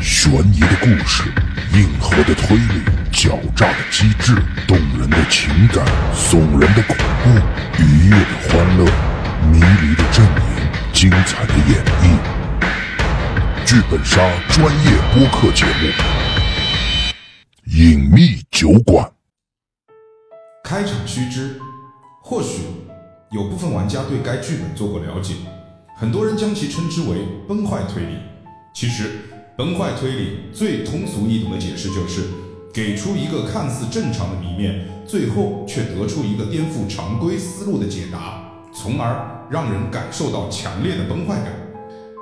悬疑的故事，硬核的推理，狡诈的机智，动人的情感，耸人的恐怖，愉悦的欢乐，迷离的阵营，精彩的演绎。剧本杀专业播客节目，《隐秘酒馆》。开场须知，或许有部分玩家对该剧本做过了解，很多人将其称之为崩坏推理。其实，崩坏推理最通俗易懂的解释就是，给出一个看似正常的谜面，最后却得出一个颠覆常规思路的解答，从而让人感受到强烈的崩坏感。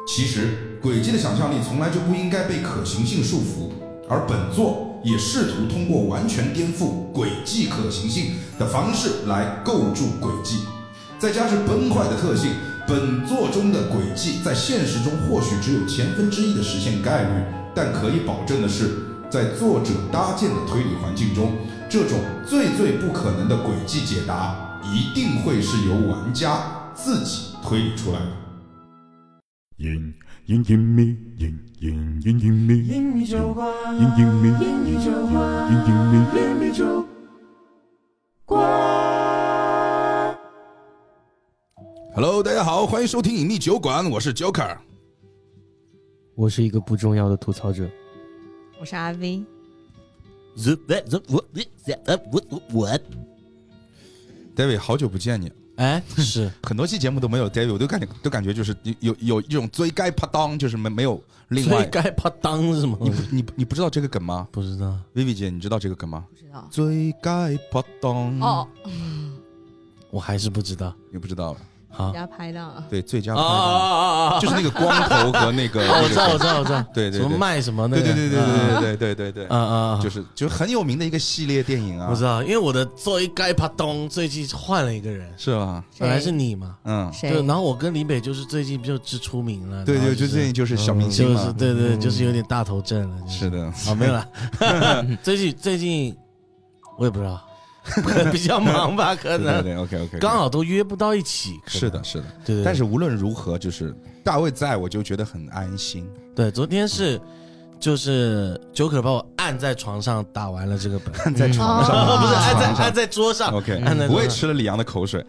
其实，轨迹的想象力从来就不应该被可行性束缚，而呃本作也试图通过完全颠覆轨迹可行性的方式来构筑轨迹。再加之崩坏的特性，本作中的轨迹在现实中或许只有千分之一的实现概率，但可以保证的是，在作者搭建的推理环境中，这种最最不可能的轨迹解答一定会是由玩家自己推理出来的。隐隐隐秘，隐隐隐隐秘，隐秘酒馆，隐隐秘，隐秘酒馆，隐隐秘。隐秘酒馆。 Hello，大家好，欢迎收听《隐秘酒馆》，我是 Joker。我是一个不重要的吐槽者。我是阿 V， David，好久不见你，哎， 是很多期节目都没有 David，我都感觉都感觉就是有有有一种追该啪当，就是没没有另所以外。该啪当是 什么？你不你你不知道这个梗吗不知道， ？Vivi 姐，你知道这个梗吗不？知道追该啪当，哦，嗯我还是不知道。你不知道吧？好人家拍档啊，对，最佳 啊拍档啊啊！就是那个光头和那个， 我知道，我那知道，我知道。 对对对什么卖什么那个对个？对对对对啊对对对对啊对，啊！啊就是就是很有名的一个系列电影啊我知，道，因为我的作为该啪当最近换了一个人，是吧？谁本来是你嘛。嗯，谁对，然后我跟林北就是最近就只出名了。对然对，后就最近就是小明星就是嘛，嗯对对，就是有点大头症了。嗯就是是的，啊，没 有了。 最近最近我也不知 道，比较忙吧，可对对能对，OK OK，刚好都约不到一起。可能是的，，是的。对对。但是无论如何，就是大卫在我就觉得很安心。对，昨天是就是九可把我按在床上打完了这个本，在床上，哦嗯 不是哎按在床按上。在嗯桌上 OK，按在桌上我也吃了李阳的口 水。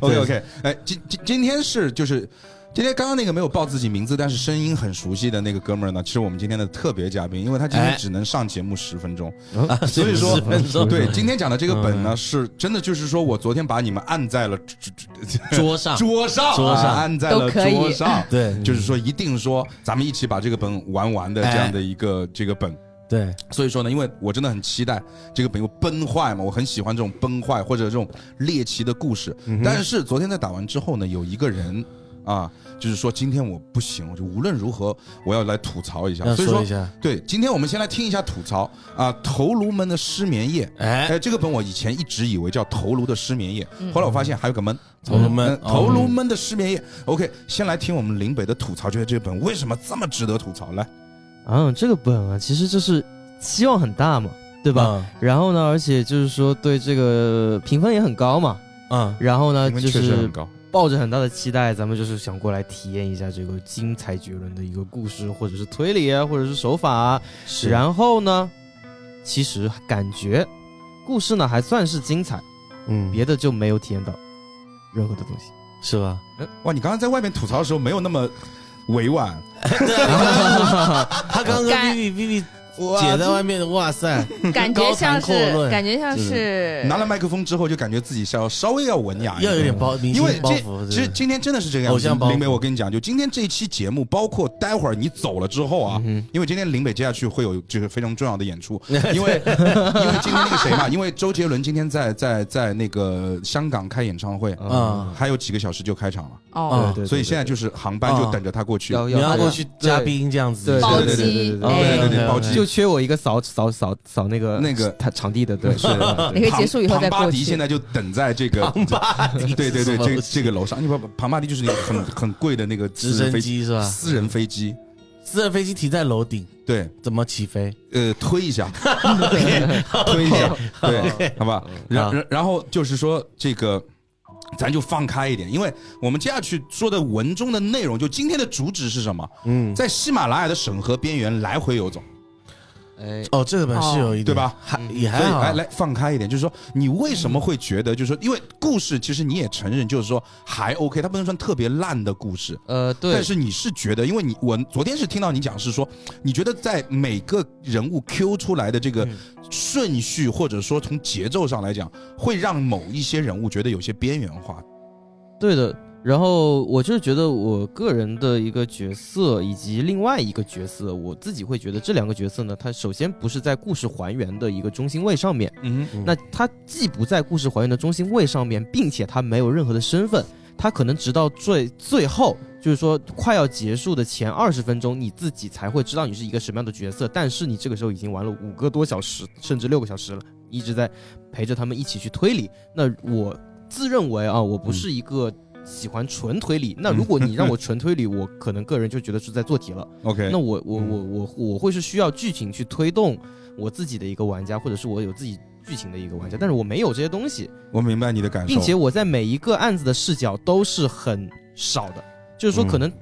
OK OK，哎，今今今天是就是今天刚刚那个没有报自己名字，但是声音很熟悉的那个哥们儿呢，是我们今天的特别嘉宾，因为他今天哎只能上节目十分钟，啊所以 说40分钟嗯对今天讲的这个本呢，是真的就是说我昨天把你们按在了桌 上桌上，桌上啊按在了都可以桌上，对就是说一定说咱们一起把这个本玩完的这样的一哎个这个本。对所以说呢，因为我真的很期待这个本有崩坏嘛，我很喜欢这种崩坏或者这种猎奇的故事。嗯但是昨天在打完之后呢，有一个人啊，就是说今天我不行，我就无论如何我要来吐槽一下。要所以说说一，下，对，今天我们先来听一下吐槽啊，《头颅们的失眠夜》。哎，哎，这个本我以前一直以为叫《头颅的失眠夜》，后来我发现还有个闷，头颅闷哦嗯头颅闷的失眠夜。OK，先来听我们林北的吐槽，觉得这本为什么这么值得吐槽？来，啊，这个本啊，其实就是期望很大嘛，对吧？？嗯然后呢，而且就是说对这个评分也很高嘛，嗯，然后呢，评分就确实是很高。抱着很大的期待，咱们就是想过来体验一下这个精彩绝伦的一个故事，或者是推理啊，或者是手法啊。是然后呢，其实感觉故事呢还算是精彩，嗯，别的就没有体验到任何的东西。 是吧？哇，你刚刚在外面吐槽的时候没有那么委婉，他刚跟该 Vivi Vivi 姐在外面，哇哎塞，感觉高谈像阔是论感觉像是拿了麦克风之后就感觉自己是要稍微要文雅一要有点。点包明因为星包这袱，其实今天真的是这个样子，偶像包袱林北，我跟你讲，就今天这一期节目，包括待会儿你走了之后啊，嗯因为今天林北接下去会有这个非常重要的演 出，因为因为今天那个谁嘛，因为周杰伦今天在在在那个香港开演唱会，啊，还有几个小时就开场了，啊哦，对对对所以现在就是航班就等着他过去。要你要大家过去嘉宾这样子，对包对对对对机对对对对哎，哦对，包机就缺我一个扫扫扫扫那个那个他场地的，对，是的，你可以结束以后庞再巴过迪去现在就等在这个庞巴迪，对对对，这个这个个楼上，你把庞巴迪就是那个很很贵的那个直私人升飞机是吧？私人飞机，私人飞机停在楼顶，对，怎么起飞？呃，推一 下，推一下，对，好吧。然然然后就是说这个。咱就放开一点，因为我们接下去说的文中的内容，就今天的主旨是什么？嗯，在喜马拉雅的审核边缘来回游走，哎，哦，这个本是有一点，对吧？嗯还也所还以好来，来放开一点，就是说你为什么会觉得，就是说，因为故事其实你也承认，就是说还 OK，它不能算特别烂的故事，呃，对但，是你是觉得，因为你我昨天是听到你讲是说，你觉得在每个人物 Q 出来的这嗯个顺序，或者说从节奏上来讲，会让某一些人物觉得有些边缘化。对的。然后我就是觉得我个人的一个角色以及另外一个角色，我自己会觉得这两个角色呢，它首先不是在故事还原的一个中心位上面，嗯嗯那它既不在故事还原的中心位上面，并且它没有任何的身份，它可能直到最最后，就是说快要结束的前二十分钟，你自己才会知道你是一个什么样的角色，但是你这个时候已经玩了五个多小时，甚至六个小时了，一直在陪着他们一起去推理。那我自认为啊，我不是一个。喜欢纯推理，那如果你让我纯推理，我可能个人就觉得是在做题了。 ，OK，那我我我嗯我我会是需要剧情去推动我自己的一个玩家，或者是我有自己剧情的一个玩家，但是我没有这些东西，我明白你的感受，并且我在每一个案子的视角都是很少的，就是说嗯可能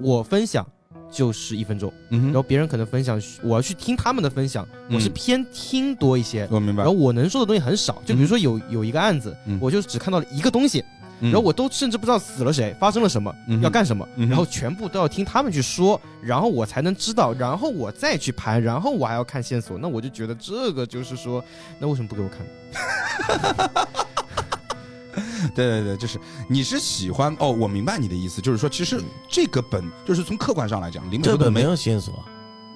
我分享就是一分钟，嗯然后哼，别人可能分享我要去听他们的分享，我是嗯偏听多一些。我明白然后。我能说的东西很少，就比如说有有一个案子嗯，我就只看到了一个东西，然然后我都甚至不知道死了谁，发生了什么嗯，哼要干什么，嗯哼然后全部都要听他们去说，然后我才能知道，然后我再去盘，然后我还要看线索，那我就觉得这个就是说，那为什么不给我看？对对对，就是你是喜欢哦，我明白你的意思，就是说其嗯实这个本就是从客观上来讲，林北这说的本没没有有线索，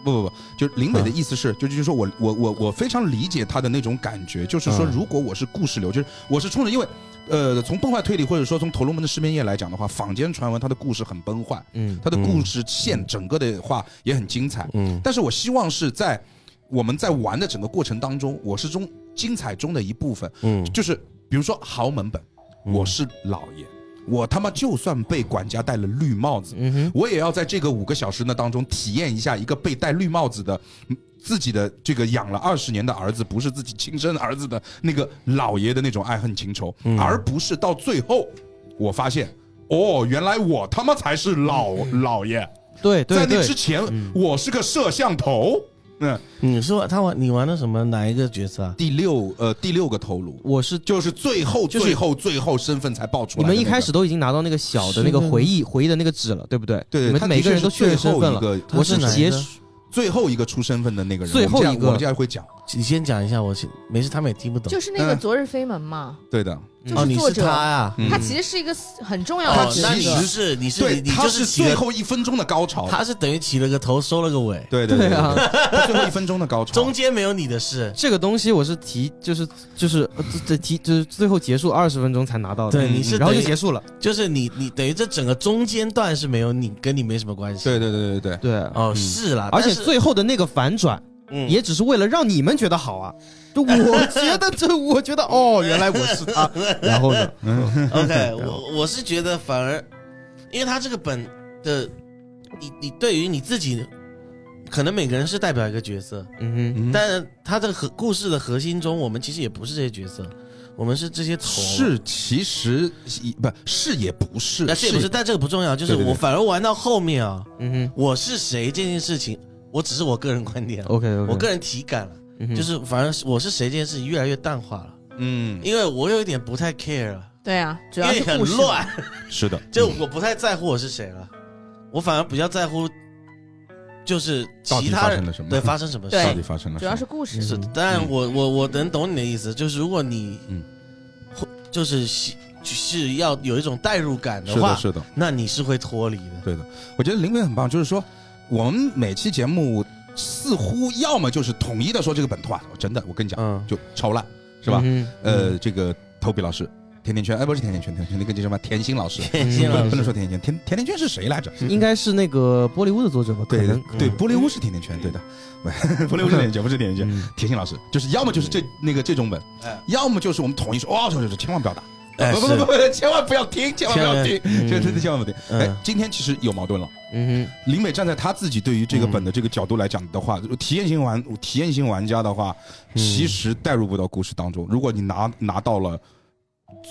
不不不，就是林嗯北的意思是，就就是说我我我我非常理解他的那种感觉，就是说嗯如果我是故事流，就是我是冲着因为。呃，从崩坏推理或者说从《头龙门的尸变夜》来讲的话，坊间传闻它的故事很崩坏，嗯它的故事线整个的话也很精彩。嗯但是我希望是在我们在玩的整个过程当中，我是中精彩中的一部分。嗯，就是比如说豪门本，嗯我是老爷，我他妈就算被管家戴了绿帽子，嗯哼，我也要在这个五个小时呢当中体验一下一个被戴绿帽子的嗯自己的这个养了二十年的儿子，不是自己亲生儿子的那个老爷的那种爱恨情仇，嗯而不是到最后我发现。哦，原来我他妈才是老老爷，在对对那对嗯之，前我是个摄像头。嗯，你是玩他玩你玩的什么哪一个角色啊？第六呃第六个头颅，我是就是最后就是最后最后身份才爆出你来的那个。们一开始都已经拿到那个小的那个回忆回忆的那个纸了，对不对？对，你他们每的确个人是都确认最身后份一了。个我他是是哪一结个束，最后一个出身份的那个人，最后我们一这样个我们接下来会讲，你先讲一下，我先没事，他们也听不懂就。是那个嗯《昨日飞门》嘛，对的，嗯就哦，是你作是者他呀？嗯它其实是一个很重要哦的其，实那你角色就。是你是对，你你他就是起最了，后一分钟的哦高潮，他是等于起了个头，收了个尾，对对对啊，他最后一分钟的高 潮，中间没有你的事。这个东西我是提，就是就是呃这这提就是最后结束二十分钟才拿到的，对，你是然后等就于结束了。就是你你等于这整个中间段是没有你跟你没什么关系。对嗯对对对对，对，哦，是啦，而且但是最后的那个反转，嗯也只是为了让你们觉得好啊。就我觉得，这我觉得哦，原来我是他。然后呢？ OK，我我是觉得反而，因为他这个本的，你你对于你自己，可能每个人是代表一个角色，嗯嗯但他这个核故事的核心中，我们其实也不是这些角色，我们是这些头。啊是其实不是也不是，那这也不是，但这个不重要，就是对对对我反而玩到后面啊，哼，嗯我是谁这件事情，我只是我个人观点啊哼，，OK，哦我个人体感了，嗯就是反而是我是谁这件事情越来越淡化了，嗯，因为我有一点不太 care 了，对啊，主因要为是很故事。乱，是的，嗯就我不太在乎我是谁了，我反而比较在乎，就是到底其他发生人了什么？对发生什么事。对到底发生了主什要么？是故事，是的，但我我我能懂你的意思，就是如果你，嗯会就是是是要有一种代入感的是话的，，是的，那你是会脱离的。对的。我觉得林北很棒，就是说我们每期节目似乎要么就是统一的说这个本特瓦，真的，我跟你讲，嗯，就超烂，是吧？嗯呃，这个投笔老师。甜甜圈，哎，不是甜甜圈，甜甜圈那个叫什么？甜心老师，甜心老师不能说甜甜圈，甜甜甜圈是谁来着？哼，呃应该是那个玻璃屋的作者吧？可对能嗯对，玻璃屋是甜甜圈，对的，嗯不嗯 玻璃屋是甜甜圈，不是甜甜圈。甜心老师就是要么就是这那个这种本哎，要么就是我们统一说哦，这这这千万不要打，哎不不是不不，千万不要听，千万不要听，这这这千万不要听。哎嗯，今天其实有矛盾了。嗯林美站在他自己对于这个本的这个角度来讲的话，体验型玩体嗯验型玩家的话，其实带入不到故事当中。如果你拿拿到了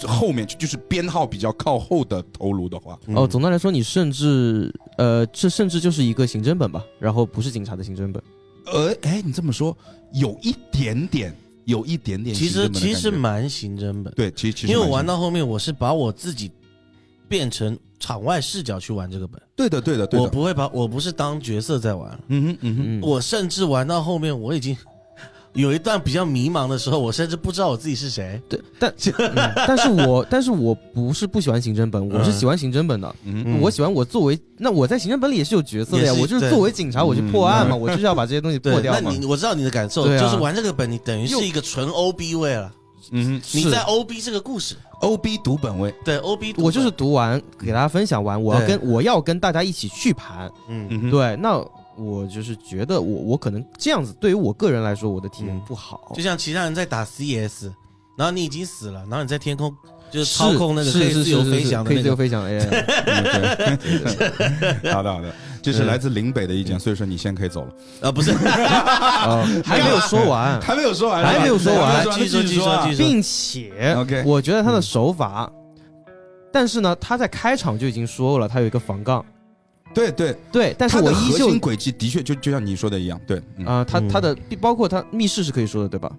后面就是编号比较靠后的头颅的话，嗯哦，总的来说，你甚至呃，这甚至就是一个刑侦本吧，然后不是警察的刑侦本。呃，哎，你这么说有一点点，有一点点其刑侦实本的感觉。其实蛮刑侦本，对，其实其实因为我蛮玩像到后面，我是把我自己变成场外视角去玩这个本，对的对的对我的，不会把我不是当角色在玩，嗯哼嗯哼，嗯，我甚至玩到后面，我已经有一段比较迷茫的时候，我甚至不知道我自己是谁。对，但、嗯但是我但是我不是不喜欢刑侦本，我是喜欢刑侦本的。嗯嗯我喜欢我作为那我在刑侦本里也是有角色的呀也，是我就是对嗯作为警察我去破案嘛，我就是要把这些东西破对，掉那嘛。你我知道你的感受，对啊就是玩这个本，你等于是一个纯 OB 位了，嗯哼你是在 OB 这个故事， ，O B 读本位，对 OB，我就是读完给大家分享完，我要对跟我要跟大家一起去盘。嗯嗯哼，对，那我就是觉得我我可能这样子，对于我个人来说，我的体验嗯不好就。像其他人在打 CS，然后你已经死了，然后你在天空就是是操控那个是可以是自由是飞是翔的可以那自由个，飞翔的哎 AI。嗯对 好的好的，这是来自林北的意见，所以说你先可以走了，啊，不是，啊， 还没有说完，还没有说完，还没有说完还没有 继续说那继续啊继续并且 OK 我觉得嗯他的手法，但是呢，他在开场就已经说了，他有一个防杠，对对，对，但是它我的依核旧心轨迹的确就就像你说的一样，对，嗯，啊，他嗯他的包括他密室是可以说的，对吧？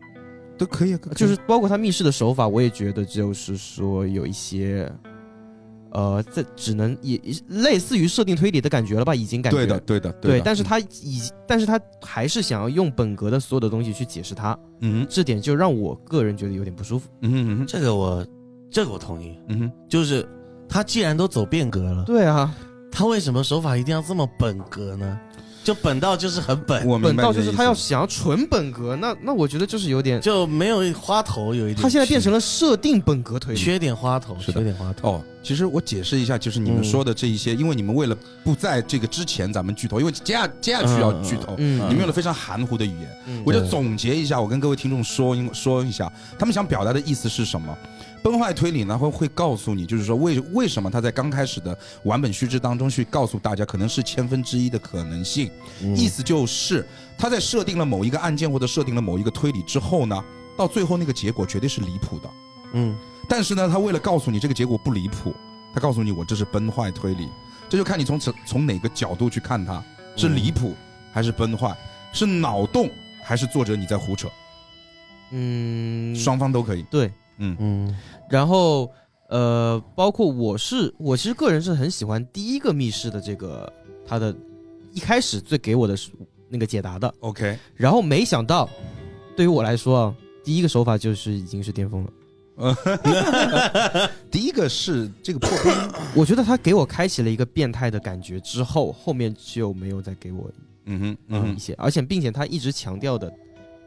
都可以啊，可以就是包括他密室的手法，我也觉得就是说有一些，呃，这只能也也类似于设定推理的感觉了吧，已经感觉对的对的对的但是他已，但是他还是想要用本格的所有的东西去解释它，嗯这点就让我个人觉得有点不舒服。嗯嗯哼这个我这个我同意，嗯哼就是他既然都走变革了，对啊，他为什么手法一定要这么本格呢？就本到就是很本，我明本白道你的就是意他要思想要纯本格，那那我觉得就是有点，就没有花头，有一点缺。他现在变成了设定本格推理。缺点花头，是的缺点花头。嗯哦，其实我解释一下，就是你们说的这一些，因为你们为了不在这个之前咱们剧透，因为接下接下去要剧透，嗯你们用了非常含糊的语言，嗯我就对总结一下，我跟各位听众说一说一下，他们想表达的意思是什么。崩坏推理呢会会告诉你，就是说为为什么他在刚开始的完本须知当中去告诉大家，可能是千分之一的可能性，嗯意思就是他在设定了某一个案件或者设定了某一个推理之后呢，到最后那个结果绝对是离谱的。嗯，但是呢，他为了告诉你这个结果不离谱，他告诉你我这是崩坏推理，这就看你从从从哪个角度去看它，是离谱还是崩坏，是脑洞还是作者你在胡扯，嗯，双方都可以。对，嗯然后呃，包括我是我其实个人是很喜欢第一个密室的这个他的呃一开始最给我的是那个解答的， OK，然后没想到对于我来说啊，第一个手法就是已经是巅峰了。第一个是这个破 冰，我觉得他给我开启了一个变态的感觉之后，后面就没有再给我嗯哼，嗯嗯一哼，些，而且并且他一直强调的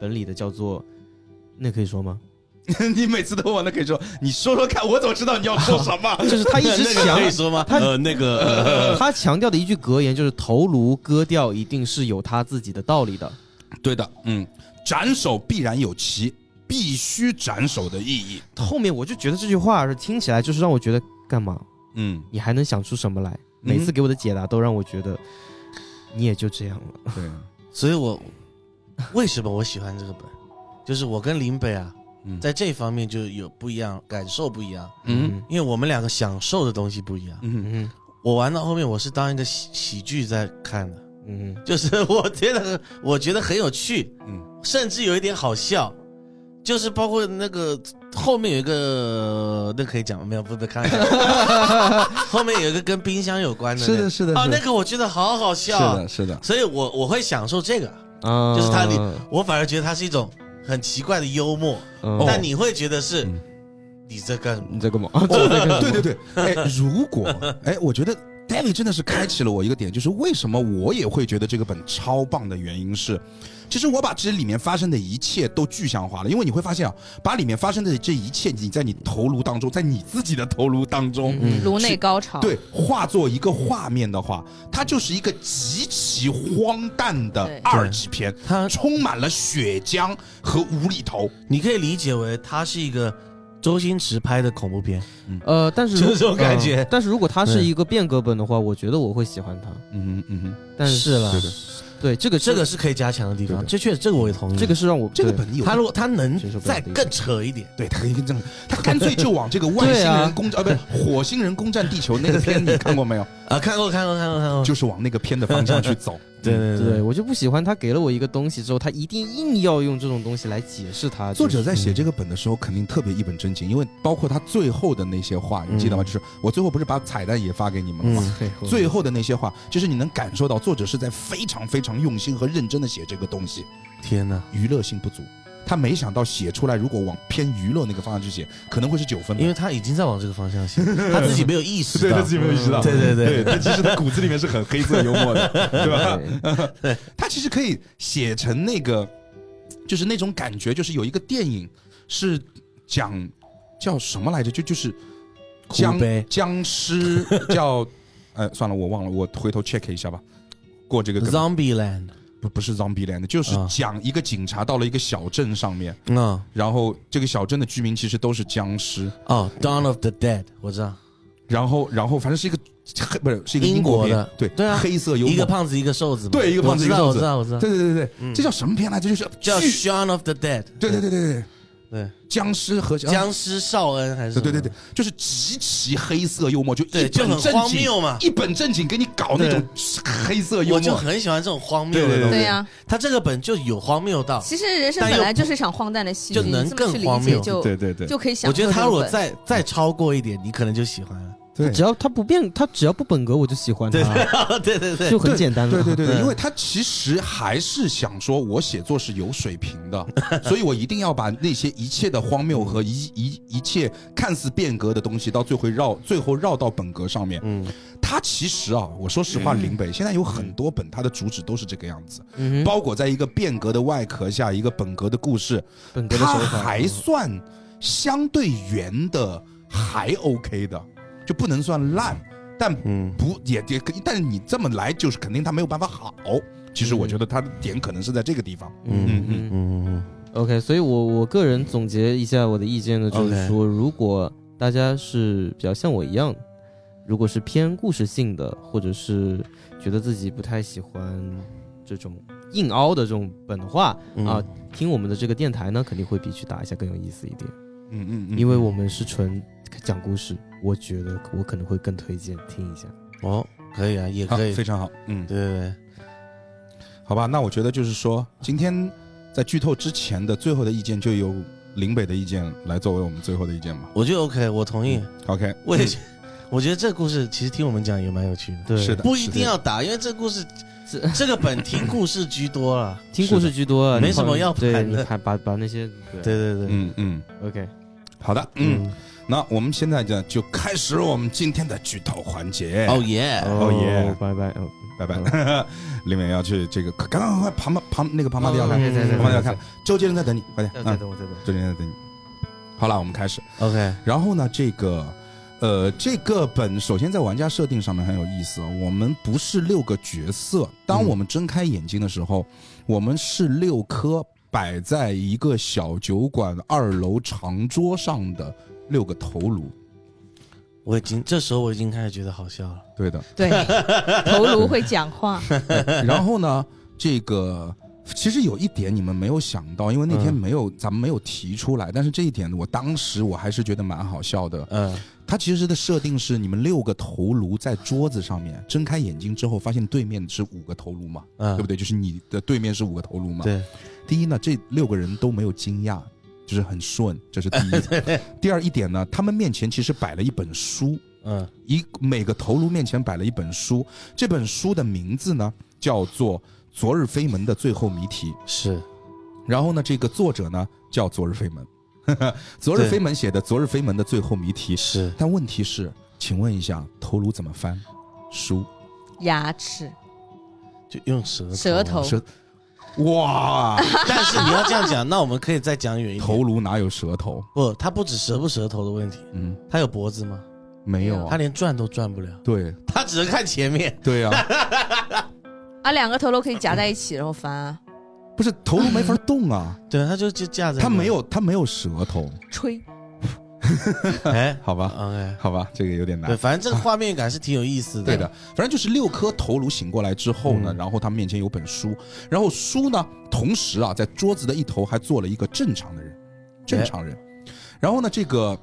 本里的叫做。那可以说吗？嗯你每次都往那可以说，你说说看，我怎么知道你要说什 么？就是他一直强可以说吗？他呃那个他强调的一句格言就是“头颅割掉一定是有他自己的道理的对的，嗯，斩首必然有其必须斩首的意义。”。后面我就觉得这句话是听起来就是让我觉得干嘛？嗯，你还能想出什么来？每次给我的解答都让我觉得你也就这样了。对，所以我为什么我喜欢这个本，就是我跟林北啊嗯，在这方面就有不一样，感受不一样，嗯因为我们两个享受的东西不一样。嗯 嗯我玩到后面，我是当一个喜喜剧在看的，嗯就是 我觉得我觉得很有趣，嗯甚至有一点好笑，就是包括那个后面有一个，那可以讲吗没有？不不，开玩笑。 后面有一个跟冰箱有关的，是的，，是的，哦，是那的，个我觉得好好是笑啊，的，是的，所以我我会享受这个，啊就是他里我反而觉得它是一种很奇怪的幽默，嗯但你会觉得是哦嗯哦你这干什么？你在干嘛？啊哦，对对对，哎，如果哎，我觉得 David 真的是开启了我一个点，就是为什么我也会觉得这个本超棒的原因是，其实我把这里面发生的一切都具象化了，因为你会发现啊，把里面发生的这一切，你在你头颅当中，在你自己的头颅当中。嗯颅内高潮，对，化作一个画面的话，它就是一个极其荒诞的对二级片，它充满了血浆和无厘头。你可以理解为它是一个周星驰拍的恐怖片，呃，但是就是这种感觉嗯但是如果他是一个变革本的话，我觉得我会喜欢他。嗯哼嗯哼，但是啦了，对这个这个是可以加强的地对方，对这确实这个我也同意。这个是让我这个对本意有他如果他能接受不了再的意思更扯一点，对他跟这样，他干脆就往这个外星对啊人攻占，呃、不是火星人攻占地球那个片，你看过没有？ 啊，看过看过看过看过，就是往那个片的方向去走。对对对我就不喜欢他给了我一个东西之后，他一定硬要用这种东西来解释他。作者就是在写这个本的时候，肯定特别一本正经，因为包括他最后的那些话，你记得吗？就是我最后不是把彩蛋也发给你们了吗？最后最后的那些话，就是你能感受到作者是在非常非常用心和认真的写这个东西，天哪！娱乐性不足。他没想到写出来，如果往偏娱乐那个方向去写，可能会是九分吧。因为他已经在往这个方 向写，他自己没有意啊识对到他自己没有意识到，对对 对对，但其实他骨子里面是很黑色幽默的，对吧？他其实可以写成那个，就是那种感觉，就是有一个电影是讲叫什么来着？就就是僵哭悲僵尸叫， 呃，算了，我忘了，我回头 check 一下吧。过这个梗 Zombie Land 不不是 Zombie Land，就是啊讲一个警察到了一个小镇上面，啊然后这个小镇的居民其实都是僵尸，哦，Dawn of the Dead，我知道，然后然后反正是一个黑不是是一个英英国国片的对对啊黑色幽默一个胖子一个瘦子嘛，对一个胖子我知道一个瘦我子知道我知道，对对对对对，这叫什么片来？这就是叫巨 Shaun of the Dead，对对对对对对，僵尸和僵尸少恩还是什对么啊对对对，就是极其黑色幽默，就一嗯对，就本很正荒经，谬嘛，一本正经给你搞那种黑色幽我就默。很喜欢这种荒谬对的对东对西，呀，他这个本就有荒谬到，其实人生但本又来就是一场荒诞的戏剧，就能你这么去更理荒解谬就对对对就可以想。我觉得他如果再再超过一点，你可能就喜欢了，对只要他不变，他只要不本格，我就喜欢他， 对对对就，很简单了。对对对对，对因为他其实还是想说，我写作是有水平的，所以我一定要把那些一切的荒谬和一一一切看似变革的东西，到最后绕最后绕到本格上面。嗯他其实啊，我说实话，林北现在有很多本，它的主旨都是这个样子，嗯哼，包裹在一个变革的外壳下，一个本格的故事，本格的它手法还算相对圆的，还 OK 的，就不能算烂，但嗯，不也也，但是你这么来，就是肯定它没有办法好。其实我觉得它的点可能是在这个地方，嗯嗯嗯嗯，OK，所以我我个人总结一下我的意见呢，就是 OK 说，如果大家是比较像我一样，如果是偏故事性的，或者是觉得自己不太喜欢这种硬凹的这种本的话，嗯啊，听我们的这个电台呢，肯定会比去打一下更有意思一点，嗯嗯嗯，因为我们是纯讲故事，我觉得我可能会更推荐听一下。哦，可以啊，也好可以，非对常好，嗯，对对，好吧，那我觉得就是说，今天在剧透之前的最后的意见，就由林北的意见来作为我们最后的意见吧。嗯我觉得 OK，我同意， OK，我也觉， 我觉得这故事其实听我们讲也蛮有趣的。对是的，不一定要打，因为这故事这这个本听故事居多了。听故事居多啊，没你什么放要对，盘你的看把把那些 对对对，嗯嗯， OK，好的，嗯，那我们现在就就开始我们今天的剧透环节。哦耶，哦耶拜拜，哦拜 拜，林北要去这个，赶快赶快，庞庞庞那个庞庞蒂要看，嗯对对庞对庞蒂要看，周杰伦在等你，快点，再嗯，等我，再等我。周杰伦在等你。好了，我们开始。 OK，然后呢，这个，呃，这个本首先在玩家设定上面很有意思哦。我们不是六个角色，当我们睁开眼睛的时候，我们是六颗摆在一个小酒馆二楼长桌上的六个头颅。我已经这时候我已经开始觉得好笑了。对的。对 头颅会讲话，然后呢，这个其实有一点你们没有想到，因为那天嗯没有、咱们没有提出来，但是这一点我当时我还是觉得蛮好笑的。嗯，它其实的设定是你们六个头颅在桌子上面，睁开眼睛之后发现对面是五个头颅嘛，嗯对不对？就是你的对面是五个头颅嘛。对，第一呢，这六个人都没有惊讶，就是很顺，这是第 一。第二一点呢，他们面前其实摆了一本书，嗯一每个头颅面前摆了一本书，这本书的名字呢叫做《昨日飞门的最后谜题》，是，然后呢，这个作者呢叫昨日飞门， 昨日对飞门写的《昨日飞门的最后谜题》是但问题是，请问一下，头颅怎么翻？书牙齿、就用舌头啊舌头，舌，哇， 但是你要这样讲，那我们可以再讲远一点。头颅哪有舌头？不，它不止舌不舌头的问题， 嗯，它有脖子吗？没有它啊。连转都转不了，对它只能看前面。对 啊，啊，两个头颅可以夹在一起，然后翻啊，不 是头颅没法动啊，对，它就就架着。它没，有它没有舌头，吹，哎好吧， ，OK，好吧，这个有点难对，。反正这个画面感是挺有意思的。对的，，反正就是六颗头颅醒过来之后呢，然后他们面前有本书，然后书呢，同时啊，在桌子的一头还坐了一个正常的人，正常人。然后呢，这个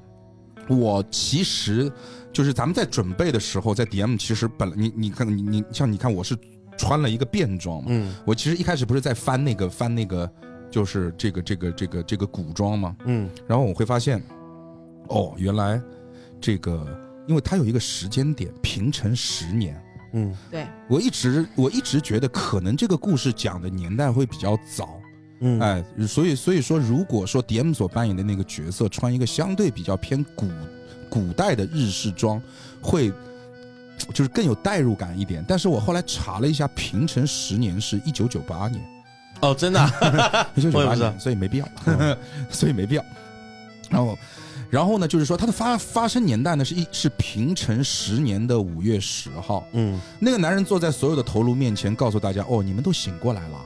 我其实就是咱们在准备的时候，在 DM 其实本来你你看你你像你看我是穿了一个便装嘛，嗯我其实一开始不是在翻那个翻那个就是这个这个这个这个古装吗？嗯，然后我会发现，哦，原来这个，因为它有一个时间点，平成十年。嗯对，我一直我一直觉得，可能这个故事讲的年代会比较早，嗯，哎，所以所以说，如果说 DM 所扮演的那个角色穿一个相对比较偏古古代的日式装，会就是更有代入感一点。但是我后来查了一下，平成十年是一九九八年，哦，真的 啊，一九九我也八不知道嗯年，所以没必要， 所以没必要。然后，然后呢，就是说它的发发生年代呢是一是平成十年的五月十号。嗯那个男人坐在所有的头颅面前，告诉大家：“哦，你们都醒过来了，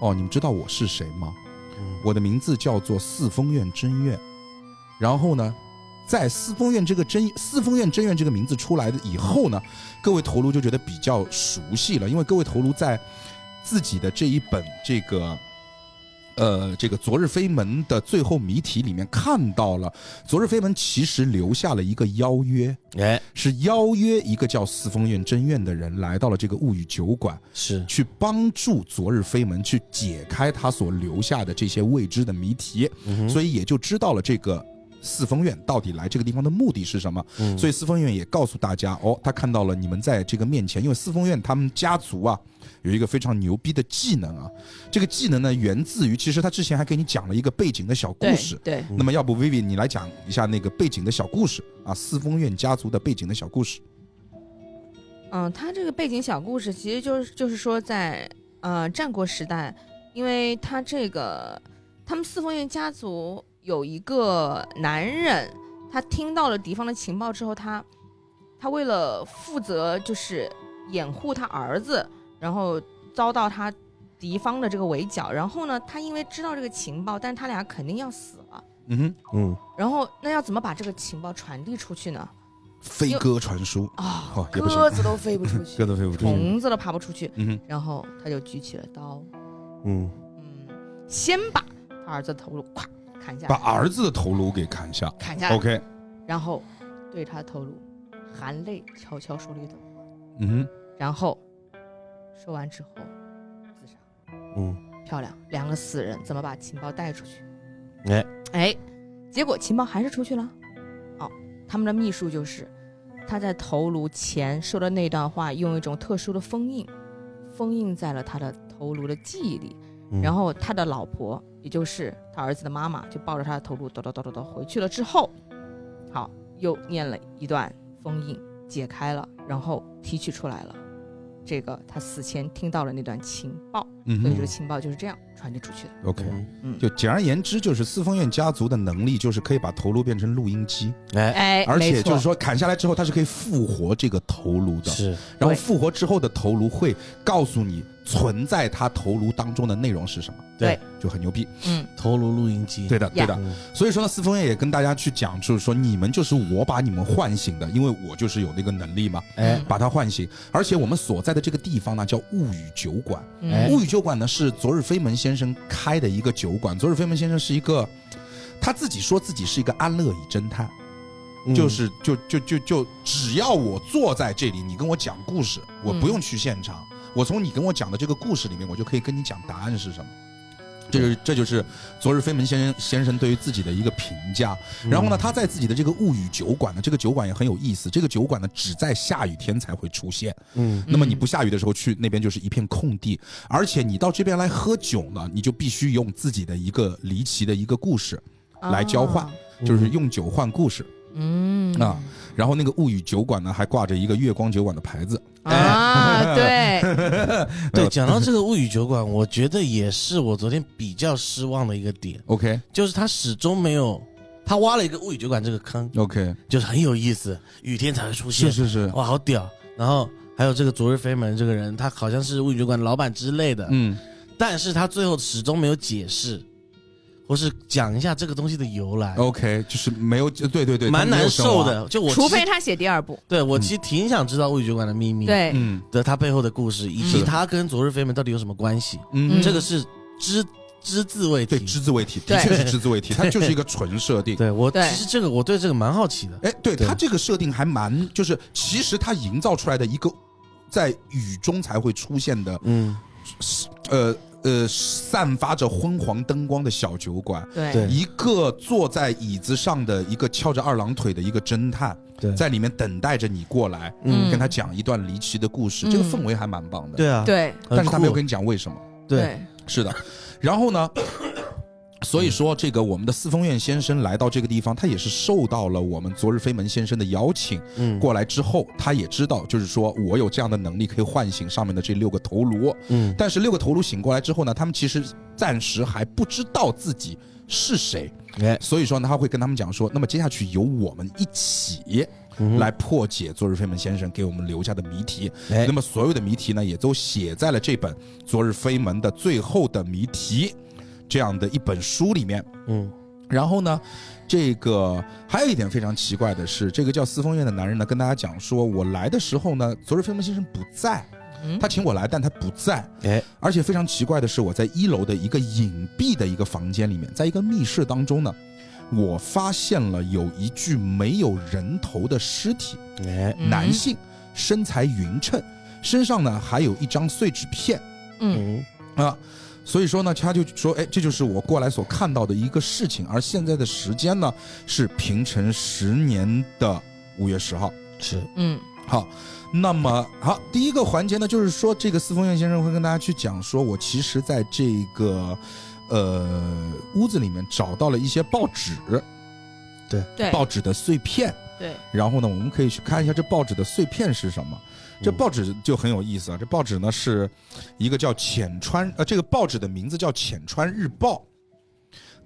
哦，你们知道我是谁吗？我的名字叫做四风院真院。然后呢，在四风院这个真四风院真院这个名字出来的以后呢，各位头颅就觉得比较熟悉了，因为各位头颅在自己的这一本这个。呃，这个《昨日飞门》的最后谜题里面看到了，《昨日飞门》其实留下了一个邀约，哎，是邀约一个叫四风院真院的人来到了这个物语酒馆，是去帮助昨日飞门去解开他所留下的这些未知的谜题，嗯所以也就知道了这个。四风院到底来这个地方的目的是什么？所以四风院也告诉大家，哦，他看到了你们在这个面前，因为四风院他们家族啊有一个非常牛逼的技能啊，这个技能呢源自于，其实他之前还给你讲了一个背景的小故对事，对，那么要不 Vivi 你来讲一下那个背景的小故事啊，四风院家族的背景的小故事。嗯，他这个背景小故事其实就是就是说在呃战国时代，因为他这个他们四凤院家族有一个男人，他听到了敌方的情报之后，他他为了负责就是掩护他儿子，然后遭到他敌方的这个围剿，然后呢，他因为知道这个情报，但是他俩肯定要死了，嗯哼，嗯，然后那要怎么把这个情报传递出去呢？飞鸽传书啊、哦，也不行，鸽子都飞不 出去鸽。子飞不出去。虫子都爬不出去，嗯哼，然后他就举起了刀，嗯，嗯，先把他儿子的头颅咵砍下把来，儿子的头颅给砍下。砍下来 OK，然后对他的头颅含泪悄悄说了一段话，嗯哼，然后说完之后自杀。嗯，漂亮，两个死人怎么把情报带出去？哎哎，结果情报还是出去了。哦，他们的秘术就是他在头颅前说的那段话，用一种特殊的封印，封印在了他的头颅的记忆里。嗯然后他的老婆，也就是他儿子的妈妈，就抱着他的头颅，哆哆哆哆哆回去了之后，好，又念了一段封印，解开了，然后提取出来了。这个他死前听到了那段情报，嗯所以这哼个情报就是这样传递出去的。 ，OK。嗯，就简而言之，就是四风院家族的能力，就是可以把头颅变成录音机，哎，哎，而且没错就是说砍下来之后，它是可以复活这个头颅的。是然后对复活之后的头颅会告诉你存在它头颅当中的内容是什么，对，就很牛逼。嗯，头颅录音机，对的，对的。嗯所以说呢，四枫叶也跟大家去讲，就是说你们就是我把你们唤醒的，因为我就是有那个能力嘛，哎，把它唤醒。而且我们所在的这个地方呢，叫物语酒馆。嗯哎物语酒馆呢是昨日飞门先生开的一个酒馆。昨日飞门先生是一个，他自己说自己是一个安乐椅侦探，嗯就是就就就就只要我坐在这里，你跟我讲故事，我不用去现场，嗯我从你跟我讲的这个故事里面，我就可以跟你讲答案是什么。这就是这就是昨日飞门先生先生对于自己的一个评价。嗯然后呢，他在自己的这个物语酒馆呢，这个酒馆也很有意思。这个酒馆呢，只在下雨天才会出现。嗯，那么你不下雨的时候去那边就是一片空地，而且你到这边来喝酒呢，你就必须用自己的一个离奇的一个故事来交换，啊嗯就是用酒换故事。嗯啊然后那个物语酒馆呢，还挂着一个月光酒馆的牌子。啊，对，对，讲到 这个物语酒馆，我觉得也是我昨天比较失望的一个点， OK 就是他始终没有，他挖了一个物语酒馆这个坑， OK，就是很有意思，雨天才会出现，是是是，哇，好屌。然后还有这个昨日飞门这个人，他好像是物语酒馆老板之类的，嗯，但是他最后始终没有解释，或是讲一下这个东西的由来， OK，就是没有，对哦对对，他蛮没难有嗯生娃受。的。就我除其实非他写第二部，对我其实挺想知道物语酒馆的秘密，，对，嗯的它背后的故事，以是及的它跟昨日飞门到底有什么关系，嗯，这个是只只字未对，提。只字未提，对的确是只字未提，它就是一个纯设定。对我其对实这个我对这个蛮好奇的，哎，对对它这个设定还蛮，就是其实它营造出来的一个在雨中才会出现的，嗯，呃呃，散发着昏黄灯光的小酒馆，对对一个坐在椅子上的一个翘着二郎腿的一个侦探，对在里面等待着你过来，嗯跟他讲一段离奇的故事，嗯这个氛围还蛮棒的。对啊，很对酷，但是他没有跟你讲为什么。对，是的，然后呢？所以说，这个我们的四风院先生来到这个地方，他也是受到了我们昨日飞门先生的邀请，嗯过来之后，他也知道，就是说我有这样的能力可以唤醒上面的这六个头颅，嗯但是六个头颅醒过来之后呢，他们其实暂时还不知道自己是谁，哎所以说呢，他会跟他们讲说，那么接下去由我们一起嗯来破解昨日飞门先生给我们留下的谜题。哎那么所有的谜题呢，也都写在了这本《昨日飞门的最后的谜题》这样的一本书里面。嗯然后呢，这个还有一点非常奇怪的是，这个叫司风院的男人呢，跟大家讲说，我来的时候呢，昨日飞门先生不在，嗯他请我来，但他不在。哎而且非常奇怪的是，我在一楼的一个隐蔽的一个房间里面，在一个密室当中呢，我发现了有一具没有人头的尸体，哎嗯男性，身材匀称，身上呢还有一张碎纸片嗯嗯啊。所以说呢，他就说，哎，这就是我过来所看到的一个事情。而现在的时间呢，是平成十年的五月十号。是嗯好，那么好，第一个环节呢，就是说这个司风院先生会跟大家去讲说，我其实在这个呃屋子里面找到了一些报纸，对报纸的碎片。对然后呢，我们可以去看一下这报纸的碎片是什么。这报纸就很有意思啊，这报纸呢是一个叫浅川，呃，这个报纸的名字叫浅川日报。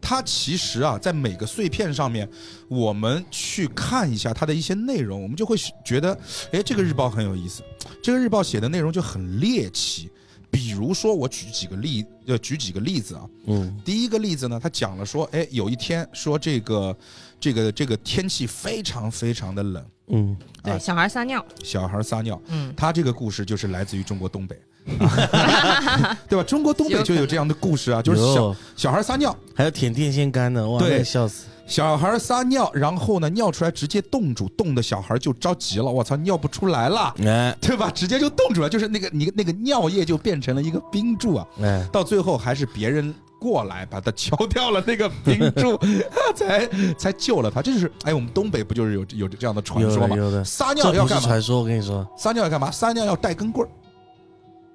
它其实啊，在每个碎片上面，我们去看一下它的一些内容，我们就会觉得，哎，这个日报很有意思，这个日报写的内容就很猎奇。比如说，我举几个例，呃，举几个例子啊，嗯第一个例子呢，他讲了说，哎，有一天说这个这个这个天气非常非常的冷，嗯对，小孩撒尿，小孩撒尿。嗯，他这个故事就是来自于中国东北，啊对吧？中国东北就有这样的故事啊，就是小哟小孩撒尿，还有舔电线杆的，哇，对那个笑死，小孩撒尿，然后呢尿出来直接冻住，冻的小孩就着急了，我操，尿不出来了。哎对吧？直接就冻住了，就是那个你那个尿液就变成了一个冰柱啊，哎到最后还是别人过来把他敲掉了那个冰柱， 才才救了他。这就是哎，我们东北不就是有有这样的传有说的吗？有的，撒这尿要不是干嘛？传说，我跟你说，撒尿要干嘛？撒尿要带根棍儿，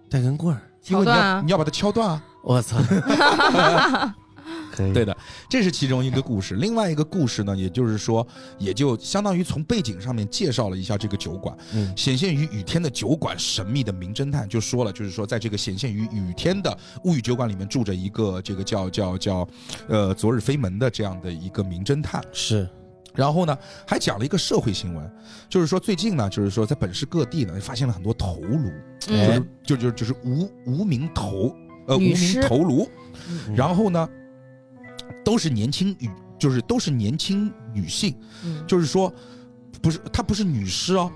带根棍儿，因为桥你段要啊你，要把它敲断啊。我操，可以，对的，这是其中一个故事。另外一个故事呢，也就是说，也就相当于从背景上面介绍了一下这个酒馆，嗯显现于雨天的酒馆，神秘的名侦探就说了，就是说，在这个显现于雨天的物语酒馆里面住着一个这个叫叫叫，呃，昨日飞门的这样的一个名侦探。是然后呢，还讲了一个社会新闻，就是说最近呢，就是说在本市各地呢，发现了很多头颅，嗯就就就是无无名头，呃，无女名尸头颅，嗯然后呢，都是年轻女，就是都是年轻女性，嗯，就是说，不是她不是女尸哦，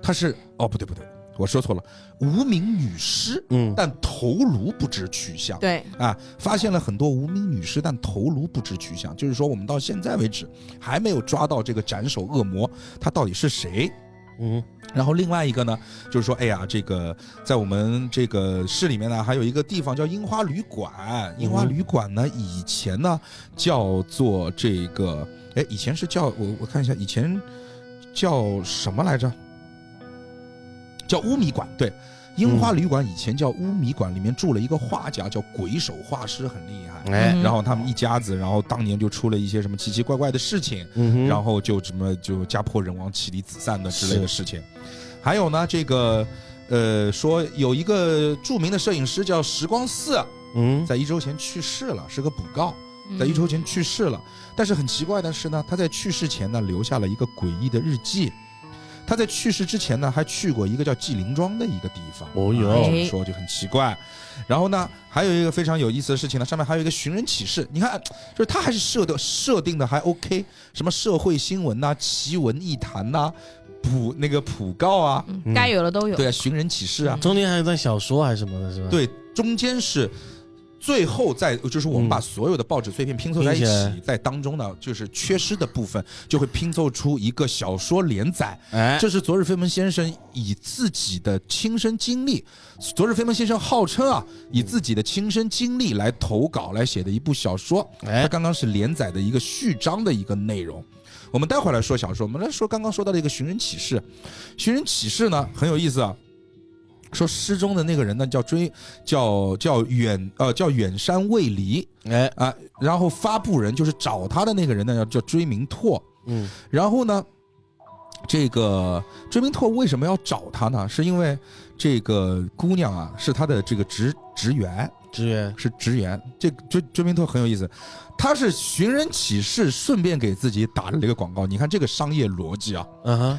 她是哦不对不对，我说错了，无名女尸，嗯但头颅不知去向。对，啊，发现了很多无名女尸，但头颅不知去向。就是说，我们到现在为止还没有抓到这个斩首恶魔，他到底是谁？嗯然后另外一个呢，就是说，哎呀，这个在我们这个市里面呢，还有一个地方叫樱花旅馆。樱花旅馆呢，以前呢叫做这个，哎，以前是叫我我看一下，以前叫什么来着？叫乌米馆，对。樱花旅馆以前叫乌米馆，里面住了一个画家，叫鬼手画师，很厉害。哎嗯然后他们一家子，然后当年就出了一些什么奇奇怪怪的事情，嗯哼，然后就什么就家破人亡、妻离子散的之类的事情。还有呢，这个呃，说有一个著名的摄影师叫时光四，嗯在一周前去世了，是个补告，嗯在一周前去世了。但是很奇怪的是呢，他在去世前呢留下了一个诡异的日记。他在去世之前呢，还去过一个叫纪灵庄的一个地方。哦哟啊这么说就很奇怪。然后呢，还有一个非常有意思的事情呢，上面还有一个寻人启事。你看，就是他还是设的设定的还 OK，什么社会新闻呐、奇闻异谈呐、普那个普告啊，嗯该有的都有。对啊，寻人启事啊，中间还有一段小说还是什么的，是吧？，嗯对，中间是最后在就是我们把嗯所有的报纸碎片拼凑在一拼起来起，在当中呢，就是缺失的部分就会拼凑出一个小说连载。哎，这是昨日飞门先生以自己的亲身经历，昨日飞门先生号称啊，以自己的亲身经历来投稿来写的一部小说。哎它刚刚是连载的一个序章的一个内容。我们待会儿来说小说，我们来说刚刚说到的一个寻人启事。寻人启事呢很有意思啊，说失踪的那个人呢叫追叫叫远呃叫远山未离哎，啊、然后发布人就是找他的那个人呢叫叫追明拓，嗯，然后呢，这个追明拓为什么要找他呢？是因为这个姑娘啊是他的这个职职员，职员，是职员。这追追明拓很有意思，他是寻人启事，顺便给自己打了一个广告。你看这个商业逻辑啊！嗯哼，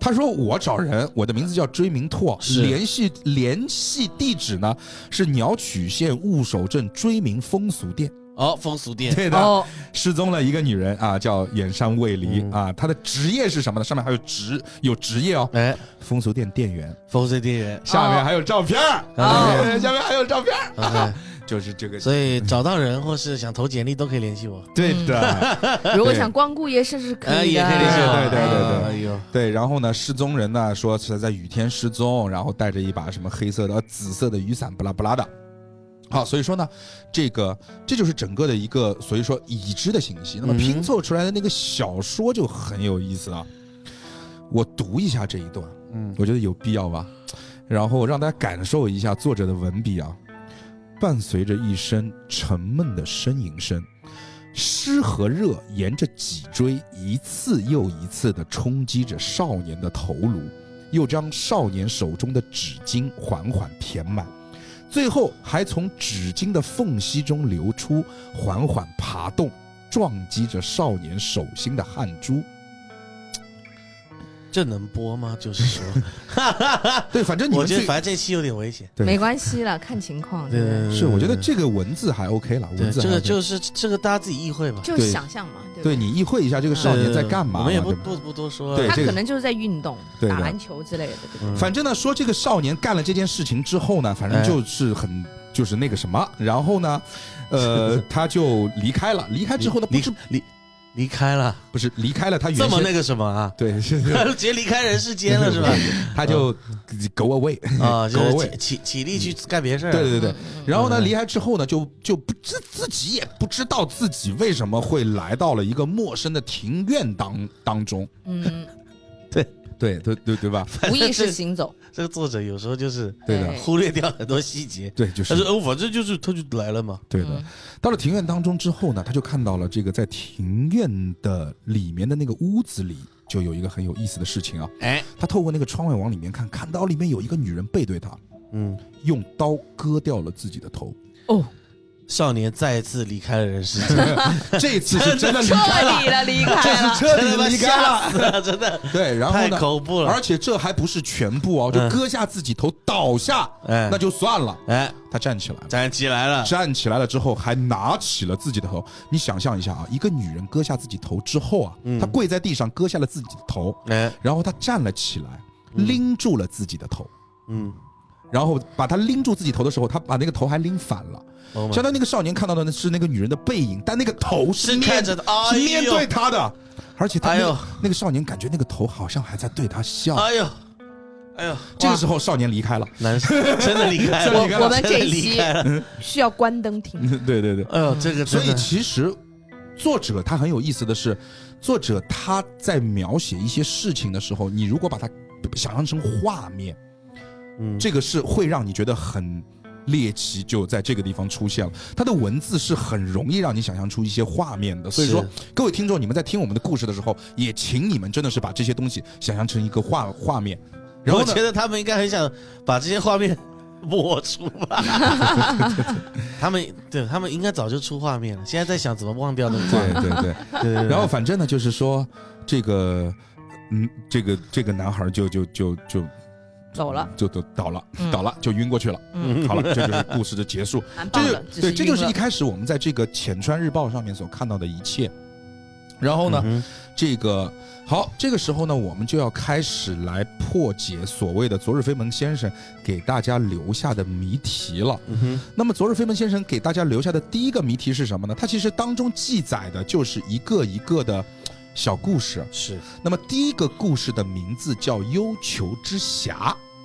他说我找人，我的名字叫追明拓，是联系联系地址呢是鸟取县雾守镇追明风俗店。哦，风俗 店，啊对的，哦，失踪了一个女人啊，叫远山未离、嗯啊。她的职业是什么呢？上面还有职有职业哦，哎，风俗店店员。风水店员，下面还有照片儿，哦嗯对 下面还有照片儿， OK，就是这个。所以找到人或是想投简历都可以联系我，对的，哦如果对想光顾夜市是可哎，以啊也可的。以联系我，对对对对对哎呦，对。然后呢，失踪人呢说是在雨天失踪，然后带着一把什么黑色的、呃紫色的雨伞，不拉不拉的。好，所以说呢，这个这就是整个的一个，所以说已知的信息。那么嗯拼凑出来的那个小说就很有意思啊。我读一下这一段，嗯，我觉得有必要吧，然后让大家感受一下作者的文笔啊，伴随着一声沉闷的呻吟声，湿和热沿着脊椎一次又一次地冲击着少年的头颅，又将少年手中的纸巾缓缓填满，最后还从纸巾的缝隙中流出，缓缓爬动，撞击着少年手心的汗珠。这能播吗？就是 说，对，反正你我们觉得自己反正这期有点危险，对没关系了，看情况。对对对对， 是，我觉得对这个文字还 OK 了，嗯文对字这还个 OK 就是这个大家自己意会吧。就对是想象嘛，对吧对你意会一下这个少年在干呃嘛我嘛，们也对不吧？不不多说，啊对他这个可能就是在运动，对打的篮球之类的，对不对？嗯反正呢，说这个少年干了这件事情之后呢，反正就是很就是那个什么，然后呢， 呃，他就离开了。离开之后呢，不离是离离开了，不是离开了他原这么先那个什么 啊？对，是是直接离开人世间了是吧？他就 go away。啊，就 Go 是 away 起起起立去干别事儿。嗯啊对对对，嗯然后呢，嗯离开之后呢，就就不自自己也不知道自己为什么会来到了一个陌生的庭院当当中。嗯， 对对对对吧？嗯无意识行走，这个作者有时候就是对的忽略掉很多细节。对，就是他说：“哦，反正就是他就来了嘛。对的。嗯到了庭院当中之后呢，他就看到了这个在庭院的里面的那个屋子里，就有一个很有意思的事情啊。哎，他透过那个窗外往里面看，看到里面有一个女人背对他，”嗯，用刀割掉了自己的头。哦，少年再次离开了人世 间，这次是真的 离彻开了，底了，离这开是了，彻真的底把离开吓了。死了，真的对，然后太呢？恐怖而了。且这还不是全部哦，就嗯割下自己头倒下，哎那就算了。哎，他站起来了，站起来了，站起来了之后还拿起了自己的头。你想象一下啊，一个女人割下自己头之后啊，嗯她跪在地上割下了自己的头，哎，然后她站了起来，嗯拎住了自己的头，嗯，然后把她拎住自己头的时候，她把那个头还拎反了， Oh my 相当于那个少年看到的是那个女人的背影，但那个头是是面看着的，哎是呦面对，啊他的，而且他那哎个呦啊那个少年感觉那个头好像还在对他笑。哎呦，哎呦，这个时候少年离开了， 男生真的离开真的了离开。我我们这真一的离期开需要关灯听，对对对，哎呦，这个所真以的，其实作者他很有意思的是，作者他在描写一些事情的时候，你如果把它想象成画面，嗯，这个是会让你觉得很猎奇，就在这个地方出现了。它的文字是很容易让你想象出一些画面的，所以说是各位听众，你们在听我们的故事的时候，也请你们真的是把这些东西想象成一个画画面。然后我呢觉，得他们应该很想把这些画面抹除 吧。他们对他们应该早就出画面了， 现在在想怎么忘掉那个画对面。对对，对对对然后反正呢，就是说这个嗯，这个这个男孩就就就就走了，就就倒了，啊嗯倒了就晕过去了。嗯， 好了，这就是故事的结束。蛮这棒就的，只对，这就是一晕了开始我们在这个浅川日报上面所看到的一切。然后呢，嗯这个好，这个时候呢，我们就要开始来破解所谓的昨日飞门先生给大家留下的谜题了。嗯那么，昨日飞门先生给大家留下的第一个谜题是什么呢？它其实当中记载的就是一个一个的小故事。是那么，第一个故事的名字叫《幽囚之匣》，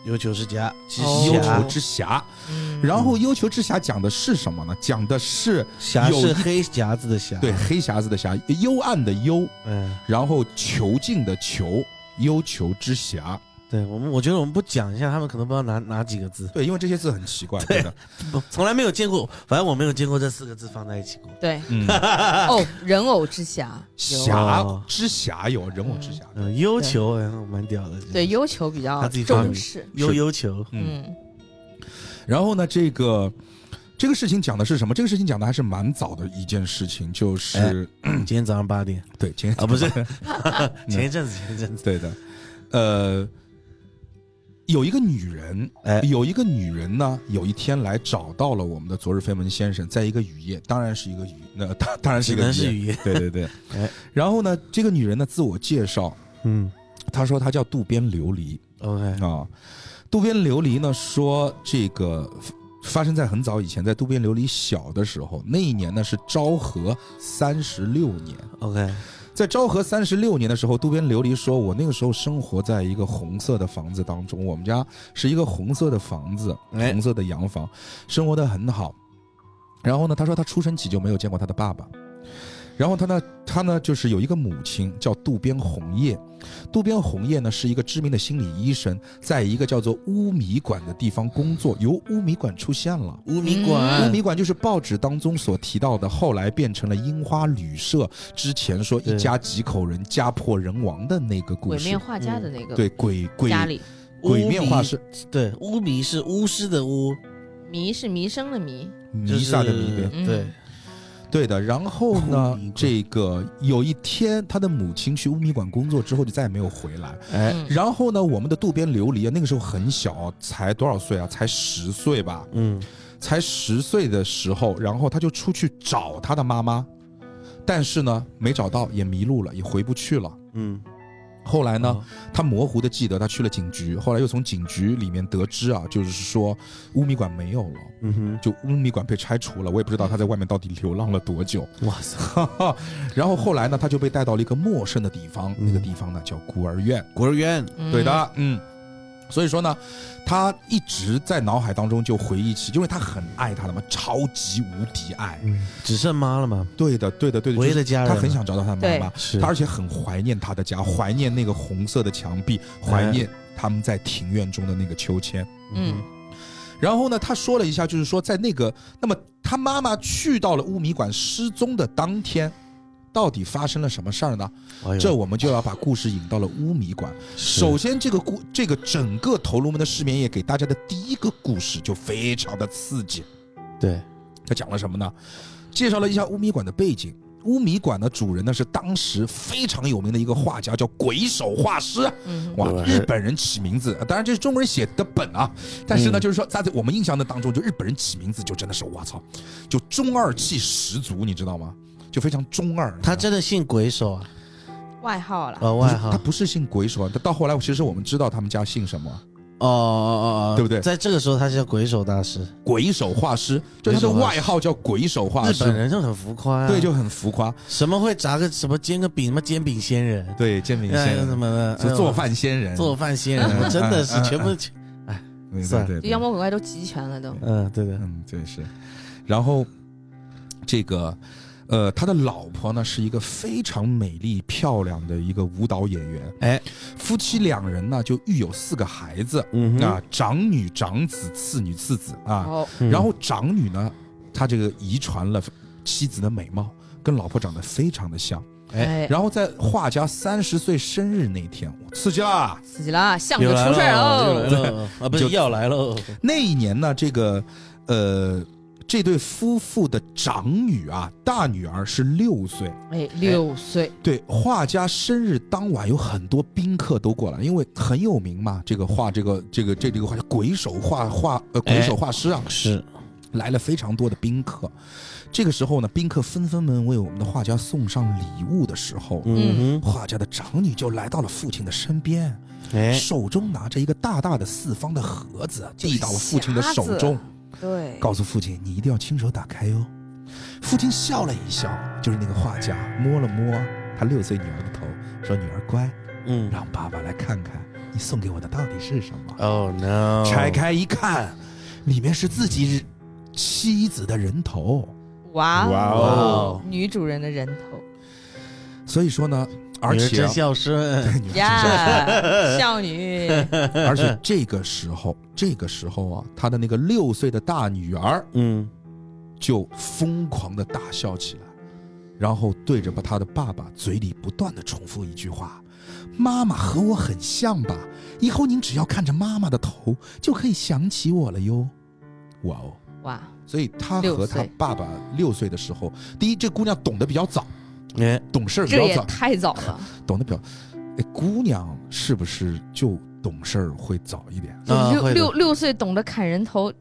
有九十家，其哦幽实囚侠之匣。嗯然后，《幽囚之匣》讲的是什么呢？讲的是匣有一是黑匣子的匣，对，黑匣子的匣，幽暗的幽，嗯，然后囚禁的囚，幽囚之匣。对我们，我觉得我们不讲一下，他们可能不知道哪哪几个字，对，因为这些字很奇怪，真的。不， 从来没有见过，反正我没有见过这四个字放在一起过。对 嗯，哦，人偶之匣，匣之匣有人偶之匣。嗯，悠球，哎蛮屌的，对，忧求比较他自己发明重视，悠悠球，嗯，嗯然后呢，这个这个事情讲的是什么？这个事情讲的还是蛮早的一件事情，就是今天早上八 点对，今天啊，不是，前一阵子，前一阵子，对的，呃，有一个女人，哎有一个女人呢，有一天来找到了我们的昨日飞门先生，在一个雨夜，当然是一个雨，那、 当当然只是一个能雨是夜，语言，对对 对哎，然后呢，这个女人呢自我介绍，嗯她说她叫渡边琉璃，OK，啊，渡边琉璃呢说这个发生在很早以前，在渡边琉璃小的时候，那一年呢是昭和三十六年， OK，在昭和三十六年的时候，渡边琉璃说，我那个时候生活在一个红色的房子当中，我们家是一个红色的房子，哎红色的洋房，生活的很好。然后呢，他说他出生起就没有见过他的爸爸。然后他呢，他呢就是有一个母亲叫渡边红叶，渡边红叶呢是一个知名的心理医生，在一个叫做乌米馆的地方工作。由乌米馆出现了，乌米乌嗯馆，米馆就是报纸当中所提到的，后来变成了樱花旅社之前说一对家几口人家破人亡的那个故鬼面事。嗯画家的那个对鬼鬼家里，鬼面画是对，乌米是巫师的巫，迷是迷生的迷，弥就是撒的弥对嗯对，对的。然后乌呢米馆，这个有一天他的母亲去乌米馆工作之后就再也没有回来。哎，嗯然后呢，我们的渡边琉璃啊，那个时候很小，才多少岁啊？才十岁吧？嗯，才十岁的时候，然后他就出去找他的妈妈，但是呢，没找到，也迷路了，也回不去了。嗯，后来呢，哦他模糊的记得他去了警局，后来又从警局里面得知啊，就是说乌米馆没有了，嗯哼，就乌米馆被拆除了，我也不知道他在外面到底流浪了多 久。哇塞，然后后来呢，他就被带到了一个陌生的地方，嗯 那个地方呢叫孤儿院。孤儿院，对，的，嗯。所以说呢，他一直在脑海当中就回忆起，因为他很爱他的嘛，超级无敌爱。嗯，只剩妈了嘛，对的，对的，对的，唯一就是的家人他了，很想找到他的妈妈，是他而且很怀念他的家，怀念那个红色的墙壁，怀念他们在庭院中的那个秋千。嗯然后呢，他说了一下，就是说在那个，那么他妈妈去到了乌米馆失踪的当天，到底发生了什么事儿呢？哎呦这我们就要把故事引到了乌米馆。是首先，这个故这个整个《头颅门的失眠夜》给大家的第一个故事就非常的刺激。对，他讲了什么呢？介绍了一下乌米馆的背景。乌米馆的主人呢是当时非常有名的一个画家，叫鬼手画师。啊嗯哇，对日本人起名字，啊当然这是中国人写的本啊，但是嗯呢，就是说在我们印象的当中，就日本人起名字就真的是我操，就中二气十足，你知道吗？就非常中二。他你知道吗真的姓鬼手啊，外号啦，哦，不外是号他，不是姓鬼手啊，他到后来其实我们知道他们家姓什么，哦哦哦哦，对不对在这个时候，他叫鬼手大师，鬼手画师，就他的外号叫鬼手画日本师，人就很浮夸啊，啊对，就很浮夸，什么会炸个什么煎个饼，什么煎饼仙人，对，煎饼哎什么的，哎是呦做饭仙人，做饭仙人， 我真的是嗯嗯全部，哎对算对对就对妖魔鬼怪都集全了都，嗯，对的，嗯，对是。然后这个呃，他的老婆呢是一个非常美丽漂亮的一个舞蹈演员。哎，夫妻两人呢就育有四个孩子，嗯哼啊，长女、长子、次女、次子啊。哦，嗯然后长女呢，她这个遗传了妻子的美貌，跟老婆长得非常的像。哎哎，然后在画家三十岁生日那天，刺激啦！死极了，巷子又出来事儿了，又喽，来了啊，不就是要来喽，那一年呢，这个呃，这对夫妇的长女啊，大女儿是六岁。哎，六岁，对，画家生日当晚有很多宾客都过来，因为很有名嘛。这个画，这个这个这这个画家鬼手画画呃鬼手画师啊，是来了非常多的宾客。这个时候呢，宾客纷纷们为我们的画家送上礼物的时候，嗯嗯画家的长女就来到了父亲的身边，哼，哎，手中拿着一个大大的四方的盒子，递到了父亲的手中，对，告诉父亲：“你一定要亲手打开哟。”父亲笑了一笑，就是那个画家，摸了摸他六岁女儿的头，说：“女儿乖，嗯让爸爸来看看你送给我的到底是什么。 ，Oh no，拆开一看，里面是自己妻子的人头。哇哇哇哦，哦，女主人的人头所以说呢，而女 儿且真啊、孝顺，对女儿真孝呀，少女，而且这个时候，这个时候啊，他的那个六岁的大女儿嗯，就疯狂的大笑起来，然后对着他的爸爸嘴里不断的重复一句话：“妈妈和我很像吧？以后您只要看着妈妈的头，就可以想起我了哟。”哇哦！哇，所以他和六他岁爸爸六岁的时候，第一，这姑娘懂得比较早，哎，懂事儿比这较也早，太早了，懂得比较。哎，姑娘是不是就懂事儿会早一点？啊六会的六六岁懂得砍人头，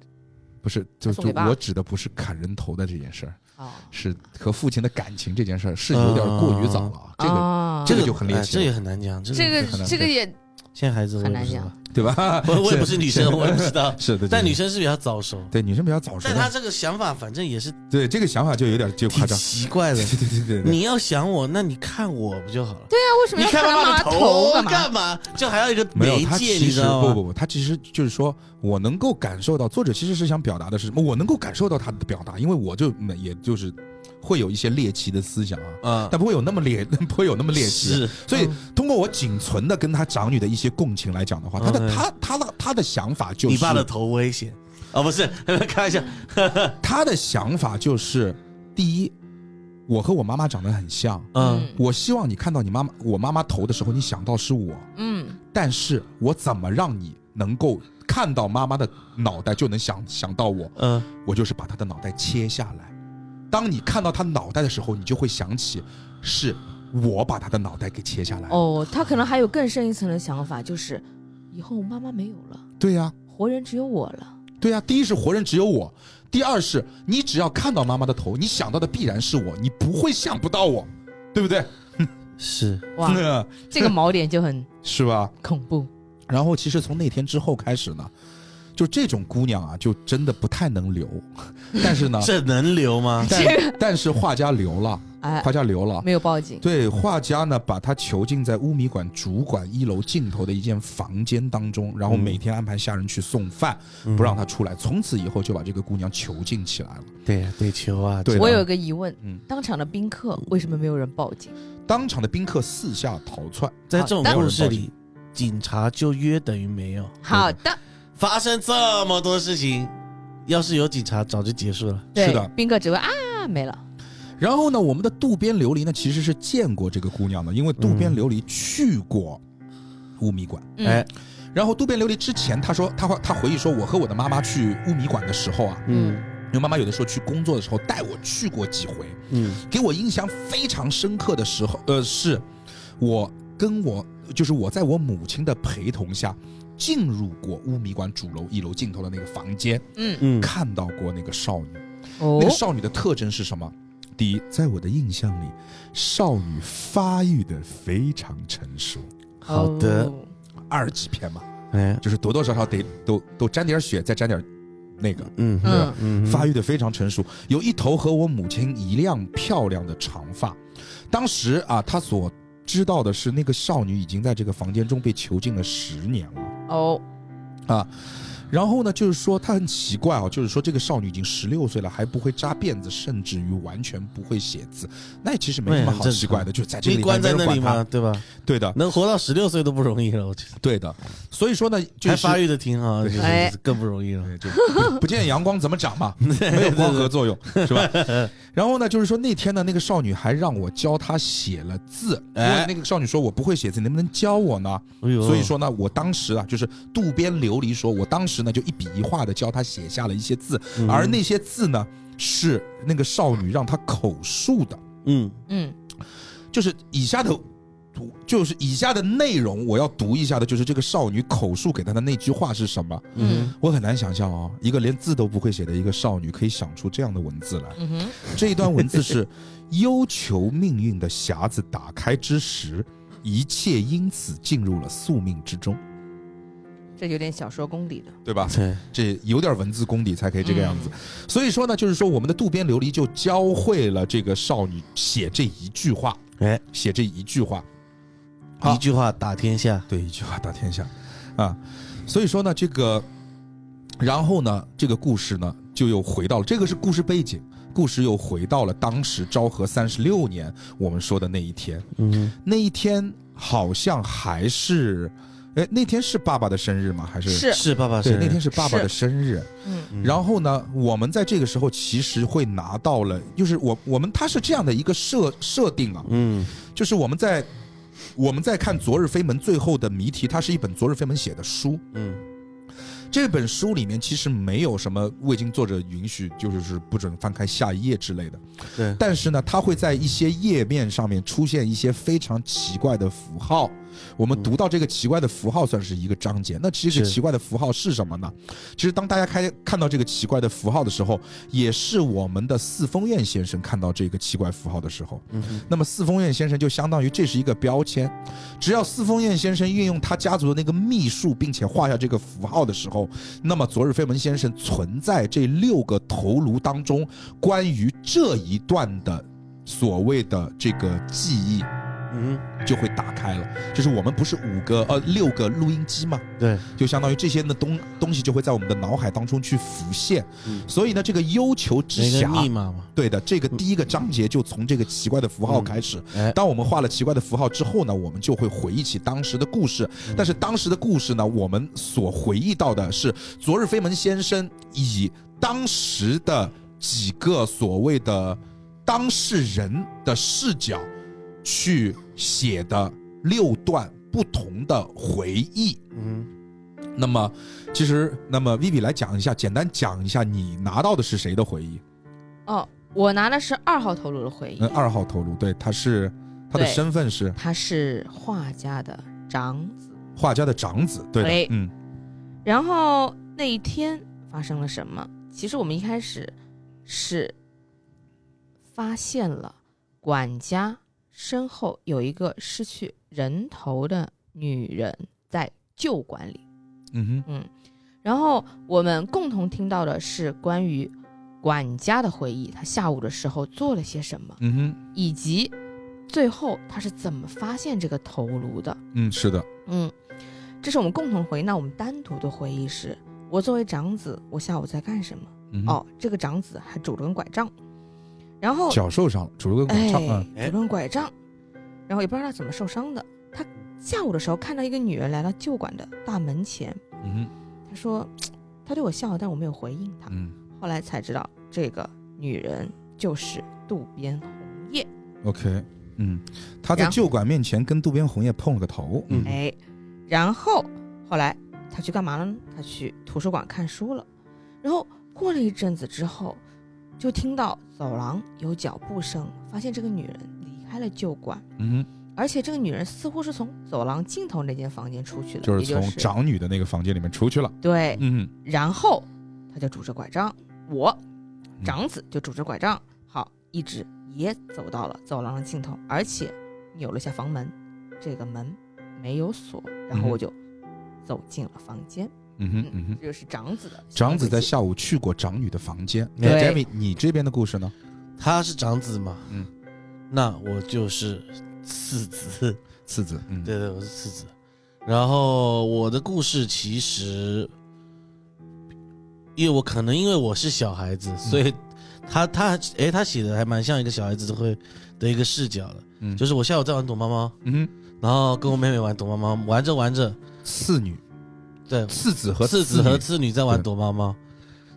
不是，就送就给爸我指的不是砍人头的这件事儿，哦，是和父亲的感情这件事儿是有点过于早了啊，这个嗯啊这个就很猎哎奇这了也很难讲，这个很个难这个也现在孩子我也很难不知讲道，对吧？。我我也不是女生，我也不知道是的，但对女生是比较早熟，对女生比较早熟但她的，这个想法反正也是对这个想法就有点就夸挺张，奇怪 的对。对对对对，你要想我，那你看我不就好了？那为什么你要看他妈妈的啊头干嘛？干嘛？就还要一个没有媒他介，其你知实道吗？不不不，他其实就是说我能够感受到作者其实是想表达的是什么，我能够感受到他的表达，因为我就没也就是会有一些猎奇的思想啊，嗯，但不会有那么猎， 不会有那么猎奇，是嗯所以通过我仅存的跟他长女的一些共情来讲的话，他的嗯他他的他的想法就是你爸的头危险哦，不是， 开玩笑。他的想法就是，第一，我和我妈妈长得很像，嗯，我希望你看到你妈妈我妈妈头的时候，你想到是我，嗯，但是我怎么让你能够看到妈妈的脑袋就能想想到我？嗯，我就是把她的脑袋切下来，当你看到她脑袋的时候，你就会想起是我把她的脑袋给切下来。哦，他可能还有更深一层的想法，就是以后妈妈没有了，对呀、活人只有我了。对呀、第一是活人只有我，第二是你只要看到妈妈的头，你想到的必然是我，你不会想不到我，对不对？是，哇，嗯这个锚点就很 是吧？恐怖。然后其实从那天之后开始呢，就这种姑娘啊，就真的不太能留， 但是呢 这能留吗？但但是画家留了，哎，画家留了。没有报警。对，画家呢把她囚禁在乌米馆主管一楼尽头的一间房间当中，然后每天安排下人去送饭，不让她出来。从此以后就把这个姑娘囚禁起来了。对呀，对球啊，对的我有个疑问，嗯当场的宾客为什么没有人报警？当场的宾客四下逃窜。在这种好的故事里，警察就约等于没有。好的，发生这么多事情，要是有警察，早就结束了。对是的，宾客只会啊没了。然后呢，我们的渡边琉璃呢其实是见过这个姑娘的，因为渡边琉璃去过乌米馆。嗯哎，然后渡边琉璃之前，她说她她回忆说，我和我的妈妈去乌米馆的时候啊，嗯因为妈妈有的时候去工作的时候带我去过几回，嗯给我印象非常深刻的时候，呃，是我跟我就是我在我母亲的陪同下。进入过乌米馆主楼一楼尽头的那个房间，嗯，嗯，看到过那个少女。哦那个，少女的特征是什么？第一，在我的印象里，少女发育的非常成熟，好的哦，二级片嘛，哎，就是多多少少得都都沾点血，再沾点那个，嗯对嗯吧，嗯发育的非常成熟，有一头和我母亲一样漂亮的长发。当时啊，她所知道的是，那个少女已经在这个房间中被囚禁了十年了。哦，然后呢，就是说她很奇怪啊，就是说这个少女已经十六岁了，还不会扎辫子，甚至于完全不会写字，那也其实没什么好奇怪的，就在这个你里面关没在人那里管她。嘛，对吧？对的，能活到十六岁都不容易了，我觉得。对的。所以说呢，就还是发育的挺好，就是哎更不容易了。 对，就不不见阳光怎么长嘛，没有光合作用是吧？然后呢，就是说那天呢，那个少女还让我教她写了字，因为那个少女说我不会写字，你能不能教我呢？哎呦所以说呢，我当时啊，就是渡边琉璃说，我当时呢就一笔一画的教她写下了一些字，嗯而那些字呢是那个少女让她口述的，嗯，嗯就是以下的。就是以下的内容，我要读一下的，就是这个少女口述给她的那句话是什么。嗯我很难想象啊、一个连字都不会写的一个少女，可以想出这样的文字来。嗯哼，这一段文字是：忧求命运的匣子打开之时，一切因此进入了宿命之中，这有点小说功底的。嗯对嗯吧？对，这有点文字功底才可以这个样子。所以说呢，就是说我们的渡边琉璃就教会了这个少女写这一句话，哎，写这一句话，好一句话打天下，对，一句话打天下，啊，所以说呢，这个，然后呢，这个故事呢就又回到了，这个是故事背景，故事又回到了当时昭和三十六年我们说的那一天，嗯，那一天好像还是，哎，那天是爸爸的生日吗？还是是是爸爸生对，日啊那天是爸爸的生日。嗯嗯然后呢，我们在这个时候其实会拿到了，就是我我们它是这样的一个设设定啊，嗯就是我们在我们在看《昨日飞门》最后的谜题，它是一本昨日飞门写的书。嗯这本书里面其实没有什么未经作者允许，就是是不准翻开下一页之类的。对但是呢，它会在一些页面上面出现一些非常奇怪的符号。我们读到这个奇怪的符号，算是一个章节。那其实是奇怪的符号是什么呢？其实当大家开看到这个奇怪的符号的时候，也是我们的四风院先生看到这个奇怪符号的时候。嗯哼那么四风院先生就相当于这是一个标签，只要四风院先生运用他家族的那个秘术，并且画下这个符号的时候，那么昨日飞门先生存在这六个头颅当中，关于这一段的所谓的这个记忆嗯就会打开了。就是我们不是五个呃六个录音机嘛，哼，对，就相当于这些的东东西就会在我们的脑海当中去浮现。嗯所以呢，这个忧愁之那个匣密码嘛，对的，这个第一个章节就从这个奇怪的符号开始。嗯哎当我们画了奇怪的符号之后呢，我们就会回忆起当时的故事。嗯但是当时的故事呢，我们所回忆到的是昨日飞门先生以当时的几个所谓的当事人的视角去写的六段不同的回忆。嗯那么，其实那么 Vivi 来讲一下，简单讲一下你拿到的是谁的回忆。哦，我拿的是二号头颅的回忆嗯，，二号头颅，对，他是他的对身份是他是画家的长子。画家的长子，对哎的，嗯，然后那一天发生了什么？其实我们一开始是发现了管家身后有一个失去人头的女人在旧馆里。嗯嗯，然后我们共同听到的是关于管家的回忆，他下午的时候做了些什么，哼，嗯哼，以及最后他是怎么发现这个头颅的。嗯，是的，嗯，这是我们共同回忆。那我们单独的回忆是，我作为长子，我下午在干什么？嗯哼，哦，这个长子还拄着根拐杖，然后脚受伤了，拄着个拐哎，杖，嗯，拄着根拐杖，然后也不知道他怎么受伤的。他下午的时候看到一个女人来到旧馆的大门前，嗯哼，他说他对我笑，但我没有回应他。嗯后来才知道，这个女人就是渡边红叶。 ，OK，嗯，他在然后旧馆面前跟渡边红叶碰了个头，嗯嗯哎，然后后来他去干嘛了呢？他去图书馆看书了。然后过了一阵子之后，就听到走廊有脚步声，发现这个女人离开了旧馆，嗯哼，而且这个女人似乎是从走廊尽头那间房间出去的，就是也就从是长女的那个房间里面出去了，对。嗯然后他就拄着拐杖，我嗯长子就拄着拐杖，好，一直也走到了走廊的尽头，而且扭了一下房门，这个门没有锁，然后嗯我就走进了房间。嗯哼，嗯哼。这就是长子的长子在笑。下午去过长女的房间。对 d a v i d 你这边的故事呢？他是长子嘛，嗯，那我就是次子，次子，嗯，对对，我是次子。然后我的故事其实，因为我可能因为我是小孩嗯子，所以他他哎，他写的还蛮像一个小孩子会的一个视角的，嗯，就是我下午在玩躲猫猫，嗯哼，然后跟我妹妹玩躲猫猫，玩着玩着，次女、对，次子和次子和女次女在玩躲猫猫，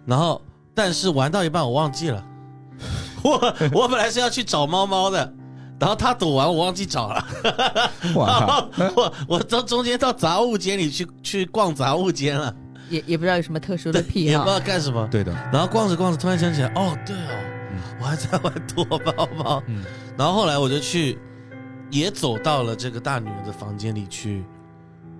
然后但是玩到一半我忘记了， 我我本来是要去找猫猫的，然后他躲完，我忘记找了。 然哇，后 我我到中间到杂物间里去去逛杂物间了，也也不知道有什么特殊的癖也不知好。道干什么。对的，然后逛着逛着，突然想起来，哦，对哦，我还在玩躲猫猫。嗯 然后后来我就去，也走到了这个大女儿的房间里去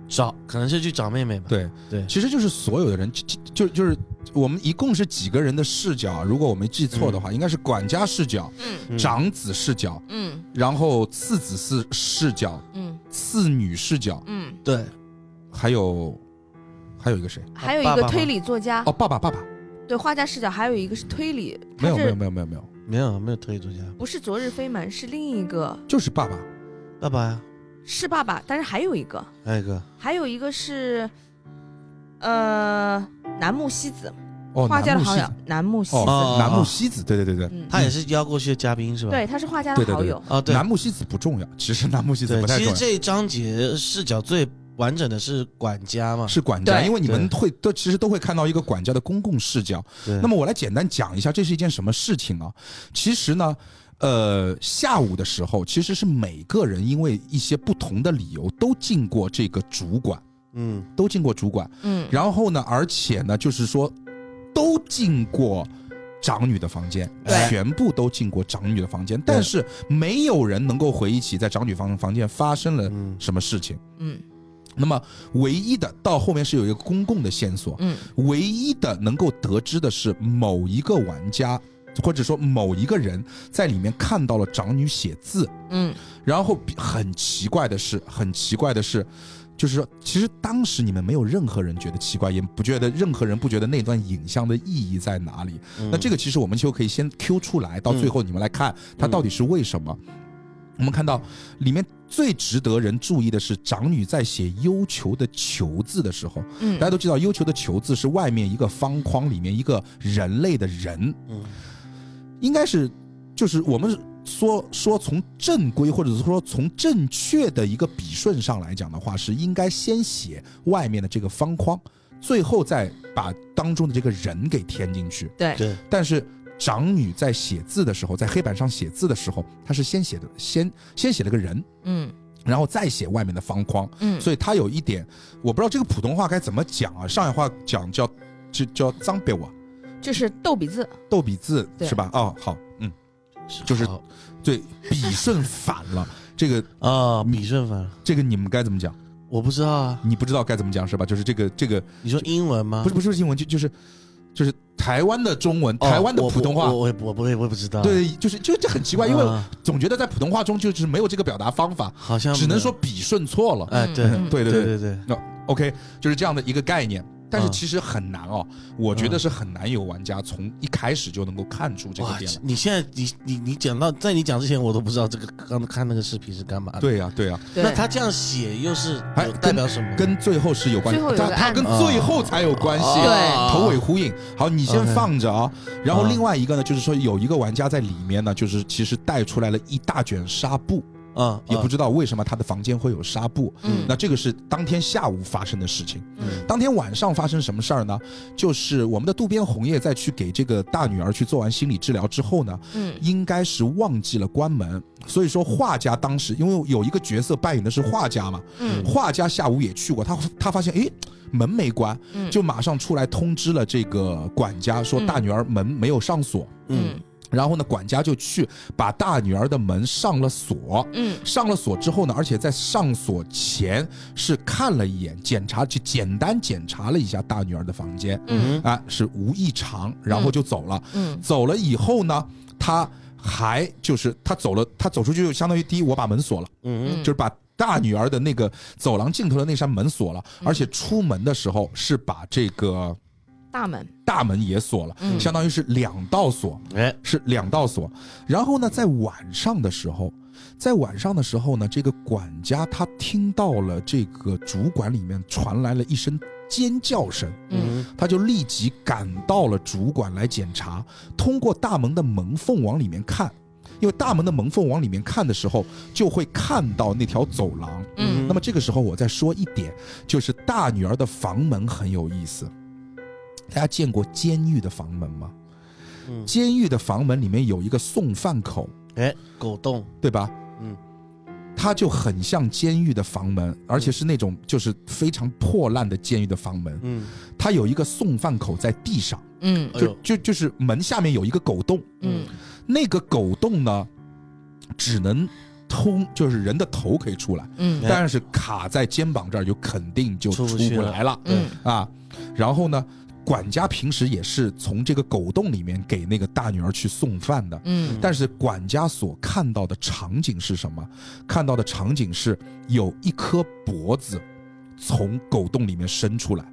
找，可能是去找妹妹吧。对对其实就是所有的人，就就就是我们一共是几个人的视角啊？如果我没记错的话，应该是管家视角、嗯嗯长子视角，嗯然后次子视视角、嗯次女视角，嗯，对，还有还有一个谁？还有爸爸一个吗推理作家哦，，爸爸，爸爸，对画家视角，还有一个是推理，没有他没是有没有没有没有，没有没有推理作家，不是昨日飞门，是另一个就是爸爸。爸爸呀，是爸爸，但是还有一个，还有一个还有一个是，呃，楠木希子，哦，画家楠的木好希友子，楠木希哦子，哦，楠木希子，对对对对。嗯，他也是邀过去的嘉宾是吧？对，他是画家对的对好对对友，啊，对楠木希子不重要，其实楠木希子对不，太其重实要。这一章节视角最完整的是管家嘛，是管家，对因为你们会都其实都会看到一个管家的公共视角。对那么我来简单讲一下这是一件什么事情啊？其实呢，呃，下午的时候其实是每个人因为一些不同的理由都进过这个主管，嗯都进过主管，嗯，然后呢，而且呢，就是说都进过。长女的房间，对全部都进过长女的房间，但是没有人能够回忆起在长女房房间发生了嗯什么事情。嗯那么，唯一的到后面是有一个公共的线索，嗯唯一的能够得知的是某一个玩家，或者说某一个人在里面看到了长女写字，嗯然后比很奇怪的是，很奇怪的是。就是说，其实当时你们没有任何人觉得奇怪，也不觉得任何人不觉得那段影像的意义在哪里。嗯那这个其实我们就可以先 Q 出来，到最后你们来看它到底是为什么。我们看到里面最值得人注意的是，长女在写“忧求”的“求”字的时候，嗯，大家都知道，忧求的求字是外面一个方框里面一个人类的人，嗯应该是就是我们说说从正规或者是说从正确的一个笔顺上来讲的话，是应该先写外面的这个方框，最后再把当中的这个人给填进去。对对但是长女在写字的时候，在黑板上写字的时候，她是先写的先先写了个人，嗯然后再写外面的方框。嗯，所以他有一点，我不知道这个普通话该怎么讲啊，上海话讲叫就叫脏别我，这是逗比字，逗比字对是吧？哦，好，嗯，就是好对，笔顺反了，这个啊，笔顺反了，这个你们该怎么讲？我不知道啊，你不知道该怎么讲是吧？就是这个这个你说英文吗？不是不是英文，就就是就是台湾的中文，哦台湾的我普通话我。我也不我不会我也不知道，对，就是就这很奇怪，因为啊总觉得在普通话中就是没有这个表达方法，好像只能没有说笔顺错了。哎嗯对嗯对对对对对， OK，就是这样的一个概念。但是嗯其实很难哦，我觉得嗯是很难有玩家从一开始就能够看出这个哇点来。！你现在你你你讲到，在你讲之前，我都不知道这个刚看那个视频是干嘛的。，对呀、对呀、对那他这样写又是哎有代表什么？跟最后是有关系最后，有它个它暗跟示 最后才有关系，啊哦对头尾呼应。好，你先 OK 放着啊、然后嗯另外一个呢，就是说有一个玩家在里面呢，就是其实带出来了一大卷纱布，啊，也不知知道为什么他的房间会有纱布。嗯那这个是当天下午发生的事情。嗯当天晚上发生什么事儿呢？就是我们的渡边红叶在去给这个大女儿去做完心理治疗之后呢，嗯应该是忘记了关门，所以说画家当时因为有一个角色扮演的是画家嘛，嗯画家下午也去过，他他发现诶门没关，嗯就马上出来通知了这个管家，说嗯大女儿门没有上锁，嗯然后呢，管家就去把大女儿的门上了锁。嗯上了锁之后呢，而且在上锁前是看了一眼，检查就简单检查了一下大女儿的房间，嗯啊，是无异常，然后就走了。嗯走了以后呢，他还就是他走了，他走出去就相当于第一，我把门锁了，嗯就是把大女儿的那个走廊尽头的那扇门锁了，嗯而且出门的时候是把这个大门，大门也锁了，嗯相当于是两道锁，哎是两道锁。然后呢，在晚上的时候。在晚上的时候呢，这个管家他听到了这个主管里面传来了一声尖叫声，嗯他就立即赶到了主管来检查，通过大门的门缝往里面看，因为大门的门缝往里面看的时候，就会看到那条走廊。嗯那么这个时候我再说一点，就是大女儿的房门很有意思。大家见过监狱的房门吗？嗯监狱的房门里面有一个送饭口，哎，狗洞，对吧？嗯，它就很像监狱的房门，而且是那种就是非常破烂的监狱的房门。嗯，它有一个送饭口在地上，嗯哎就呦，就就是门下面有一个狗洞，嗯那个狗洞呢，只能通，就是人的头可以出来，嗯但是卡在肩膀这儿就肯定就哎出出不去不来了嗯啊。然后呢，管家平时也是从这个狗洞里面给那个大女儿去送饭的，嗯但是管家所看到的场景是什么？看到的场景是有一颗脖子从狗洞里面伸出来，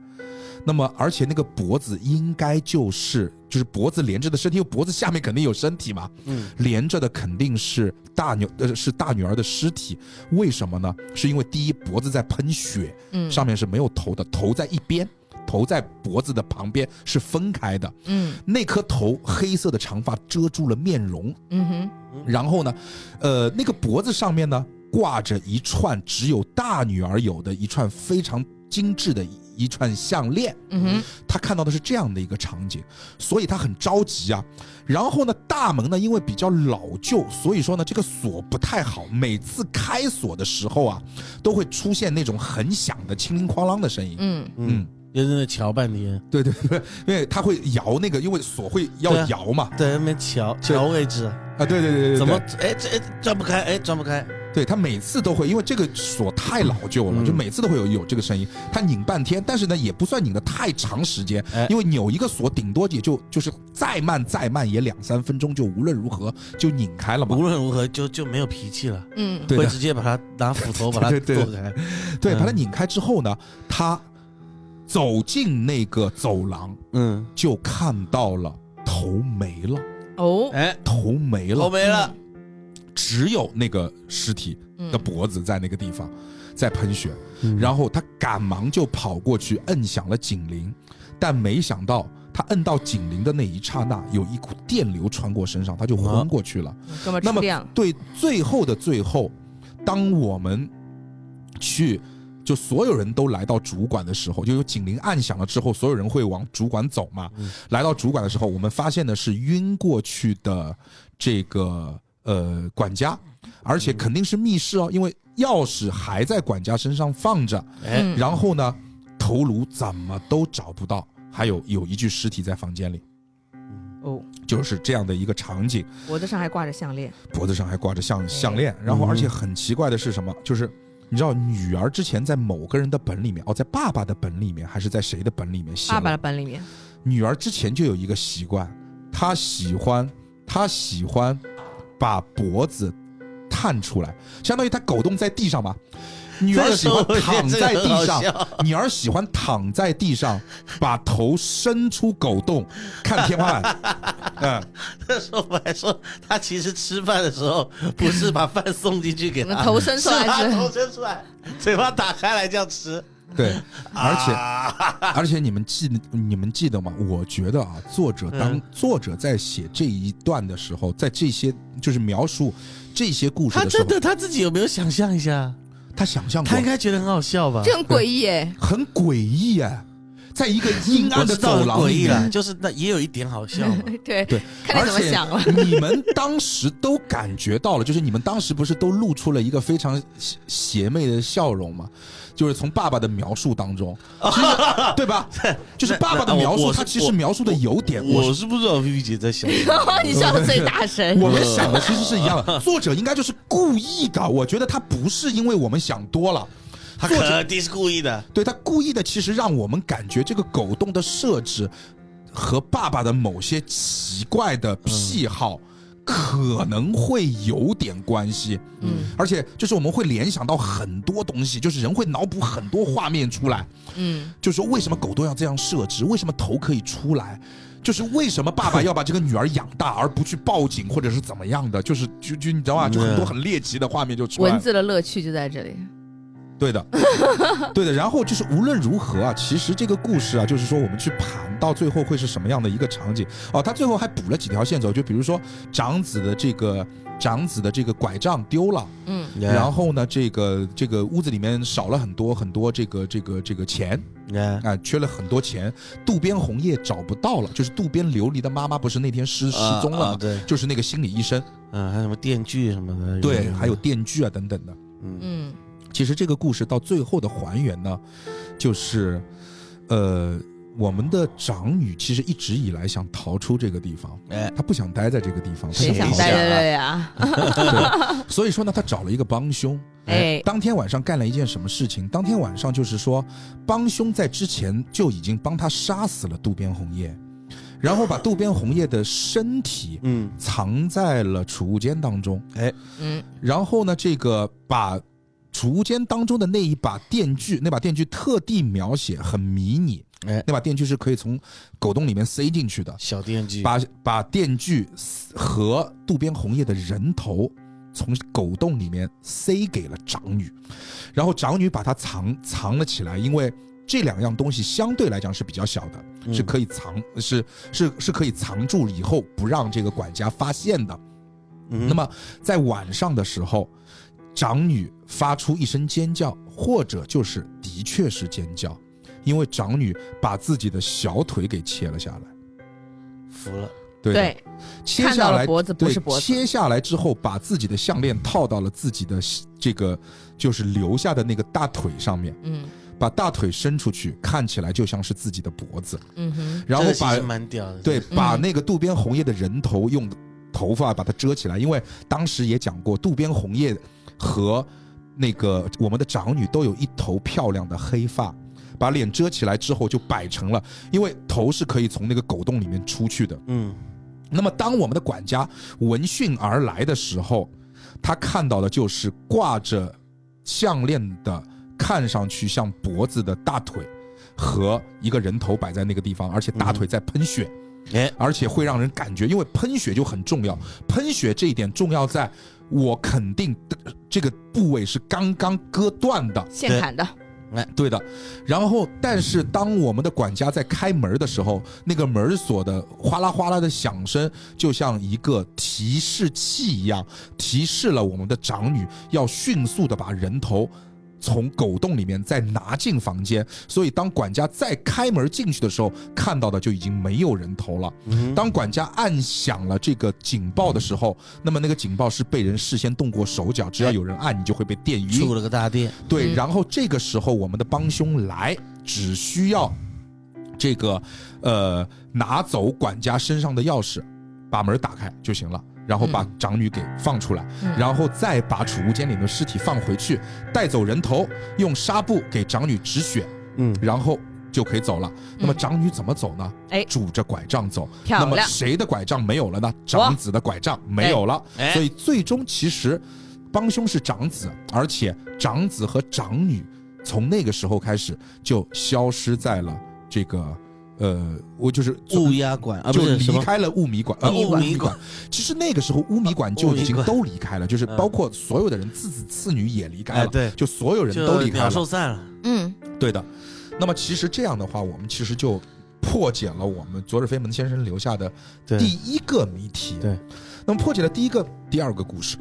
那么而且那个脖子应该就是就是脖子连着的身体，因为脖子下面肯定有身体嘛，嗯，连着的肯定是大女呃是大女儿的尸体。为什么呢？是因为第一脖子在喷血，嗯上面是没有头的，头在一边。头在脖子的旁边是分开的，嗯那颗头黑色的长发遮住了面容，嗯哼然后呢，呃，那个脖子上面呢挂着一串只有大女儿有的一串非常精致的一一串项链。嗯哼他看到的是这样的一个场景，所以他很着急啊。然后呢，大门呢因为比较老旧，所以说呢这个锁不太好，每次开锁的时候啊，都会出现那种很响的轻铃哐啷的声音。嗯嗯，就在那瞧半天，对对对，因为他会摇那个，因为锁会要对啊摇嘛。在那边瞧瞧位置，啊，对对对对对对，怎么哎这哎转不开，哎转不开，对他每次都会，因为这个锁太老旧了，嗯就每次都会有有这个声音。他拧半天，但是呢，也不算拧的太长时间，哎因为扭一个锁顶多也就就是再慢再慢也两三分钟，就无论如何就拧开了嘛无。论如何就就没有脾气了，嗯对会的直接把它拿斧头把它对对对剁开，对，嗯把它拧开之后呢，他走进那个走廊，嗯，就看到了头没了，哦哎头没头了，没了，只有那个尸体嗯的脖子在那个地方在喷血，然后他赶忙就跑过去摁响了警铃，但没想到他摁到警铃的那一刹那，有一股电流穿过身上，他就昏过去了。哥们那儿么吃量对，最后的最后，当我们去。就所有人都来到主管的时候，就有警铃按响了之后，所有人会往主管走嘛。来到主管的时候，我们发现的是晕过去的这个呃管家，而且肯定是密室哦，因为钥匙还在管家身上放着。哎嗯然后呢，头颅怎么都找不到，还有有一具尸体在房间里，哦，就是这样的一个场景。脖子上还挂着项链，脖子上还挂着项项链，然后嗯而且很奇怪的是什么？就是你知道，女儿之前在某个人的本里面，哦，在爸爸的本里面，还是在谁的本里面写爸了？爸的本里面，女儿之前就有一个习惯，她喜欢，她喜欢把脖子探出来，相当于她狗洞在地上嘛。女儿喜欢躺在地上， 女儿喜欢躺在地上，把头伸出狗洞看天花 板。嗯，那时候我还 说他其实吃饭的时候不是把饭送进去给 他，头伸出来是把是头伸出来， 嘴巴打开来这样吃，对，而且、啊 而且你们记你们记得吗？我觉得啊，作者当、嗯作者在写这一段的时候，在这些就是描述这些故事他的时候真，的他自己有没有想象一下？他想象过他应该觉得很好笑吧？这很诡异哎，很诡异哎，在一个阴我暗的 知道走很廊诡里异了，面，就是那也有一点好笑嘛。对对，看而你怎么且想了，你们当时都感觉到了，就是你们当时不是都露出了一个非常邪邪魅的笑容吗？就是从爸爸的描述当中，其实对 吧？就是爸爸的那描我述，我是他其实描述的有点， 我我是不知道菲菲姐在想什么， 你笑的最大声，我们想的其实是一样的，作者应该就是故意的。我觉得他不是因为我们想多了，他 作者肯定是故意的，对他故意的，其实让我们感觉这个狗洞的设置和爸爸的某些奇怪的癖好。可能会有点关系，嗯而且就是我们会联想到很多东西，就是人会脑补很多画面出来，嗯就说为什么狗洞要这样设置，为什么头可以出来，就是为什么爸爸要把这个女儿养大而不去报警或者是怎么样的，就是就就你知道吧，就很多很猎奇的画面就出来文了。字的乐趣就在这里， 对的，对的。然后就是无论如何啊，其实这个故事啊，就是说我们去盘到最后会是什么样的一个场景？哦，他最后还补了几条线索，就比如说长子的这个长子的这个拐杖丢了，嗯，哎然后呢，这个这个屋子里面少了很多很多这个这个这个钱，嗯啊、缺了很多钱。渡边红叶找不到了，就是渡边琉璃的妈妈，不是那天失失踪了啊吗？对，就是那个心理医生，嗯，还有什么电锯什么的，对，还有电锯啊等等的。嗯，嗯，其实这个故事到最后的还原呢，就是，呃，我们的长女其实一直以来想逃出这个地方，哎，她不想待在这个地方，她谁想逃待出在这里啊？对，所以说呢，她找了一个帮凶。哎，当天晚上干了一件什么事情？当天晚上就是说，帮凶在之前就已经帮他杀死了渡边红叶，然后把渡边红叶的身体嗯，藏在了储物间当中。哎嗯，然后呢，这个把储物间当中的那一把电锯，那把电锯特地描写很迷你，哎那把电锯是可以从狗洞里面塞进去的，小电锯，把把电锯撕和渡边红叶的人头从狗洞里面塞给了长女，然后长女把它藏藏了起来，因为。这两样东西相对来讲是比较小的，嗯是可以藏，是是是可以藏住了以后不让这个管家发现的。嗯那么在晚上的时候，长女发出一声尖叫，或者就是的确是尖叫，因为长女把自己的小腿给切了下来。服了，对的，对，切看下到了来，脖子不对是脖，子，切下来之后，把自己的项链套到了自己的这个就是留下的那个大腿上面，嗯把大腿伸出去，看起来就像是自己的脖子，嗯哼，然后这个其把实蛮屌的，对，把嗯那个渡边红叶的人头用头发把它遮起来，因为当时也讲过，渡边红叶和那个我们的长女都有一头漂亮的黑发，把脸遮起来之后就摆成了，因为头是可以从那个狗洞里面出去的。嗯，那么当我们的管家闻讯而来的时候，他看到的就是挂着项链的，看上去像脖子的大腿。和一个人头摆在那个地方，而且大腿在喷血，哎，而且会让人感觉，因为喷血就很重要，喷血这一点重要在，我肯定呃这个部位是刚刚割断的，现砍的，对的。然后，但是当我们的管家在开门的时候，那个门锁的哗啦哗啦的响声，就像一个提示器一样，提示了我们的长女要迅速的把人头。从狗洞里面再拿进房间，所以当管家再开门进去的时候，看到的就已经没有人头了。当管家按响了这个警报的时候，那么那个警报是被人事先动过手脚，只要有人按，你就会被电晕。触了个大电，对，嗯然后这个时候我们的帮凶来，只需要这个呃拿走管家身上的钥匙，把门打开就行了。然后把嗯长女给放出来，嗯然后再把储物间里的尸体放回去，带走人头，用纱布给长女止血，嗯，然后就可以走了。那么长女怎么走呢？嗯哎拄着拐杖走。漂那么亮，谁的拐杖没有了呢？长子的拐杖没有了，哎所以最终其实帮凶是长子，而且长子和长女从那个时候开始就消失在了这个呃，我就是雾压管啊，就不是什离么，开了雾迷馆，呃，乌米雾馆迷馆。其实那个时候乌米馆就已经都离开了，就是嗯包括所有的人，次子次女也离开哎，了，对，就所有人都就离开鸟了兽。散了，嗯，对的。那么其实这样的话，我们其实就破解了我们昨日飞门先生留下的对第一个谜题。对，那么破解了第一个，第二个故事。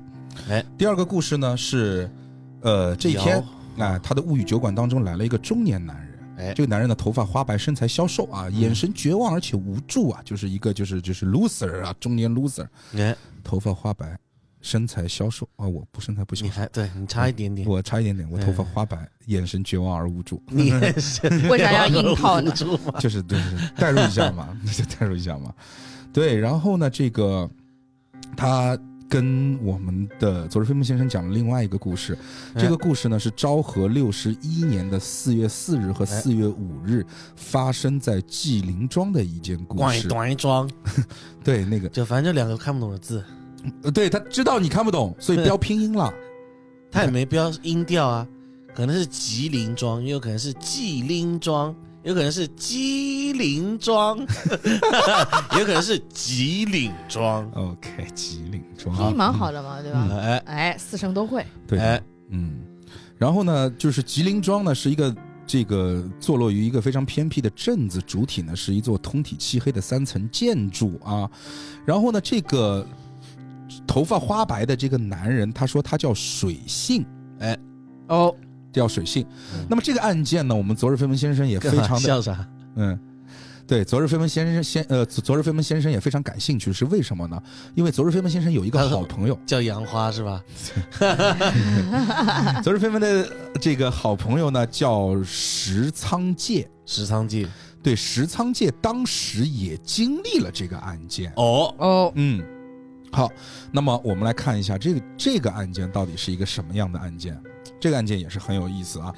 哎，第二个故事呢是，呃，这一天瑶，哎、他的物语酒馆当中来了一个中年男人。哎嗯这个男人的头发花白，身材消瘦啊，眼神绝望而且无助啊，就是一个就是就是 loser 啊，中年 loser，哎，头发花白，身材消瘦啊，我不身材不消你瘦，还对你哎差一点点，我差一点点，我头发花白，眼神绝望而无助。你也 是，为啥要硬 套你呢住吗？就是对对对，代入一下嘛，那就代入一下嘛。对，然后呢，这个他跟我们的佐治飞木先生讲了另外一个故事，这个故事呢是昭和六十一年的四月四日和四月五日发生在纪灵庄的一件故咣一事。咣一装，对，那个就反正就两个看不懂的字，呃对他知道你看不懂，所以标拼音了。他也没标音调啊，可能是吉林庄，也有可能是纪灵庄，有可能是鸡灵庄， 也有可能是吉岭庄。哦 OK，纪灵庄嗯拼嗯音蛮好的嘛，对吧？哎哎，四声都会，对，哎，嗯，然后呢，就是吉林庄呢是一个这个坐落于一个非常偏僻的镇子，主体呢是一座通体漆黑的三层建筑啊。然后呢，这个头发花白的这个男人，他说他叫水性，哎，哦，叫水性。那么这个案件呢，我们昨日飞蚊先生也非常的 笑啥？嗯，对，昨日飞蚊先生先呃，昨日飞蚊先生也非常感兴趣，是为什么呢？因为昨日飞蚊先生有一个好朋友，叫杨花是吧？ 昨日飞蚊的这个好朋友呢叫石仓介。石仓记对，石仓介当时也经历了这个案件。哦，哦，嗯，好，那么我们来看一下这个这个案件到底是一个什么样的案件？这个案件也是很有意思啊。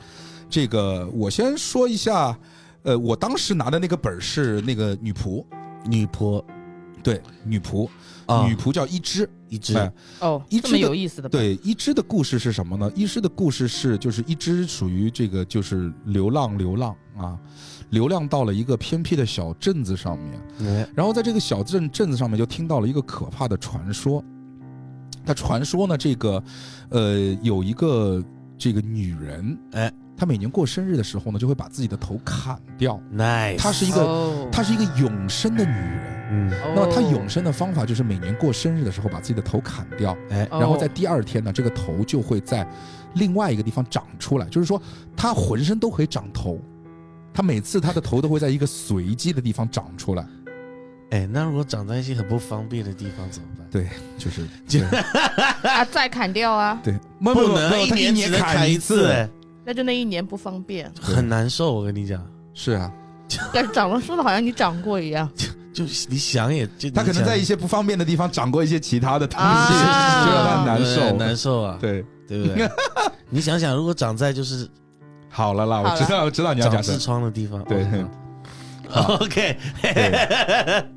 这个我先说一下，呃，我当时拿的那个本儿是那个女仆，女仆对，女仆，啊，女仆叫一枝，一只哎哦，一这只么的有意思的吧，对，一只的故事是什么呢？一只的故事是，就是一只属于这个就是流浪流浪啊，流浪到了一个偏僻的小镇子上面，哎然后在这个小镇镇子上面就听到了一个可怕的传说。他传说呢，这个呃有一个这个女人，哎，她每年过生日的时候呢，就会把自己的头砍掉。哎，nice，她是一个哦，她是一个永生的女人。嗯，那么她永生的方法就是每年过生日的时候把自己的头砍掉。哎，哦，然后在第二天呢，这个头就会在另外一个地方长出来，就是说它浑身都可以长头，它每次它的头都会在一个随机的地方长出来，哎，那如果长在一些很不方便的地方怎么办？就是就啊，再砍掉啊，对，不不能一年只能砍一次，哎，那就那一年不方 ，便对很难受。我跟你讲，是啊，但是长了说的好像你长过一样。就你想也就它可能在一起些不方便的地方长过一些其他的东西， 啊就让它难难受，受啊，对。对不 对？你想想，如果长在就是好了啦，好我了知道，我知道你要长讲什痔么。疮的地方，对哦，OK， 对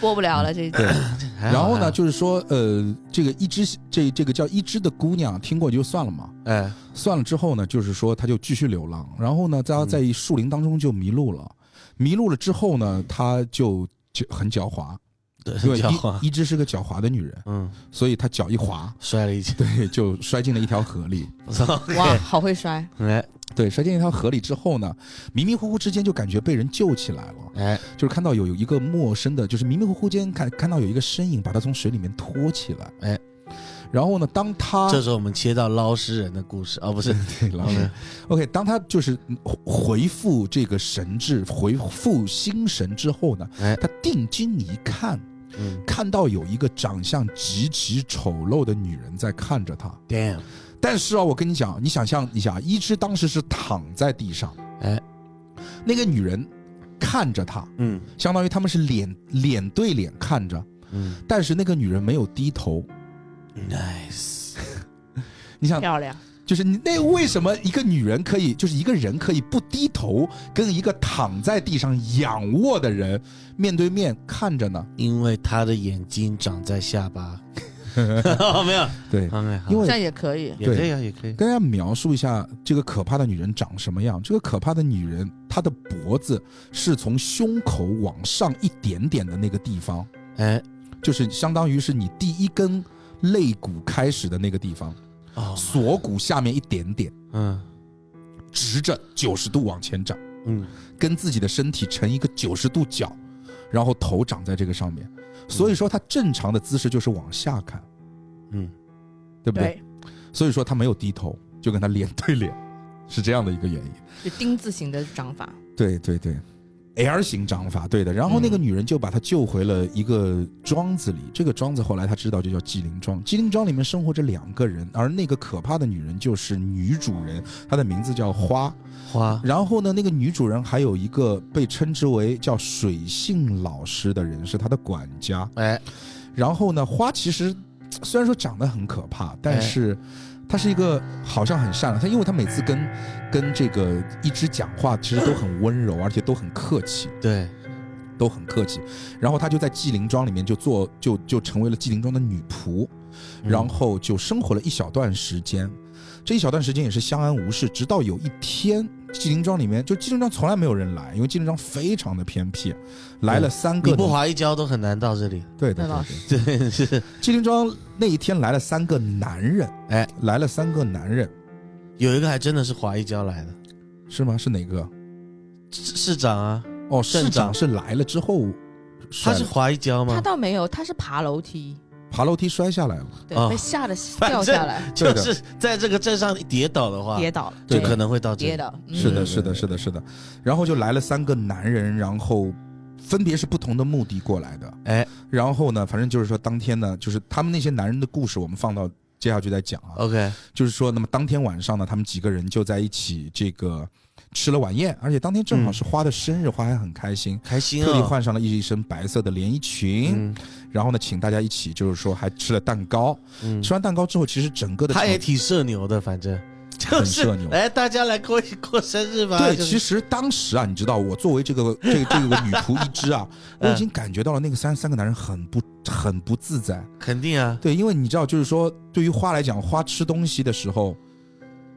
播不了了这一集，嗯对，还好啊然后还呢，好就是说，呃，这个一只这这个叫一只的姑娘，听过就算了嗯嘛。哎，算了之后呢，就是说他就继续流浪，然后呢，嗯在在树林当中就迷路了，迷路了之后呢，他就就很狡 猾，对，因为狡猾一，一只是个狡猾的女人，嗯，所以她脚一 滑，摔了一 跤，对，就摔进了一条河里。我操，哇，好会摔，哎对，摔进一条河里之后呢，迷迷糊糊之间就感觉被人救起来了，哎，就是看到有有一个陌生的，就是迷迷糊糊间看看到有一个身影把他从水里面拖起来，哎，然后呢，当他这时候我们切到捞尸人的故事，哦，不是， 对老师 OK，当他就是回复这个神智、回复心神之后呢，哎他定睛一看，嗯看到有一个长相极其丑陋的女人在看着他。 ，damn，但是啊，我跟你讲，你想象一下，一只当时是躺在地上，哎，那个女人看着他，嗯相当于他们是脸脸对脸看着，嗯但是那个女人没有低头。 ，nice，你想，漂亮，就是你那为什么一个女人可以，就是一个人可以不低头跟一个躺在地上仰卧的人面对面看着呢？因为他的眼睛长在下 巴，哦，没有对， ，OK，好因这为样也可以。也可以啊，也可以，跟大家描述一下这个可怕的女人长什么样。这个可怕的女人，她的脖子是从胸口往上一点点的那个地方，哎，就是相当于是你第一根肋骨开始的那个地方，哦，锁骨下面一点点，嗯直着九十度往前长。嗯，跟自己的身体成一个九十度角，然后头长在这个上面。所以说他正常的姿势就是往下看，嗯，对不对？对，所以说他没有低头，就跟他脸对脸，是这样的一个原因。就丁字形的掌法，对对对，L 型掌法，对的。然后那个女人就把他救回了一个庄子里，这个庄子后来他知道就叫纪灵庄。纪灵庄里面生活着两个人，而那个可怕的女人就是女主人，她的名字叫花。花，然后呢，那个女主人还有一个被称之为叫水性老师的人，是她的管家。哎，然后呢，花其实虽然说长得很可怕，但是她是一个好像很善良。她因为她每次跟跟这个一只讲话，其实都很温柔，而且都很客气，对，都很客气。然后她就在纪灵庄里面就做就就成为了纪灵庄的女仆。嗯然后就生活了一小段时间。这一小段时间也是相安无事，直到有一天，纪灵庄里面就纪灵庄从来没有人来，因为纪灵庄非常的偏僻，来了三个你农、不滑一跤都很难到这里，对的那对的老对的，对，是纪灵庄那一天来了三个男人，哎，来了三个男人，有一个还真的是滑一跤来的，是吗？是哪个？市市长啊，哦，镇市长长是来了之后他摔了，是滑一跤他吗？倒没有，他是爬楼梯，爬楼梯摔下来了。对，啊被吓得反掉下正来，对就的是在这个镇上跌倒的话，跌倒了，就对啊可能会到这跌里。倒，嗯是对的，对是的，对是的，是的。然后就来了三个男人，然后分别是不同的目的过来的。哎，然后呢，反正就是说当天呢，就是他们那些男人的故事，我们放到接下去再讲啊。 OK，就是说，那么当天晚上呢，他们几个人就在一起这个吃了晚宴，而且当天正好嗯是花的生日，花还很开心。开心特地啊！换上了一身白色的连衣裙，嗯然后呢，请大家一起，就是说还吃了蛋糕。嗯吃完蛋糕之后，其实整个的他也场挺社牛的，反正就很是社牛哎，大家来过过生日吧。对，啊就是其实当时啊，你知道，我作为这 个这个这个女仆一只啊，嗯我已经感觉到了那个三三个男人很不很不自在。肯定啊，对，因为你知道，就是说，对于花来讲，花吃东西的时候。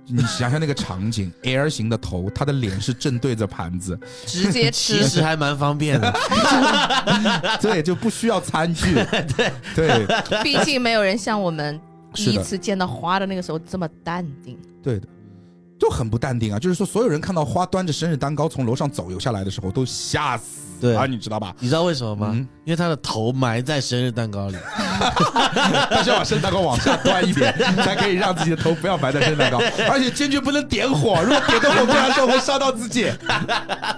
你想想那个场 景，L 型的头，他的脸是正对着盘子，直接 其吃，实还蛮方 便的。对，就不需要餐 具，对对毕竟没有人像我们第是一的次见到花的那个时候这么淡定。对的，就很不淡定啊。就是说，所有人看到花端着生日蛋糕从楼上走游下来的时候，都吓死对，啊，你知道吧？你知道为什么吗？嗯因为他的头埋在生日蛋 糕里。但是要把生日蛋糕往下端一 点，才可以让自己的头不要埋在生日 蛋糕，而且坚决不能点火，如果点的火不然就会烧到自己。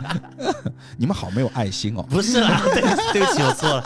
你们好没有爱心 哦！不是啦，对不起对不起，我错了。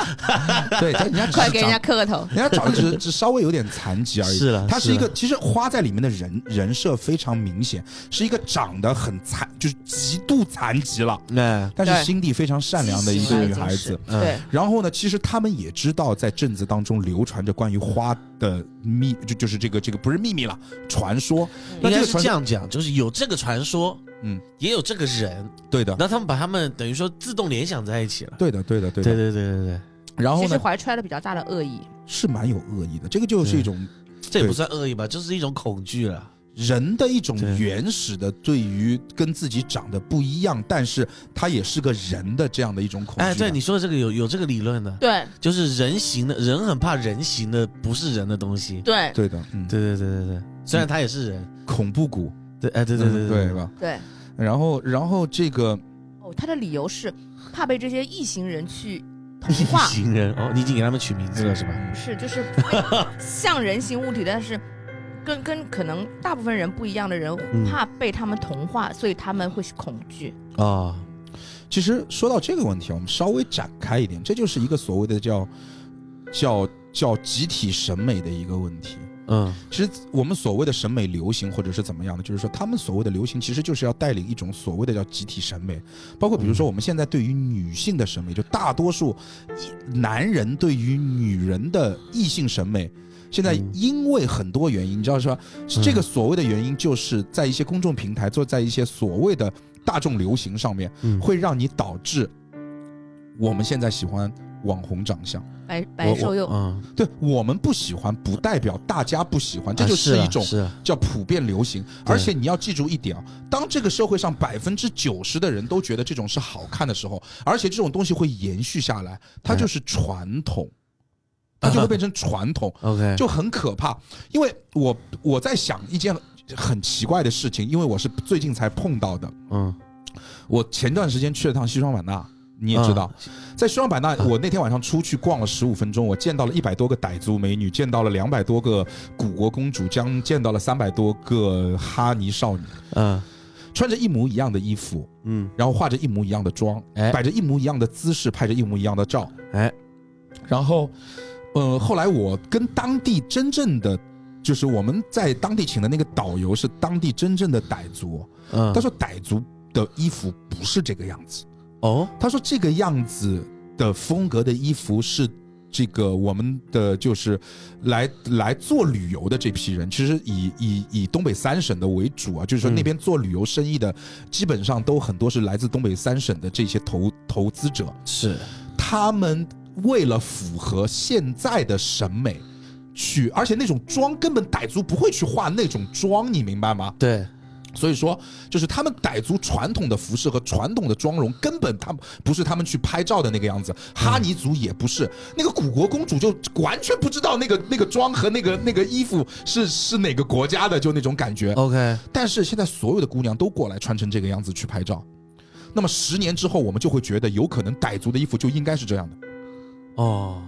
对，但人家只是快给人家长磕个头，人家长得只只稍微有点残疾而已。是了他是啊是一个了其实花在里面的人人设非常明显，是一个长得很残，就是极度残疾了，哎，但是对心地非常善良的一畸个形了女已经孩是子。嗯对，然后呢，其实他们也知道，在镇子当中流传着关于花的秘，就就是这个这个不是秘密了，传说。那应这该个是传这说，样讲，就是有这个传说，嗯，也有这个人，对的，那他们把他们等于说自动联想在一起了。对的，对的，对对的。对对对对，然后其实呢，怀揣了比较大的恶意，是蛮有恶意的，这个就是一种这也不算恶意吧，就是一种恐惧了。人的一种对原始的对于跟自己长得不一样，但是他也是个人的这样的一种恐惧感。哎，对你说的这个有有这个理论的，对就是人形的人很怕人形的不是人的东西。对对的，嗯，对对对对对，虽然他也是人，恐怖谷，对，哎，对对对嗯吧？对。然后，然后这个哦，他的理由是怕被这些异行人去同异化，形人哦，你已经给他们取名字了是吧？不是就是被像人形物体，但是 跟跟可能大部分人不一样的人嗯怕被他们同化，所以他们会恐惧。哦，其实说到这个问题啊，我们稍微展开一点，这就是一个所谓的叫叫叫集体审美的一个问题。嗯，其实我们所谓的审美流行或者是怎么样的，就是说他们所谓的流行，其实就是要带领一种所谓的叫集体审美，包括比如说我们现在对于女性的审美，就大多数一男人对于女人的异性审美。现在嗯因为很多原因，你知道是吧？是这个所谓的原因，就是在一些公众平台，做在一些所谓的大众流行上面，嗯会让你导致我们现在喜欢网红长相。白我白瘦我幼，嗯，对我们不喜欢，不代表大家不喜欢，这就啊是啊一种是啊叫普遍流行。对而且你要记住一点啊，当这个社会上百分之九十的人都觉得这种是好看的时候，而且这种东西会延续下来，它就是传统，它就会变成传统， OK，就很可怕。因为我我在想一件很奇怪的事情，因为我是最近才碰到的。嗯，我前段时间去了趟西双版纳，你也知道，嗯在西双版纳，啊我那天晚上出去逛了十五分钟，我见到了一百多个傣族美女，见到了两百多个古国公主，将见到了三百多个哈尼少女，嗯穿着一模一样的衣服，嗯，然后化着一模一样的妆，哎摆着一模一样的姿势，拍着一模一样的照，哎，然后，呃，后来我跟当地真正的。就是我们在当地请的那个导游是当地真正的傣族，嗯，他说傣族的衣服不是这个样子，哦，他说这个样子的风格的衣服是这个我们的就是来来做旅游的这批人，其实以以以东北三省的为主啊，就是说嗯那边做旅游生意的，基本上都很多是来自东北三省的这些投投资者，是，他们为了符合现在的审美。去，而且那种妆根本傣族不会去化那种妆，你明白吗？对，所以说，就是他们傣族传统的服饰和传统的妆容，根本他们不是他们去拍照的那个样子。哈尼族也不是，那个古国公主就完全不知道那个那个妆和那个那个衣服是是哪个国家的，就那种感觉。 OK，但是现在所有的姑娘都过来穿成这个样子去拍照，那么十年之后，我们就会觉得有可能傣族的衣服就应该是这样的。哦，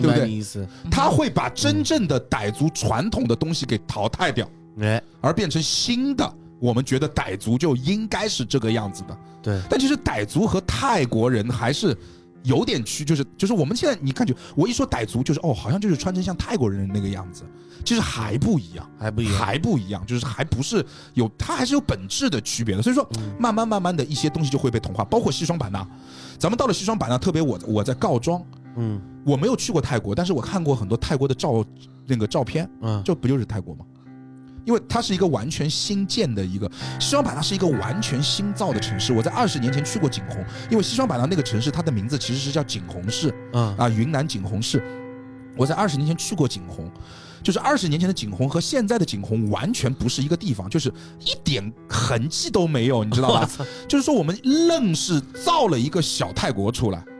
对不白对你意思。他会把真正的傣族传统的东西给淘汰掉，哎，而变成新的。我们觉得傣族就应该是这个样子的，对，但其实傣族和泰国人还是有点区，就是就是我们现在你感觉，我一说傣族，就是哦，好像就是穿成像泰国人那个样子，其实还不一样。还不一样。还不一样，就是还不是有，它还是有本质的区别的。所以说，慢慢慢慢的一些东西就会被同化，包括西双版纳。咱们到了西双版纳，特别我我在告庄，嗯我没有去过泰国，但是我看过很多泰国的照那个照片，嗯，这不就是泰国吗？因为它是一个完全新建的一个西双版纳是一个完全新造的城市。我在二十年前去过景洪，因为西双版纳那个城市它的名字其实是叫景洪市，嗯啊，云南景洪市，我在二十年前去过景洪，就是二十年前的景洪和现在的景洪完全不是一个地方，就是一点痕迹都没有，你知道吗？就是说我们愣是造了一个小泰国出啊来，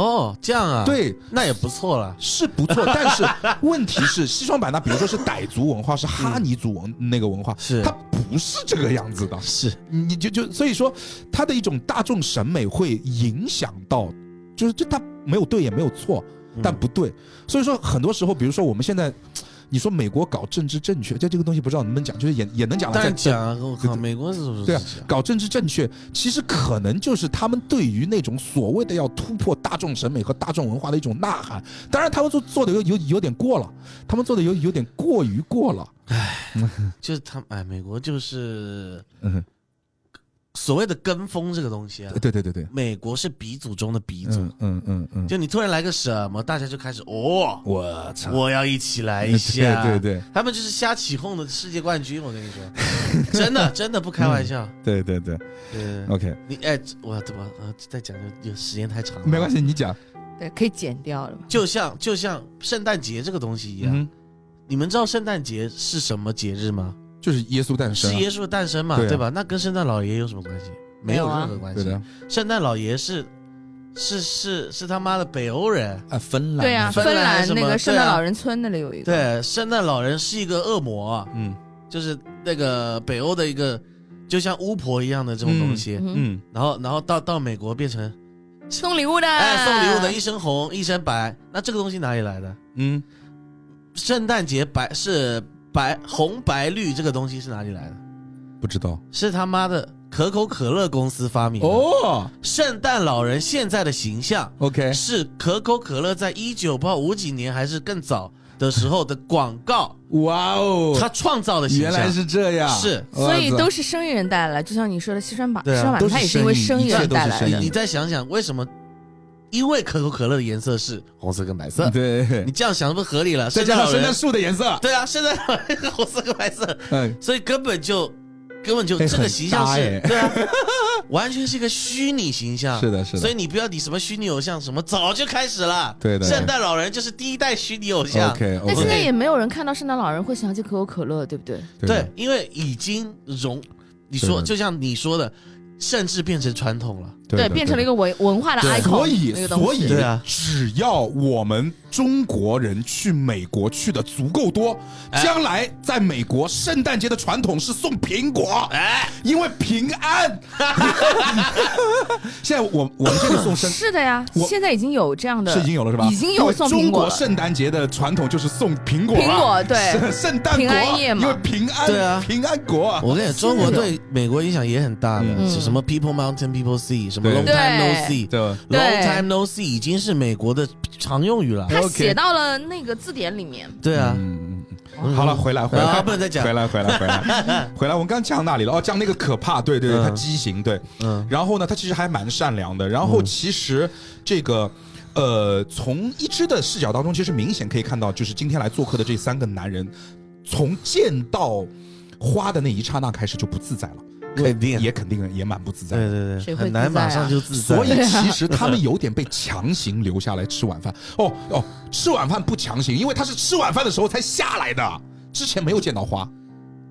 哦，这样啊，，对。那也不错了。是不错，但是问题是，西双版纳，比如说是傣族文化，是哈尼族文那个文化，是它不是这个样子的。是，你就就所以说，它的一种大众审美会影响到，就是这它没有对也没有错，但不对。所以说很多时候，比如说我们现在，你说美国搞政治正确，这这个东西不知道能不能讲，就是也也能讲了。当然在讲啊，我对靠，对美国是不是？对啊，搞政治正确，其实可能就是他们对于那种所谓的要突破大众审美和大众文化的一种呐喊。当然，他们做做的有有有点过了，他们做的有有点过于过了。就是他们，哎，美国就是嗯哼，所谓的跟风这个东西啊，对对对对，美国是鼻祖中的鼻祖嗯。嗯嗯嗯，就你突然来个什么，大家就开始哦，我操，我要一起来一下。对对对，他们就是瞎起哄的世界冠军，我跟你说， 真的真的不开玩笑。对对对对， ，OK，你哎，我怎么呃再讲就有时间太长了，没关。系，你讲。对，可以剪掉了。就像就像圣诞节这个东西一样，嗯，你们知道圣诞节是什么节日吗？就是耶稣诞生是啊，耶稣的诞生嘛，对啊对吧？那跟圣诞老爷有什么关系？没有没有啊任何关对系的。圣诞老爷是是是是他妈的北欧人，啊，芬兰对啊，啊，芬芬兰兰什么那个圣诞对啊老人村那里有一个，对，圣诞老人是一个恶魔，嗯就是那个北欧的一个，就像巫婆一样的这种东西。嗯嗯，然后，然后到到美国变成，送礼物的，哎，送礼物的一身红一身白，那这个东西哪里来的？嗯，圣诞节白是白红白绿这个东西是哪里来的？不知道是他妈的可口可乐公司发明的。哦圣诞老人现在的形象，OK，是可口可乐在一九不知道五几年还是更早的时候的广告，哇哦他创造的形象原来是这样，是所以都是是生意人带来，就像你说的西双版，对啊西双版都纳是它也是因为生生意意人带一切都是来生的意。你再想想为什么？因为可口可乐的颜色是红色跟白色，对你，这样想不合理了。再圣加诞上老圣人诞，树的颜色，对啊，圣诞老人是红色跟白色，嗯，所以根本就根本就哎这个形象很搭是哎，对啊， 完全是一个虚拟形象。是的，是的，所以你不要理什么虚拟偶像什么，早就开始了。对的圣诞老人就是第一代虚拟偶像。 OK，但现在 OK 也没有人看到圣诞老人会想起可口可乐，对不对？对，因为已经融，你说对的就像你说的，甚至变成传统了。变成了一个文文化的对 icon，所以那个东西所以对啊只要我们中国人去美国去的足够多，哎将来在美国圣诞节的传统是送苹果，哎，因为平 安。 现在我我们这个送圣。是的呀我，现在已经有这样的，是已经有了是吧？已经有送因为苹中果国了。圣诞节的传统就是送苹果了，苹果对圣圣诞平果，安夜嘛因为平安，对啊平安国啊，我跟你讲，中国对美国影响也很大的，嗯是什么 People Mountain People Sea，什么对 Long Time No 对 See。对吧？ Long 对 time no see 已经是美国的常用语了。他 OK 写到了那个字典里面，对啊，嗯，嗯嗯好了，回来回啊来，不能再讲回来回来回 来回来，我们刚讲哪里了？哦，讲那个可怕，对对对，嗯他畸形，对，嗯，然后呢，他其实还蛮善良的。然后其实这个，呃，从一只的视角当中，其实明显可以看到，就是今天来做客的这三个男人，从见到花的那一刹那开始就不自在了，肯定也肯定也蛮不自在对的。对对，谁会很难自在啊马上就自在。所以其实他们有点被强行留下来吃晚饭。哦哦，吃晚饭不强行，因为他是吃晚饭的时候才下来的，之前没有见到花。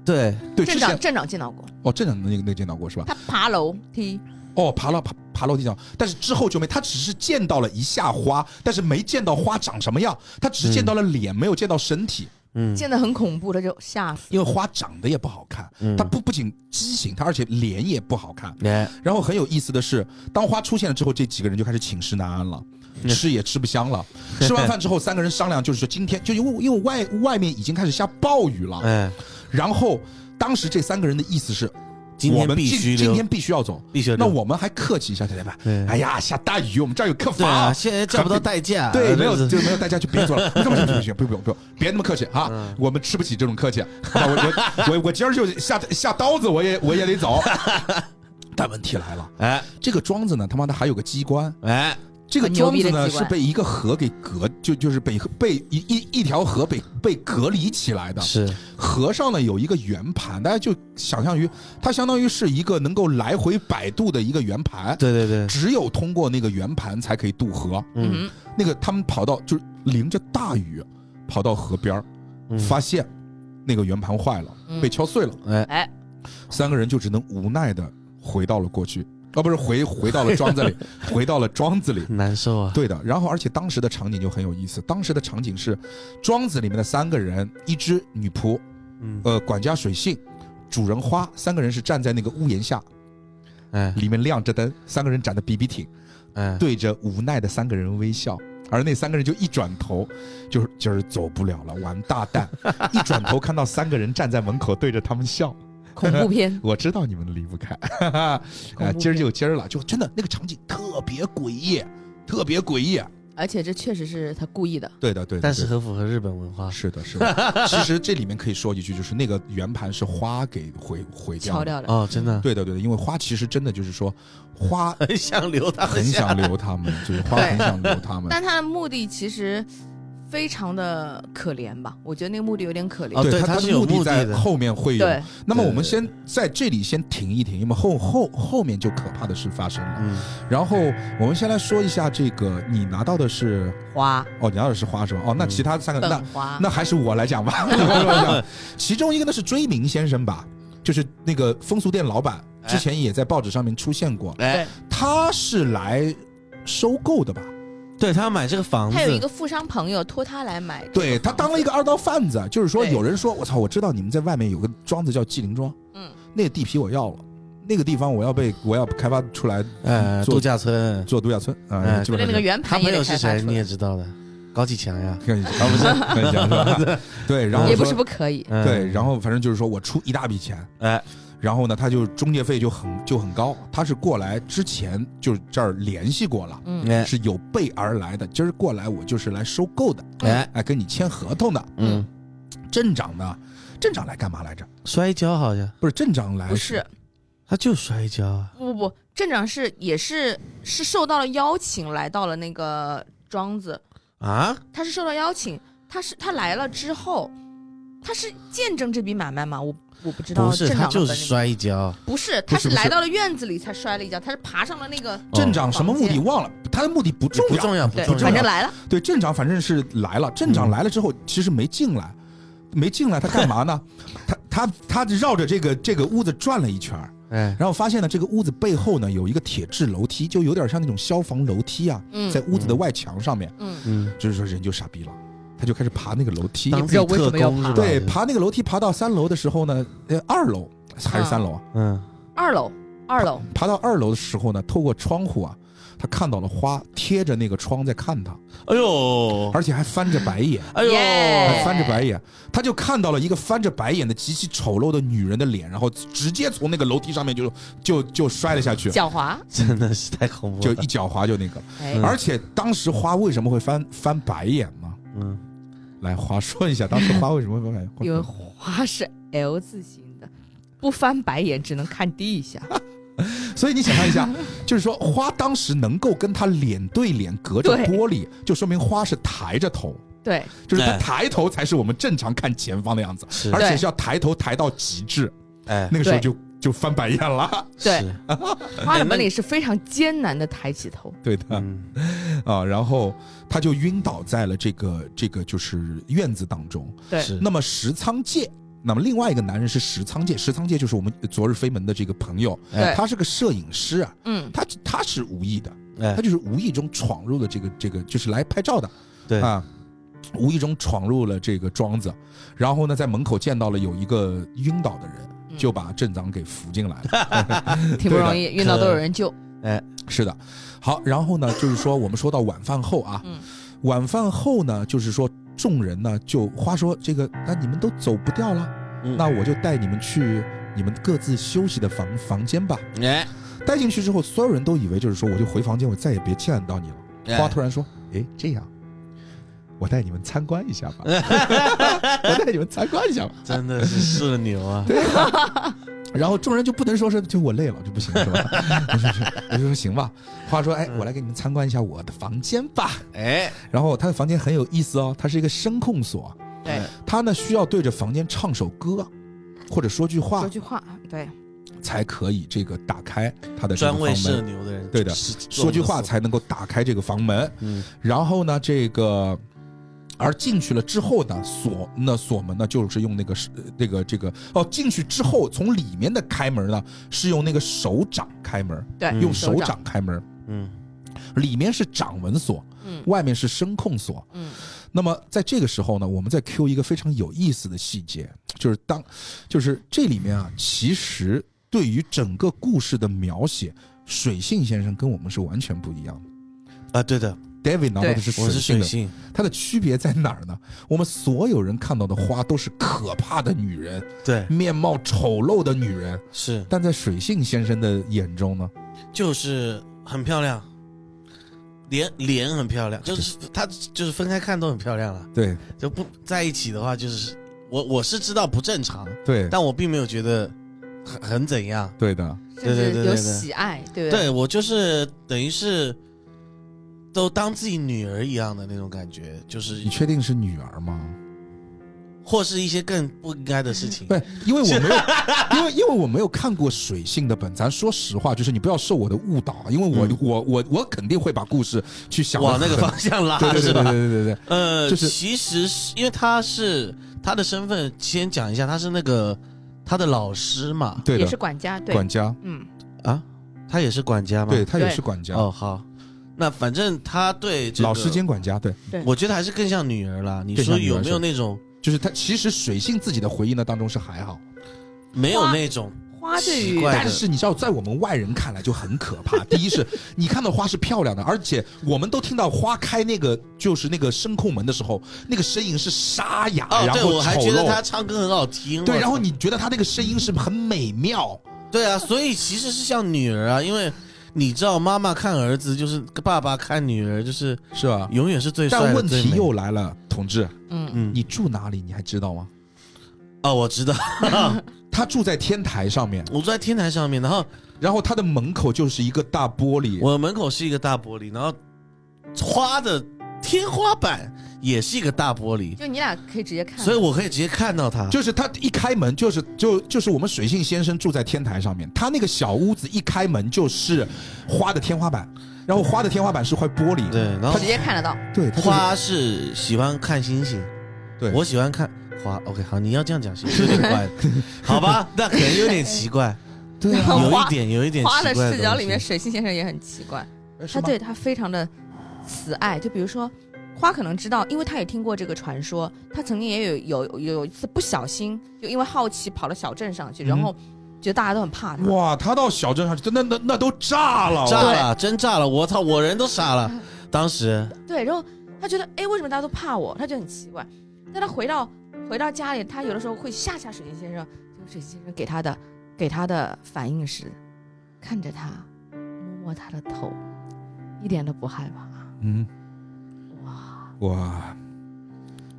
对，对，之镇长前镇长见到过，哦，镇长那个那个见到过是吧？他爬楼梯，哦，爬了爬爬楼梯上，但是之后就没，他只是见到了一下花，但是没见到花长什么样，他只是见到了脸，没有见到身体，嗯见得很恐怖，他就吓死。因为花长得也不好看，嗯它不不仅畸形，它而且脸也不好看。哎然后很有意思的是，当花出现了之后，这几个人就开始寝食难安了，嗯吃也吃不香 了。吃完饭之后，三个人商量，就是说今天就因为因为外外面已经开始下暴雨了，哎，然后当时这三个人的意思是，今我天们必今须今留天必须要走。必须留那我们还客气一下，对吧？对哎呀，下大雨，我们这儿有客对房啊，，现在叫不到代驾，对，没有真是啊就没有大家就别做 了，不不不不不不，别那么客气啊，嗯我们吃不起这种客气。好吧我我我我今儿就下下刀子，我也我也得 走。但问题来了，哎这个庄子呢，他妈的还有个机关。哎，这个很牛庄逼子的呢机是关被一个河给隔，就就是被被一一一条河被被隔离起来的。是河上呢有一个圆盘，大家就想象于它相当于是一个能够来回摆渡的一个圆盘。对对对，只有通过那个圆盘才可以渡河。嗯嗯，那个他们跑到就是淋着大雨，跑到河边儿，嗯发现那个圆盘坏了，嗯被敲碎了。哎哎，三个人就只能无奈的回到了过去，啊，不是回回到了庄子里，回到了庄子里。难受啊，对的，然后而且当时的场景就很有意思，当时的场景是庄子里面的三个人，一只女仆，嗯呃，管家水性，主人花，三个人是站在那个屋檐下，哎里面亮着灯，三个人站得笔笔挺。哎，对着无奈的三个人微笑，而那三个人就一转头，就是今儿走不了了，完大蛋！一转头看到三个人站在门口对着他们笑，，恐怖片我知道你们离不开，哈哈，恐啊，怖今儿就今儿了，就真的那个场景特别诡异，特别诡异。而且这确实是他故意的。对的，对的，但是对的很符合日本文 化，是的，是的。其实这里面可以说一句，就是那个圆盘是花给毁毁掉敲的。掉了，哦，真的对的，对的，因为花其实真的就是说，花很想留他很想留他们，就是花很想留他 们。但他的目的其实非常的可怜吧？我觉得那个目的有点可怜。哦对他它它是的有目的目的在的后面会有。对，那么对我们先在这里先停一停，因为后后后面就可怕的事发生了。嗯，然后我们先来说一下这个，你拿到的是花哦，你拿到的是花是吧？哦，那其他三个、那本啊花，那还是我来讲吧。我来讲其中一个呢是追名先生吧，就是那个风俗店老板，之前也在报纸上面出现过，哎，他是来收购的吧？对他买这个房他有一子，个富商朋友托他来买，对他当了一个二道贩子，就是说对有人说我操，我知道你们在外面有个庄子叫纪灵庄，嗯，那个地皮我要了，那个地方我要被我要开发出来哎，做度假村，做度假村啊，哎基就本那上个是。圆他盘朋也友得是开发谁出你也来，知道的，高启强呀，跟你啊不是 跟你讲是吧？对，然后也不是说不可以。嗯对，然后反正就是说我出一大笔钱，哎，然后呢，他就中介费就很就很高，他是过来之前就这儿联系过了，嗯，哎是有备而来的，今儿过来我就是来收购的，嗯哎哎，跟你签合同的。嗯，镇长呢？镇长来干嘛来着？摔跤好像不是镇长来不是，他就摔跤啊，不不不，镇长是也是是受到了邀请来到了那个庄子，啊，他是受到邀请，他是他来了之后，他是见证这笔买卖吗？我我不知道不是镇他长的就本是领摔一跤，不是，他是不是来到了院子里才摔了一跤，他是爬上了那个镇长什么目的房忘了，他的目的不重嗯不要。重要不对重，反要正，来了，对，镇长反正是来了，镇长嗯来了之后其实没进来，没进来他干嘛呢？嗯他他他绕着这个这个屋子转了一圈儿，哎，然后发现呢这个屋子背后呢有一个铁质楼梯，就有点像那种消防楼梯啊，嗯在屋子的外墙上面，嗯，嗯，就是说人就傻逼了，他就开始爬那个楼梯，当自己特工是吧？对，爬那个楼梯爬到三楼的时候呢，呃二楼还是啊三楼啊？嗯，二楼，二楼，爬到二楼的时候呢，透过窗户啊，他看到了花贴着那个窗在看他，哎呦，而且还翻着白眼，哎呦，耶还翻着白眼，他就看到了一个翻着白眼的极其丑陋的女人的脸，然后直接从那个楼梯上面就就就摔了下去，狡猾，真的是太恐怖就了，一脚滑就那个。哎，嗯而且当时花为什么会翻翻白眼呢？嗯，来，花说一下当时花为什么会翻白眼因 为花是 L 字形的，不翻白眼只能看低一下，所以你想象 一下，就是说花当时能够跟他脸对脸隔着对玻璃，就说明花是抬着头。 对，就是他哎抬头才是我们正常看前方的样子，是而且对是要抬头抬到极致，哎，那个时候对就就翻白眼了。 对是，花哎的本领是非常艰难的抬起头，对的嗯，啊，然后他就晕倒在了这个这个就是院子当中。对是那么石仓介那么另外一个男人是石仓介，石仓介就是我们昨日飞门的这个朋友，对他是个摄影师啊，嗯，他他是无意的，哎他就是无意中闯入了这个这个，就是来拍照的，对啊，无意中闯入了这个庄子，然后呢，在门口见到了有一个晕倒的人，嗯就把镇长给扶进来了。挺不容易，运到都有人救，是的，好，然后呢，就是说我们说到晚饭后啊，嗯晚饭后呢，就是说众人呢就话说这个，那你们都走不掉了，嗯那我就带你们去你们各自休息的房房间吧。哎带进去之后，所有人都以为就是说我就回房间，我再也别见到你了。花突然说：“哎，这样，我带你们参观一下吧，我带你们参观一下吧。”真的是社牛啊！然后众人就不能说是就我累了就不行是吧？ 我就说我就说行吧。话说，哎，我来给你们参观一下我的房间吧。嗯哎，然后他的房间很有意思哦，它是一个声控锁，对，哎他呢需要对着房间唱首歌，或者说句话说句话，啊对，嗯才可以这个打开他的这个专房为社门，牛的人，对的是，说句话才能够打开这个房门。嗯然后呢，这个而进去了之后呢，锁那锁门呢就是用那个是那个这个哦，进去之后从里面的开门呢是用那个手掌开门，对用手手掌掌开门，嗯，里面是掌纹锁，嗯外面是声控锁。嗯，那么在这个时候呢，我们再 Q 一个非常有意思的细节，就是当就是这里面啊，其实对于整个故事的描写，水性先生跟我们是完全不一样的。啊，对的， David 拿到的对是水我是性水的性，它的区别在哪儿呢？我们所有人看到的花都是可怕的女人，对，面貌丑陋的女人，是但在水性先生的眼中呢，就是很漂亮，脸脸很漂亮，就是她就是分开看都很漂亮了，对就不在一起的话，就是我我是知道不正常，对但我并没有觉得很很怎样。对的，甚对对对至对有对喜爱，对不对？对我就是等于是都当自己女儿一样的那种感觉，就是你确定是女儿吗？或是一些更不应该的事情。对，因为我没有，因为因为我没有看过水性的本，咱说实话，就是你不要受我的误导，啊因为我、嗯我我我肯定会把故事去想 得往那个很方向拉，对对是对对对吧？对对对，呃，就是其实是因为他是他的身份，先讲一下，他是那个他的老师嘛，对也的，是管家，对，管家，嗯，他也是管家嘛，啊对他也对是管家，哦，好，那反正他对这个老师，兼管家，对，我觉得还是更像女儿啦。你更说像女儿有没有是那种就是他其实水性自己的回忆呢当中是还好。没有花那种花哎对奇于怪的但是你知道，在我们外人看来就很可怕。第一是，你看到花是漂亮的，而且我们都听到花开那个就是那个声控门的时候，那个声音是沙哑，哦，哎然对我后还丑觉得陋。他唱歌很好听。对，我然后你觉得他那个声音是很美妙，对啊，所以其实是像女儿啊，因为你知道，妈妈看儿子就是爸爸看女儿，就是是吧？永远是最帅的。但问最题美的又来了，同志，嗯，嗯，你住哪里？你还知道吗？哦，我知道， 他住在天台上面，我住在天台上面，然后然后他的门口就是一个大玻璃，我门口是一个大玻璃，然后花的天花板也是一个大玻璃，就你俩可以直接看，所以我可以直接看到它。就是他一开门就是就就是我们水性先生住在天台上面，他那个小屋子一开门就是花的天花板，然后花的天花板是块玻璃，对，然后直接看得到，对，他就是花是喜欢看星星，对我喜欢看花。OK，好，你要这样讲行，有点怪， 好吧？那可能有点奇怪，对啊，有一花点，有一点奇花怪的东视角里西面，水性先生也很奇怪，哎是他吗对他非常的慈爱。就比如说，花可能知道，因为他也听过这个传说，他曾经也有有有一次不小心，就因为好奇跑到小镇嗯上去，然后觉得大家都很怕他。哇，他到小镇上去，那那那都炸了，炸了，真炸了！我操，我人都傻了。当时对，然后他觉得，哎，为什么大家都怕我？他就很奇怪。但他回到回到家里，他有的时候会吓吓水晶先生，就水晶先生给他的给他的反应是，看着他，摸摸他的头，一点都不害怕。嗯，哇，哇。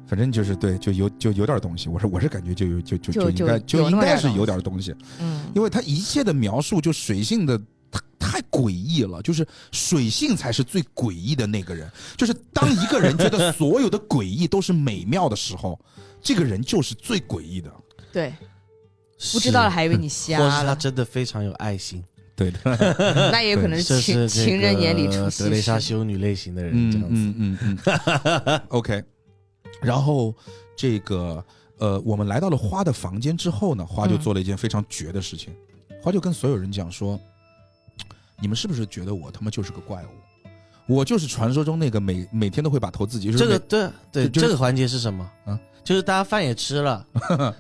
反正就是对，就有就有点东西。我说我是感觉就有就就就应该就就有那应么该点是东有西点东西。嗯，因为他一切的描述就水性的太太诡异了，就是水性才是最诡异的那个人。就是当一个人觉得所有的诡异都是美妙的时候，这个人就是最诡异 的。对，不不知道了，还以为你瞎或是他了，真的非常有爱心，对的， 那也有可能这是是情、这个情人眼里出德西蕾莎施。修女类型的人，这嗯 样子。嗯嗯嗯。OK，然后这个呃，我们来到了花的房间之后呢，花就嗯做了一件非常绝的事情，嗯花就跟所有人讲说：“你们是不是觉得我他妈就是个怪物？我就是传说中那个每每天都会把头自己就是这个每对对，就是这个环节是什嗯么？啊就是大家饭也吃 了，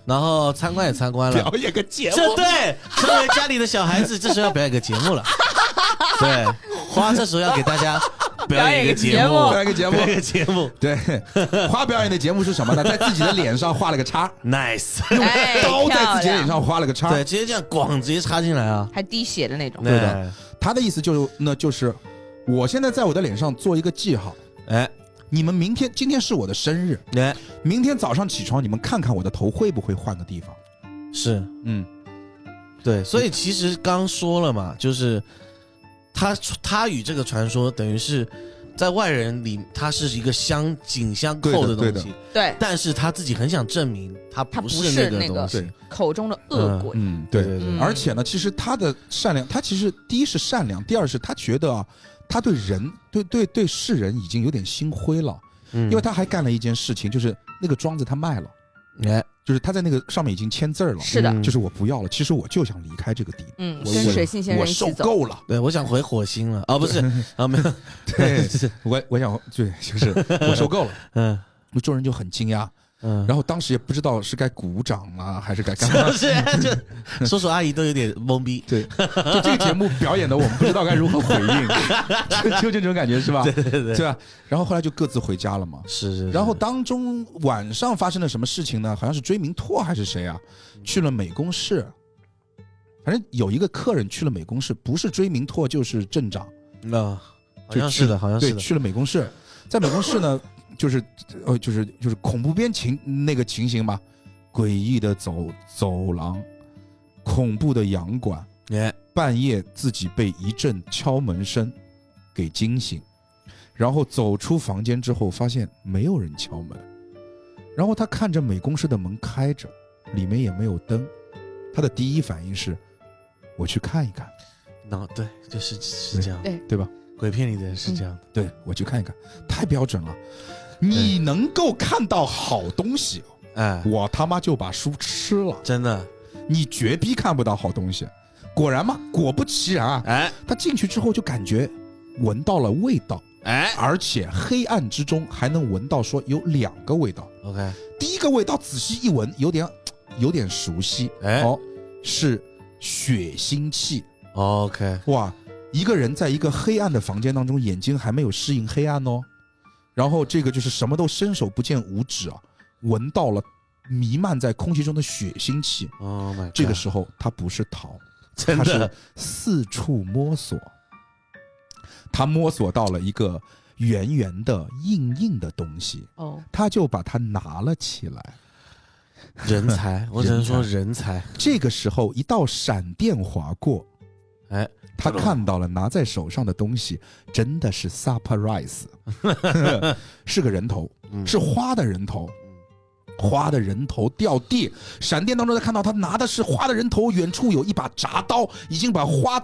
然后参观也参观了 表，演个节目。这对，身为家里的小孩 子，这时候要表演个节目了。 对，花这时候要给大家 表演一个节目，表演个节目表演个节目 对，花表演的节目是什么呢？在自己的脸上画了个 叉， ，nice。 哎，刀在漂自己的脸亮，上画了个叉。对，直接这样咣，直接插进来啊。还滴血的那种。对的，他的意思就是，那就是我现在在我的脸上做一个记号。哎你们明天，今天是我的生日，哎，明天早上起床，你们看看我的头会不会换个地方？是嗯，对，所以其实刚说了嘛，就是他他与这个传说等于是在外人里，它是一个相紧相扣对的东对西，对，但是他自己很想证明他他不不是是个那东个西。对口中的恶鬼。啊嗯，对。对嗯而且呢，其实他的善良，他其实第一是善良，第二是他觉得啊，他对人，对对对世人已经有点心灰了，嗯因为他还干了一件事情，就是那个庄子他卖了，哎，就是他在那个上面已经签字儿了，是的，嗯就是我不要了，其实我就想离开这个地嗯，我跟我水性仙方，我人一受起走。够了。对，我想回火星了啊，不是啊，没有，，对是 我我想对， 就是我受够了。 嗯那众人就很惊讶，嗯，然后当时也不知道是该鼓掌啊，还是该干嘛 不。是就叔叔阿姨都有点懵逼，对，就这个节目表演的，我们不知道该如何回应， 就就这种感觉是吧？对对对，吧？然后后来就各自回家了嘛。是是是，然后当中晚上发生了什么事情呢？好像是追明拓还是谁啊，去了美工室。反正有一个客人去了美工室，不是追明拓就是镇长，啊，好就像去是的，好像是对，的，去了美工室，在美工室呢，就是呃，就是就是恐怖片情那个情形吧，诡异的走走廊，恐怖的洋馆，哎，半夜自己被一阵敲门声给惊醒，然后走出房间之后，发现没有人敲门，然后他看着美工室的门开着，里面也没有灯，他的第一反应是，我去看一看。那哦对，就是是这样，对嗯对吧？鬼片里的人是这样的，对我去看一看，太标准了。你能够看到好东西，哎，我他妈就把书吃了。真的，你绝逼看不到好东西。果然嘛，果不其然啊，哎他进去之后就感觉闻到了味道，哎而且黑暗之中还能闻到说有两个味道。 ，OK，第一个味道仔细一闻，有点有点熟悉，哎哦，是血腥气。 OK，哇，一个人在一个黑暗的房间当中，眼睛还没有适应黑暗哦，然后这个就是什么都伸手不见五指啊，闻到了弥漫在空气中的血腥气。哦 my，这个时候他不是逃，真他是的，四处摸索。他摸索到了一个圆圆的、硬硬的东西，哦，他就把它拿了起来。人才，我只能说人才，这个时候，一道闪电划过，哎，他看到了拿在手上的东西，真的是 surprise，是个人头，嗯是花的人头，花的人头掉地，闪电当中他看到他拿的是花的人头，远处有一把铡刀，已经把花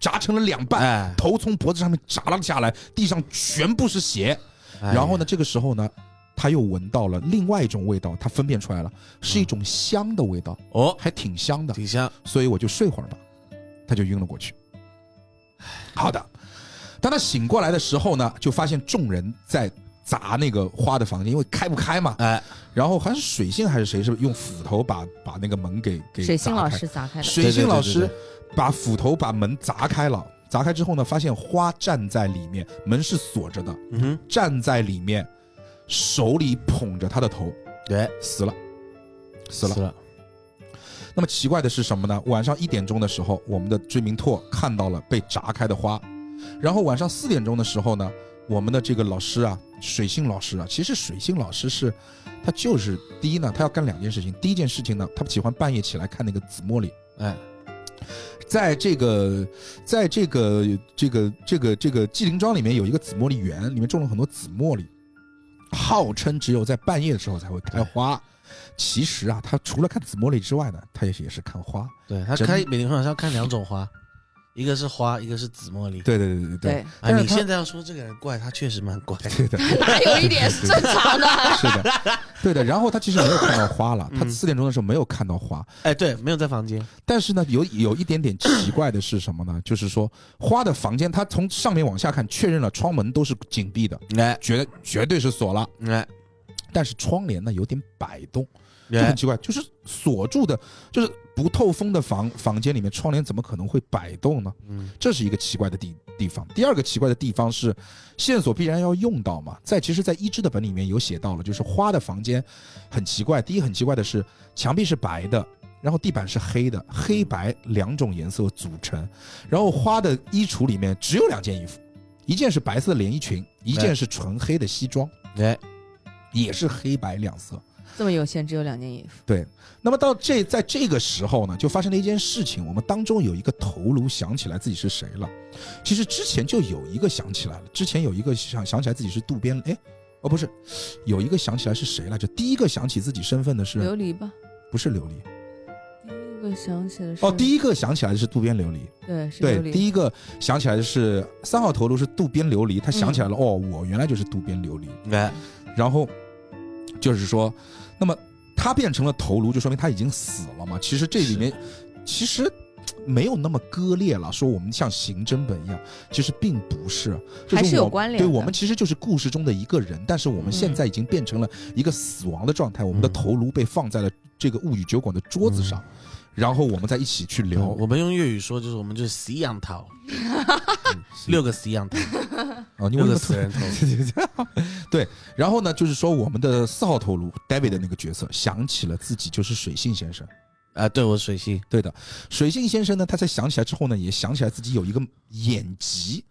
铡成了两半，哎头从脖子上面铡了下来，地上全部是血。哎然后呢，，这个时候呢，他又闻到了另外一种味道，他分辨出来了，是一种香的味道，哎哦，还挺香的。挺像，所以我就睡会儿吧。他就晕了过去。好的，当他醒过来的时候呢，就发现众人在砸那个花的房间，因为开不开嘛。哎，然后好像是水性还是谁，是不是用斧头把把那个门给给水星砸老开师砸开的，水对对性老对师对把斧头把门砸开了。砸开之后呢，发现花站在里面，门是锁着的，嗯哼，站在里面，手里捧着他的头，对，死了，死了死。了，那么奇怪的是什么呢？晚上一点钟的时候，我们的追明拓看到了被炸开的花，然后晚上四点钟的时候呢，我们的这个老师啊，水性老师啊，其实水性老师是，他就是第一呢，他要干两件事情。第一件事情呢，他喜欢半夜起来看那个紫茉莉，哎，在这个，在这个这个这个这个纪灵庄里面有一个紫茉莉园，里面种了很多紫茉莉，号称只有在半夜的时候才会开花。其实啊，他除了看紫茉莉之外呢，他也是也是看花。对他真 开每天晚上看两种花，一个是花，一个是紫茉莉。对对对对对对，啊，你现在要说这个人怪，他确实蛮怪。哪有一 点是正常的？是的，对的。然后他其实没有看到花了，他四点钟的时候没有看到花， 哎，对，没有在房间。但是呢，有有一点点奇怪的是什么呢？就是说花的房间，他从上面往下看，确认了窗门都是紧闭的，哎绝绝对是锁了。哎但是窗帘呢有点摆动，就很哎，奇怪，就是锁住的，就是不透风的房房间里面，窗帘怎么可能会摆动呢？嗯这是一个奇怪的地地方。第二个奇怪的地方是，线索必然要用到嘛，在其实，在一之的本里面有写到了，就是花的房间很奇怪。第一很奇怪的是，墙壁是白的。然后地板是黑的，黑白两种颜色组成。然后花的衣橱里面只有两件衣服，一件是白色的连衣裙，一件是纯黑的西装，哎，也是黑白两色。这么有钱，只有两件衣服，那么到这在这个时候呢，就发生了一件事情，我们当中有一个头颅想起来自己是谁了。其实之前就有一个想起来了，之前有一个想想起来自己是渡边，哎，哦不是，有一个想起来是谁来着？第一个想起自己身份的是琉璃吧。不是琉璃？第一个想起的是哦，第一个想起来的是渡边琉璃。对是琉对，璃，第一个想起来的是三号头颅是渡边琉璃，他想起来了，哦，我原来就是渡边琉璃。哎，然后就是说，那么他变成了头颅，就说明他已经死了嘛。其实这里面其实嘖没有那么割裂了，说我们像刑侦本一样，其实并不是，就还是有我关联对的我们其实就是故事中的一个人，但是我们现在已经变成了一个死亡的状态，我们的头颅被放在了这个物语酒馆的桌子上，嗯然后我们再一起去聊。嗯我们用粤语说就是我们就是死养桃， 嗯六个死养桃，啊，你为六什个么死人 头。对，然后呢，就是说我们的四号头颅 David 的那个角色想起了自己就是水性先生。啊，对我水性，对的，水性先生呢，他在想起来之后呢，也想起来自己有一个眼疾，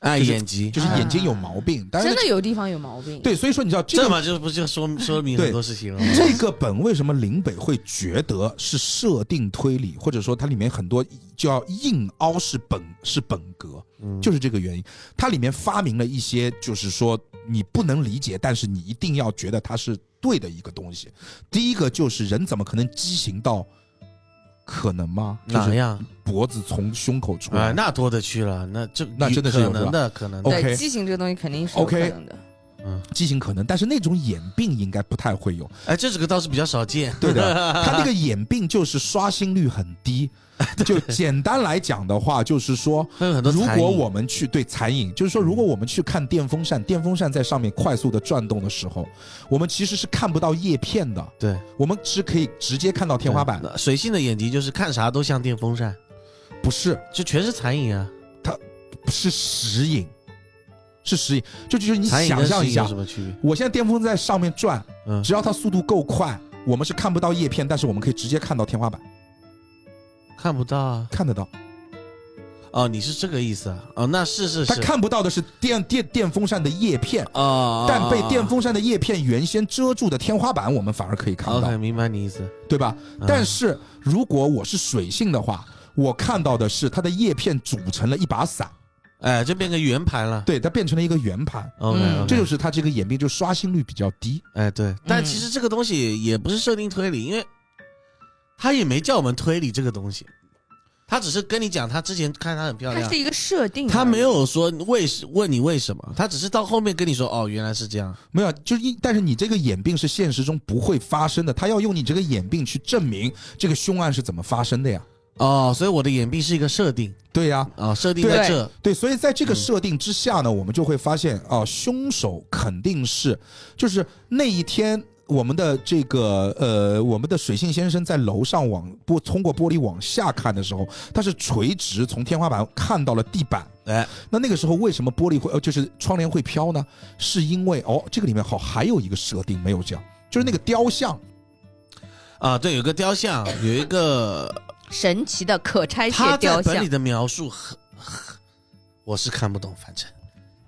啊，就是眼疾，就是眼睛有毛病。但是啊真的有地方有毛病。对，所以说你知道这这个嘛就不就说说明很多事情了吗。这个本为什么林北会觉得是设定推理，或者说它里面很多叫硬凹是本是本格，就是这个原因。它里面发明了一些就是说你不能理解，但是你一定要觉得它是对的一个东西。第一个就是人怎么可能畸形到可能吗？就哪是样脖子从胸口出啊来？。那多的去了，那这那真的哦是有可能的，可能的。 OK 对，畸形这个东西肯定是有可 OK 能的。畸形可能，但是那种眼病应该不太会 有。哎，这个倒是比较少见。对的，他那个眼病就是刷新率很 低。就简单来讲的话，就是说，会有很多如残果影嗯我们去对残影，就是说，如果我们去看电风扇，电风扇在上面快速的转动的时候，我们其实是看不到叶片的，对我们是可以直接看到天花板。对水性的眼疾就是看啥都像电风扇，不是，就全是残影啊。是实影，是实影。就就是你残影想跟象实一影下有什，么区别？我现在电风扇在上面转，嗯只要它速度够快，我们是看不到叶片，但是我们可以直接看到天花板，看不到啊。看得到。哦，你是这个意思啊？哦，那是是他是。看不到的是电电电风扇的叶片，哦，但被电风扇的叶片原先遮住的天花板，我们反而可以看到哦 OK，，明白你意思。对吧？嗯但是如果我是水性的话，我看到的是它的叶片组成了一把伞，哎，就变个圆盘了。对，它变成了一个圆盘， OK，嗯这就是它嗯这个眼病就刷新率比较低。哎，对，但其实这个东西也不是设定推理，因为他也没叫我们推理这个东西，他只是跟你讲他之前看她很漂它亮是，一个设定，他没有说为什问你为什么，他只是到后面跟你说哦，原来是这样，没有，就是一，但是你这个眼病是现实中不会发生的，他要用你这个眼病去证明这个凶案是怎么发生的呀？哦，所以我的眼病是一个设定对呀、啊、设定在这，对，所以在这个设定之下呢，我们就会发现啊、凶手肯定是，就是那一天。我们的这个呃，我们的水性先生在楼上往玻通过玻璃往下看的时候，他是垂直从天花板看到了地板。哎，那那个时候为什么玻璃会呃就是窗帘会飘呢？是因为哦，这个里面好还有一个设定没有讲，就是那个雕像，啊，对，有个 雕像，有一个神奇的可拆哎他卸在雕本像里，的描述很，很我是看不懂，反正。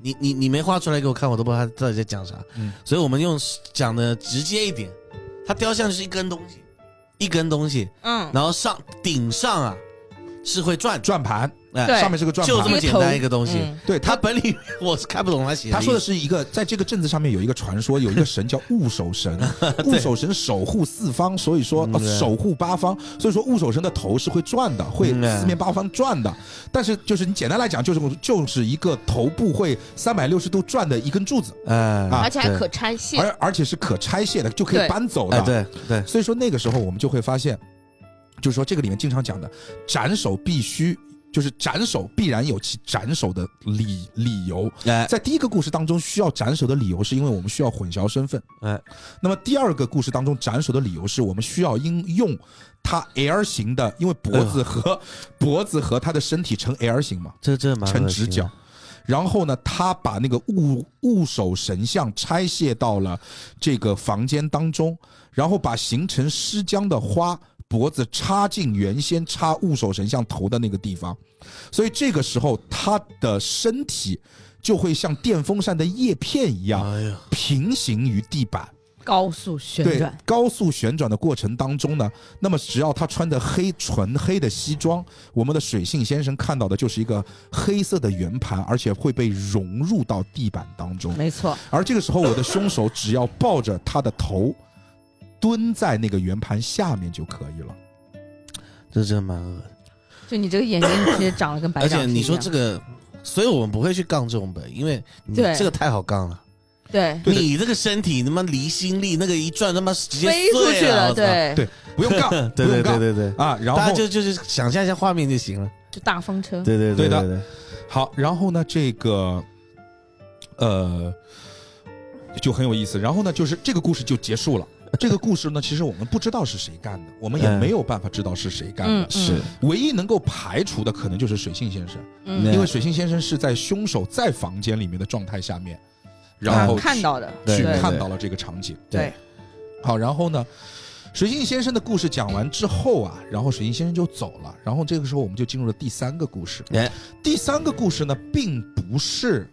你你你没画出来给我看，我都不知道他到底在讲啥。嗯所以我们用讲的直接一点，他雕像就是一根东西，一根东西，嗯，然后上顶上啊，是会转，转盘，哎对上面是个转就这盘么。简单一个东西。嗯对他，他本里我是看不懂他写的意思。他说的是一个，在这个镇子上面有一个传说，有一个神叫雾守 神，雾守神守护四方，所以说、呃嗯对守护八方，所以说雾守神的头是会转的，会嗯对四面八方转的。但是就是你简单来讲，就是就是一个头部会三百六十度转的一根柱子，哎，啊而且还可拆卸而。而且是可拆卸的，就可以对搬走哎的。对对，所以说那个时候我们就会发现，就是说这个里面经常讲的斩首必须。就是斩首必然有其斩首的理理由，哎在第一个故事当中需要斩首的理由是因为我们需要混淆身份，哎，那么第二个故事当中斩首的理由是我们需要应用它 L 型的，因为脖子和脖子和他的身体呈 L 型嘛，这这蛮成啊恶直心的角。然后呢，他把那个物物首神像拆卸到了这个房间当中，然后把形成尸僵的花脖子插进原先插物首神像头的那个地方，所以这个时候他的身体就会像电风扇的叶片一样哎呀，平行于地板。高速旋对转，高速旋转的过程当中呢，那么只要他穿的黑纯黑的西装，我们的水性先生看到的就是一个黑色的圆盘，而且会被融入到地板当中。没错，而这个时候，我的凶手只要抱着他的头，蹲在那个圆盘下面就可以了。这真蛮恶心。就你这个眼睛其实长得跟白而长且得一样。你说这个，所以我们不会去杠这种本，因为你对这个太好杠了。对对的你这个身体他妈离心力那个一转他妈直接飞出去碎啊了，我了，操，，对，对，不用杠 对不用对杠对对对，啊。然大家后就就是想象一下画面就行了。就大风车，对对对的对，好，然后呢，这个，呃，就很有意思。然后呢，就是这个故事就结束了。这个故事呢， 其实我们不知道是谁干的，我们也嗯没有办法知道是谁干嗯的。，是，唯一能够排除的，可能就是水性先生，嗯因为水性先生是在凶手在房间里面的状态下面，然啊后看到的，去对看到了这个场景。对，好，然后呢，水性先生的故事讲完之后啊，然后水性先生就走了，然后这个时候我们就进入了第三个故事。哎第三个故事呢，并不是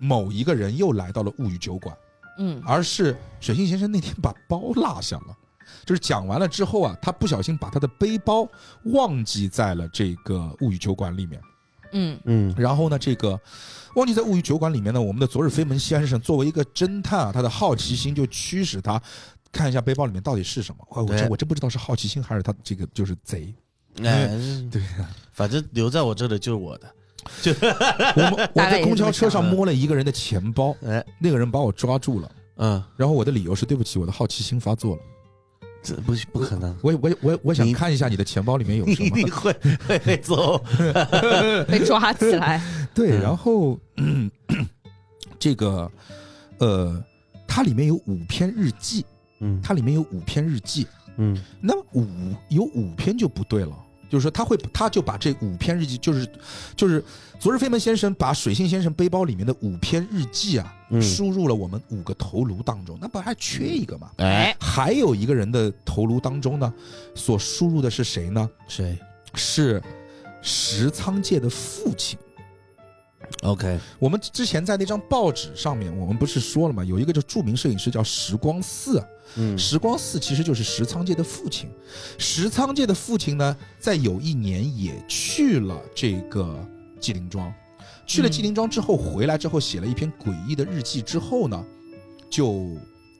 某一个人又来到了物语酒馆，嗯，而是水性先生那天把包落下了。就是讲完了之后啊，他不小心把他的背包忘记在了这个物语酒馆里面。嗯，嗯，然后呢，这个忘记在物语酒馆里面呢，我们的昨日飞门先生作为一个侦探啊，他的好奇心就驱使他看一下背包里面到底是什么。哎，我对真我真不知道是好奇心还是他这个就是贼。哎，对反正留在我这里就是我的。我们我 大概在也公这交么车想上摸了一个人的钱 包，哎，那个人把我抓住了。嗯，然后我的理由是对不起，我的好奇心发作了。这不不 可能，我我我我想你看一下你的钱包里面有你什么你。会会被揍。哎被抓起 来，对，嗯然后、嗯这个呃，它里面有五篇日记，嗯它里面有五篇日记。嗯，那么五有五篇就不对了，就是说他会，他就把这五篇日记，就是就是昨日飞门先生把水性先生背包里面的五篇日记啊，嗯输入了我们五个头颅当中，那不还缺一个吗？哎，还有一个人的头颅当中呢，所输入的是谁呢？谁是石仓界的父亲。 ？OK，我们之前在那张报纸上面，我们不是说了吗？有一个就著名摄影师叫石光四啊，嗯石光四其实就是石仓界的父亲。石仓界的父亲呢，在有一年也去了这个纪灵庄，去了纪灵庄之后，回来之后写了一篇诡异的日记之后呢，就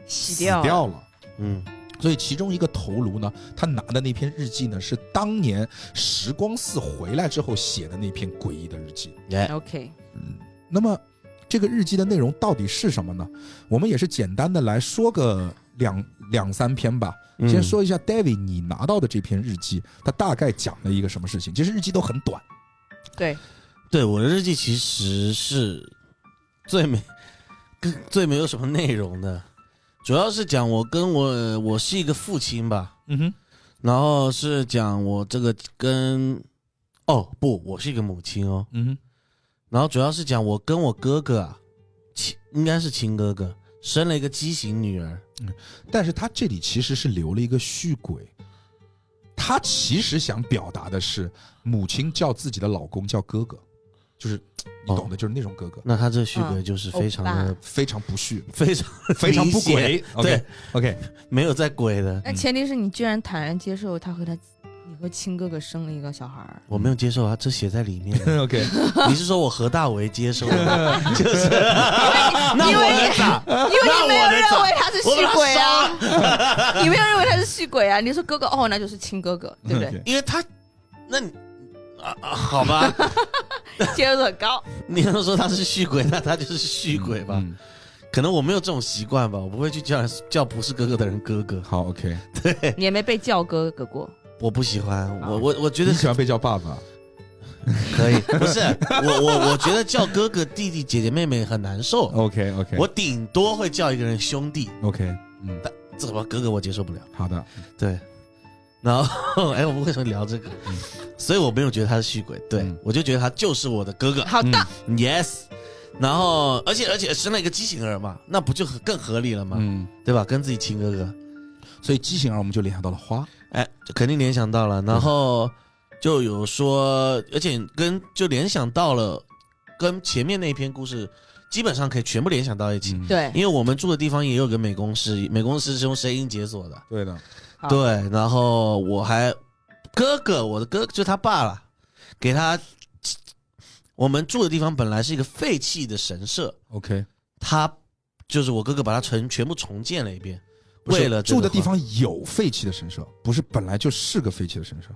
死洗掉掉了。了，嗯，所以其中一个头颅呢，他拿的那篇日记呢，是当年石光寺回来之后写的那篇诡异的日记。哎， OK，那么这个日记的内容到底是什么呢？我们也是简单的来说个两两三篇吧。嗯先说一下 David，你拿到的这篇日记，它大概讲了一个什么事情？其实日记都很短，对，对我的日记其实是最没跟最没有什么内容的，主要是讲我跟我我是一个父亲吧，嗯哼，然后是讲我这个跟哦不，我是一个母亲哦，嗯哼，然后主要是讲我跟我哥哥啊，亲应该是亲哥哥，生了一个畸形女儿。但是他这里其实是留了一个续轨。他其实想表达的是，母亲叫自己的老公叫哥哥，就是你哦懂的，就是那种哥哥，那他这续鬼就是非常的、欧非常不续，非常非常不 理轨解。 OK 对， OK，没有在鬼的。但前提是你居然坦然接受他和他，你和和亲哥哥生了一个小 孩儿，我没有接受啊，这写在里面。 OK， 你是说我何大为接受了，就是那因为我你的咋？因为你没有认为他是我续把鬼他啊， 你没有认为他是续鬼啊，你说哥哥哦，那就是亲哥哥，对不对？因为他，那你啊啊，好吧， 接受度很高。你要说他是续鬼，那他就是续鬼吧。嗯可能我没有这种习惯吧，我不会去叫人叫不是哥哥的人哥哥。好，OK。你也没被叫哥哥 过，我不喜欢，我我我觉啊你得喜欢被叫爸爸？可以，不是我我我觉得叫哥哥、弟弟、姐姐、妹妹很难受。 OK 哦 OK，我顶多会叫一个人兄弟， OK，嗯，这什么哥哥我接受不了。好的，对，然后 哎，我们为什么聊这个？所以我没有觉得他是续鬼，对、嗯我就觉得他就是我的哥哥。好的， Yes，然后而且而且生了一个畸形儿嘛，那不就很更合理了吗？嗯，对吧？跟自己亲哥哥，所以畸形儿我们就联想到了花，哎，这肯定联想到了，然后就有说，而且跟就联想到了，跟前面那篇故事基本上可以全部联想到一起。嗯，对，因为我们住的地方也有个美工师，美工师是用声音解锁的，对的，好对，然后我还哥哥，我的哥就他爸了，给他我们住的地方本来是一个废弃的神社， OK，他就是我哥哥把它全全部重建了一遍，不是为了这住个的地话方有废弃的神社，不是本来就是个废弃的神社，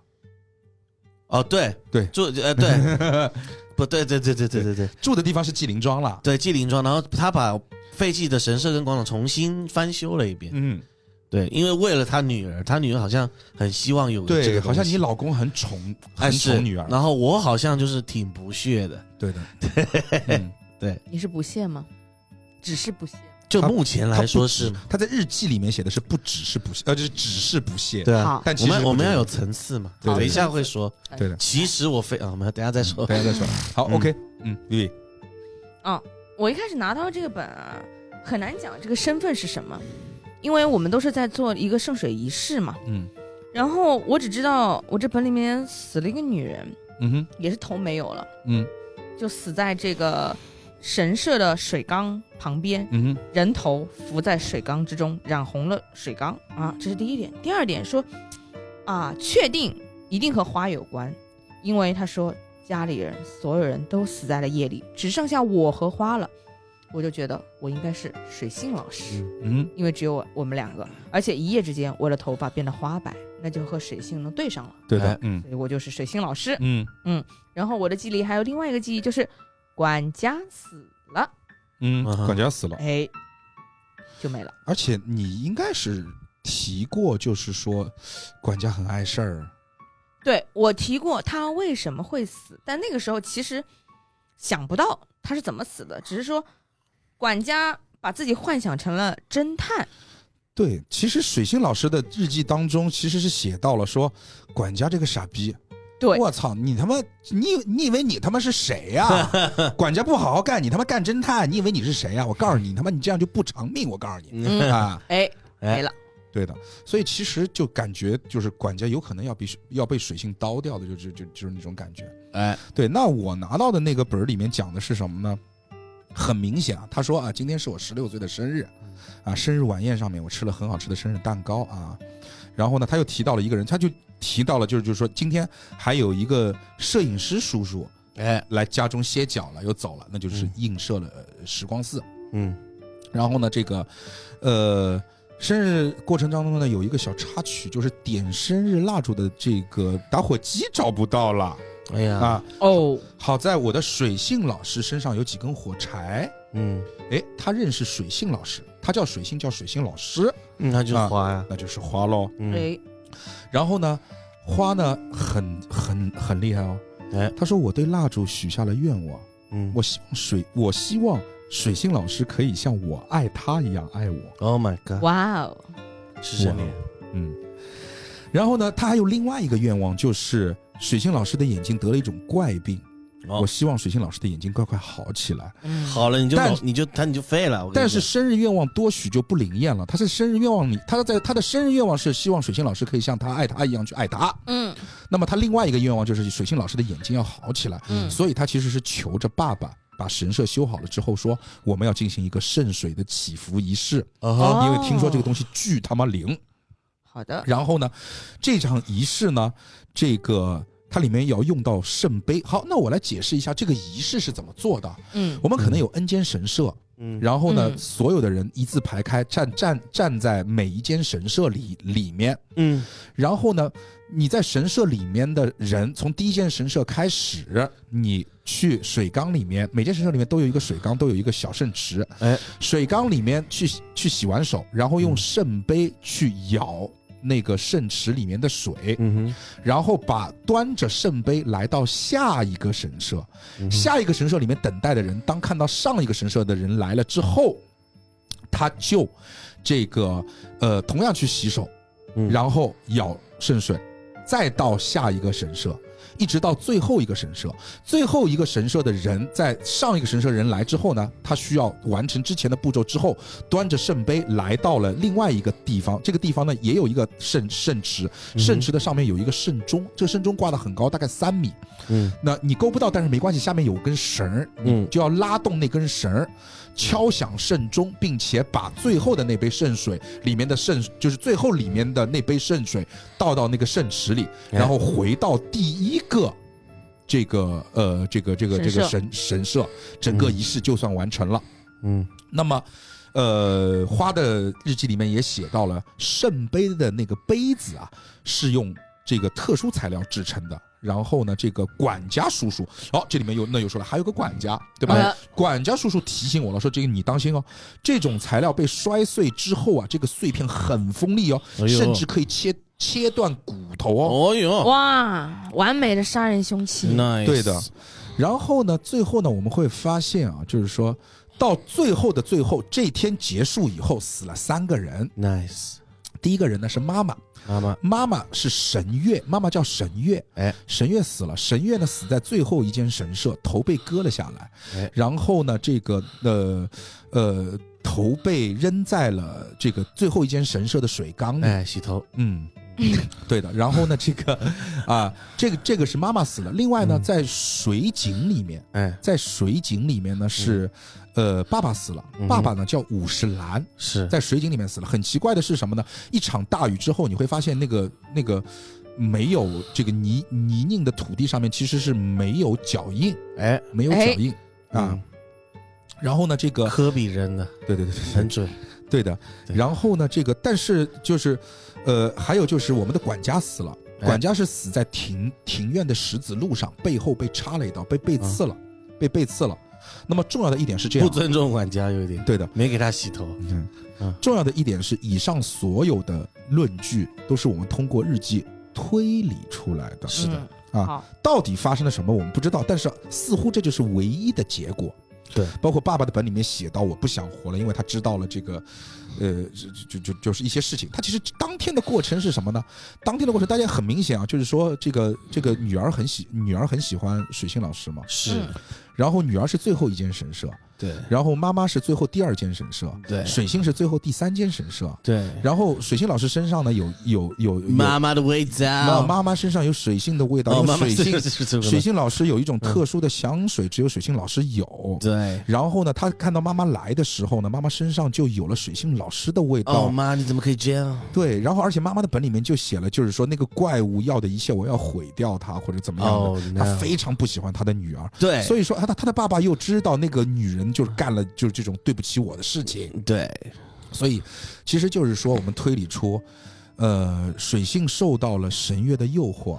哦，对对住呃对， 不对对对对对对对住的地方是纪灵庄啦。对纪灵庄，然后他把废弃的神社跟广场重新翻修了一遍，嗯，对，因为为了他女儿，他女儿好像很希望有这对，个东好像西你老公很宠，哎很是宠女儿，然后我好像就是挺不屑的。对 的，嗯你是不屑吗？只是不屑。就他目前他来不说只是嘛，他在日记里面写的是不只是不屑，呃，就是只是不屑，对啊，好，但其我实们不我们是要有层次嘛。对等一下会说，对的，其实我非啊，我们等一下再说。等一下再说。好嗯，OK，嗯，Vivi，我一开始拿到这个本啊，很难讲这个身份是什么，因为我们都是在做一个圣水仪式嘛。嗯然后我只知道我这本里面死了一个女人，嗯哼，也是头没有了，嗯就死在这个神社的水缸旁边，嗯哼，人头浮在水缸之中，染红了水缸啊，这是第一点。第二点说，啊，确定一定和花有关，因为他说家里人所有人都死在了夜里，只剩下我和花了。我就觉得我应该是水性老师，嗯因为只有我我们两个，而且一夜之间我的头发变得花白，那就和水性能对上了，哼，对的哎，嗯所以我就是水性老师。嗯然后我的记忆里还有另外一个记忆，就是管家死了，嗯，嗯哼管家死了，哎，就没了。而且你应该是提过，就是说管家很碍事儿，对我提过他为什么会死，但那个时候其实想不到他是怎么死的，只是说管家把自己幻想成了侦探。对，其实水星老师的日记当中其实是写到了说，管家这个傻逼，对我操，你他妈，你以你以为你他妈是谁呀、管家不好好干，你他妈干侦探，你以为你是谁呀、我告诉你，你他妈你这样就不偿命，我告诉你嗯，啊，哎，哎没了。对的，所以其实就感觉就是管家有可能要被要被水星刀掉的，就就就就是那种感觉。哎，对，那我拿到的那个本儿里面讲的是什么呢？很明显啊，他说啊，今天是我十六岁的生日，嗯啊，生日晚宴上面我吃了很好吃的生日蛋糕啊，然后呢，他又提到了一个人，他就提到了就是就是说今天还有一个摄影师叔叔哎，来家中歇脚了，又走了，那就是嗯映射了呃时光寺。嗯，然后呢，这个，呃，生日过程当中呢，有一个小插曲，就是点生日蜡烛的这个打火机找不到了哎呀，啊。哦，好在我的水性老师身上有几根火柴，嗯哎，他认识水性老师，他叫水性，叫水性老师，嗯，那啊就是花呀，那就是花喽。嗯，哎，然后呢，花呢很很很厉害哦，哎，他说我对蜡烛许下了愿望，嗯我希望水，我希望水性老师可以像我爱他一样爱我。 ，Oh my God，哇哦，师生恋，嗯，然后呢，他还有另外一个愿望，就是水星老师的眼睛得了一种怪病，哦我希望水星老师的眼睛快快好起来。哦嗯好了，你就但老你就他你就废了，我跟但你是说生日愿望多许就不灵验了，他在生日愿望里，他在他的生日愿望是希望水星老师可以像他爱他一样去爱他。嗯那么他另外一个愿望就是水星老师的眼睛要好起来，嗯所以他其实是求着爸爸。把神社修好了之后，说我们要进行一个圣水的祈福仪式，哦啊哈，因为听说这个东西巨他妈灵，好的，然后呢，这场仪式呢，这个它里面也要用到圣杯。好，那我来解释一下这个仪式是怎么做的。嗯我们可能有 N 间神社，嗯然后呢，嗯所有的人一字排开站站站在每一间神社里里面，嗯然后呢，你在神社里面的人，从第一间神社开始，你去水缸里面，每间神社里面都有一个水缸，都有一个小圣池，哎，水缸里面去去洗完手，然后用圣杯去舀那个圣池里面的水，嗯然后把端着圣杯来到下一个神社，下一个神社里面等待的人，当看到上一个神社的人来了之后，他就这个呃同样去洗手，嗯然后舀圣水，再到下一个神社。一直到最后一个神社，最后一个神社的人在上一个神社人来之后呢，他需要完成之前的步骤之后，端着圣杯来到了另外一个地方。这个地方呢，也有一个圣圣池，圣池的上面有一个圣钟，这个圣钟挂得很高，大概三米。嗯，那你够不到，但是没关系，下面有根绳儿，你嗯就要拉动那根绳儿，敲响圣钟，并且把最后的那杯圣水里面的圣，就是最后里面的那杯圣水倒到那个圣池里，哎然后回到第一个。这个呃，这个这个这神个社神神社，整个仪式就算完成了。嗯那么，呃，花的日记里面也写到了，圣杯的那个杯子啊，是用这个特殊材料制成的。然后呢，这个管家叔叔，哦，这里面又那又说了，还有个管家，对吧？好的管家叔叔提醒我了，说这个你当心哦，这种材料被摔碎之后啊，这个碎片很锋利哦，哎呦甚至可以切切断骨头哦。哦嗯哟，哇，完美的杀人凶器，那对的，然后呢，最后呢，我们会发现啊，就是说到最后的最后，这天结束以后，死了三个人。 ，nice，第一个人呢是妈妈，妈妈，妈妈是神月，妈妈叫神月，哎，神月死了，神月呢死在最后一间神社，头被割了下来，哎然后呢，这个呃呃头被扔在了这个最后一间神社的水缸里，哎，洗头，嗯， 对的。然后呢，这个啊，这个这个是妈妈死了。另外嗯呢，在水井里面，哎，在水井里面呢是，呃，爸爸死了。嗯爸爸呢叫五十岚，是，在水井里面死了。很奇怪的是什么呢？一场大雨之后，你会发现那个那个没有这个泥泥泞的土地上面其实是没有脚印，哎，没有脚印啊嗯。然后呢，这个科比人的对对对对对很准，对的。对然后呢，这个但是就是，呃，还有就是我们的管家死了，哎管家是死在庭庭院的石子路上，背后被插了一刀，被被刺了，被被刺了。那么重要的一点是这不样，尊重管家有一点，对的，没给他洗头，重要的一点是，以上所有的论据都是我们通过日记推理出来的，是的，嗯啊好，到底发生了什么我们不知道，但是似乎这就是唯一的结果。对，包括爸爸的本里面写到我不想活了，因为他知道了这个，呃，就就就就是一些事情。他其实当天的过程是什么呢？当天的过程大家很明显啊，就是说这个这个女儿很喜女儿很喜欢水星老师嘛，是，然后女儿是最后一间神社，对然后妈妈是最后第二间神社，对水星是最后第三间神社，对，然后水星老师身上呢有有有有妈妈的味妈道，妈妈身上有水星的味道，哦，因妈为妈水星是这个水星老师有一种特殊的香水，只有水星老师有。对，然后呢，他看到妈妈来的时候呢，妈妈身上就有了水星老师的味道。哦妈，你怎么可以这样？对，然后而且妈妈的本里面就写了，就是说那个怪物要的一切，我要毁掉它或者怎么样的。哦，哎他 no 非常不喜欢他的女儿，对，所以说啊他的他的爸爸又知道那个女人就是干了就是这种对不起我的事情，对，所以，其实就是说，我们推理出，呃，水性受到了神月的诱惑，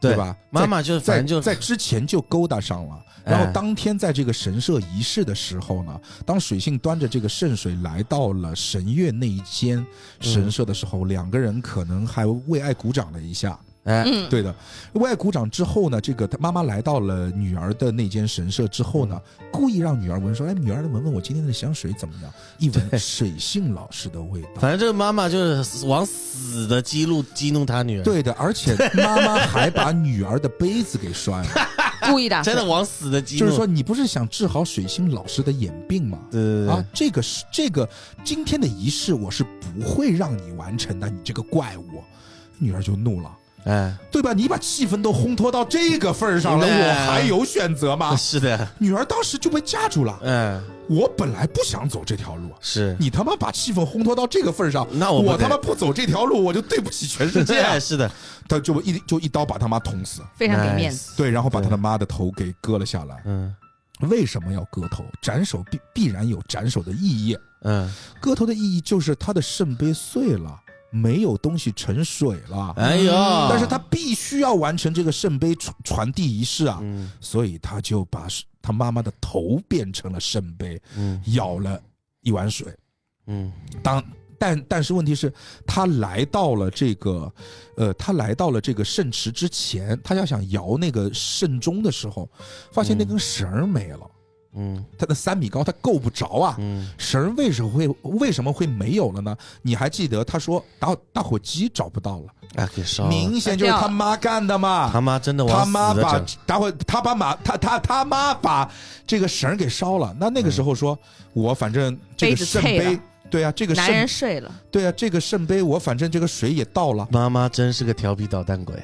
对吧？妈妈就在反正就在在之前就勾搭上了，哎然后当天在这个神社仪式的时候呢，当水性端着这个圣水来到了神月那一间嗯神社的时候，两个人可能还为爱鼓掌了一下。哎，嗯，对的，为爱鼓掌之后呢，这个他妈妈来到了女儿的那间神社之后呢，嗯故意让女儿闻说，哎，女儿闻闻我今天的香水怎么样？一闻水性老师的味道。反正这个妈妈就是往死的激怒激怒她女儿，，对的，而且妈妈还把女儿的杯子给摔了，故意的，真的往死的激怒，就是说你不是想治好水星老师的眼病吗？对对对啊，这个是这个今天的仪式我是不会让你完成的，你这个怪物！女儿就怒了，哎，对吧？你把气氛都烘托到这个份儿上了，嗯我还有啊选择吗？ 是的，女儿当时就被架住了，嗯，我本来不想走这条路，啊是，你他妈把气氛烘托到这个份儿上，那我嗯不我得他妈不走这条路，我就对不起全世界啊哎， 是的，他就一就一刀把他妈捅死，非常给 Nice 面子。对，然后把他的妈的头给割了下来。嗯为什么要割头？斩首必必然有斩首的意义，嗯，割头的意义就是他的圣杯碎了，没有东西沉水了。哎呦，嗯但是他必须要完成这个圣杯传传递仪式啊，嗯所以他就把是他妈妈的头变成了圣杯，嗯舀了一碗水。嗯当但但是问题是，他来到了这个，呃，他来到了这个圣池之前，他要想摇那个圣钟的时候，发现那根绳儿没了，嗯他的三米高他够不着啊。嗯绳儿为什么会为什么会没有了呢？你还记得他说打打火机找不到了，啊，给烧了，明显就是他妈干的嘛。他妈真的啊他往妈死的把整，待会他把马他他他妈把这个绳儿给烧了。那那个时候说，我反正这个杯子圣碎杯了，对啊，这个男人圣睡了，对啊，这个圣杯，我反正这个水也倒了，妈妈真是个调皮捣蛋鬼，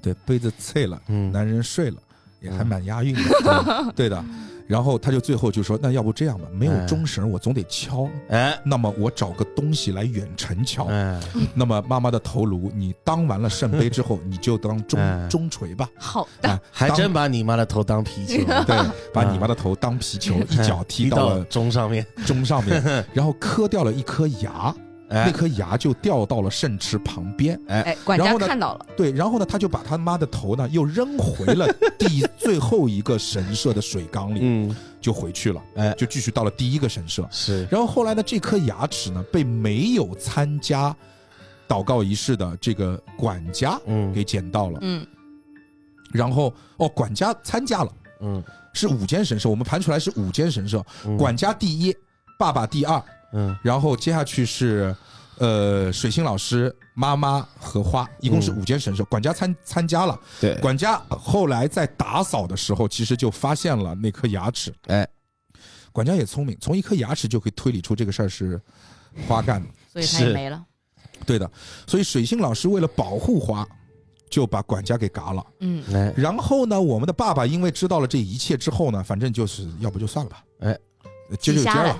对，杯子碎了，嗯男人睡了，也还嗯蛮押韵的，对的。然后他就最后就说，那要不这样吧，没有哎钟绳儿，我总得敲。哎那么我找个东西来远程敲。哎，那么妈妈的头颅，你当完了圣杯之后，你就当哎钟钟锤吧。好啊，还当真把你妈的头当皮球， 对，把你妈的头当皮球，嗯一脚踢哎到到了钟上面，钟上面，然后磕掉了一颗牙，那哎颗牙就掉到了圣池旁边。哎，管然家后呢看到了，对，然后呢，他就把他妈的头呢又扔回 了第最后一个神社的水缸里，嗯就回去了，哎就继续到了第一个神社。是然后后来呢，这颗牙齿呢被没有参加祷告仪式的这个管家嗯给捡到了，嗯，然后哦，管家参加了。嗯是五间神社，我们盘出来是五间神社，嗯管家第一，爸爸第二，嗯然后接下去是，呃，水星老师、妈妈和花，一共是嗯五间神社，管家参参加了，对管家后来在打扫的时候，其实就发现了那颗牙齿，哎，管家也聪明，从一颗牙齿就可以推理出这个事儿是花干的，所以他也是没了。对的，所以水星老师为了保护花，就把管家给嘎了，嗯，哎然后呢，我们的爸爸因为知道了这一切之后呢，反正就是要不就算了吧，哎呃，接着就接着瞎了了，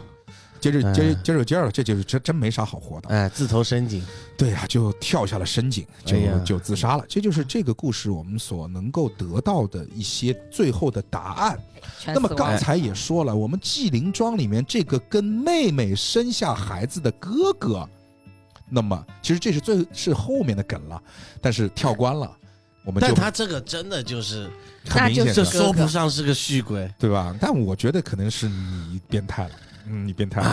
接着接着哎接着就接着了，这就是真真没啥好活的。哎自投深井，对呀、就跳下了深井，就、哎呀就自杀了。这就是这个故事我们所能够得到的一些最后的答案。全哎那么死光刚才也说了，我们纪灵庄里面这个跟妹妹生下孩子的哥哥，那么其实这是最是后面的梗了，但是跳关了，我们就但他这个真的就是，很明显那的就这是说不上是个续鬼，对吧？但我觉得可能是你变态了。嗯，你变态了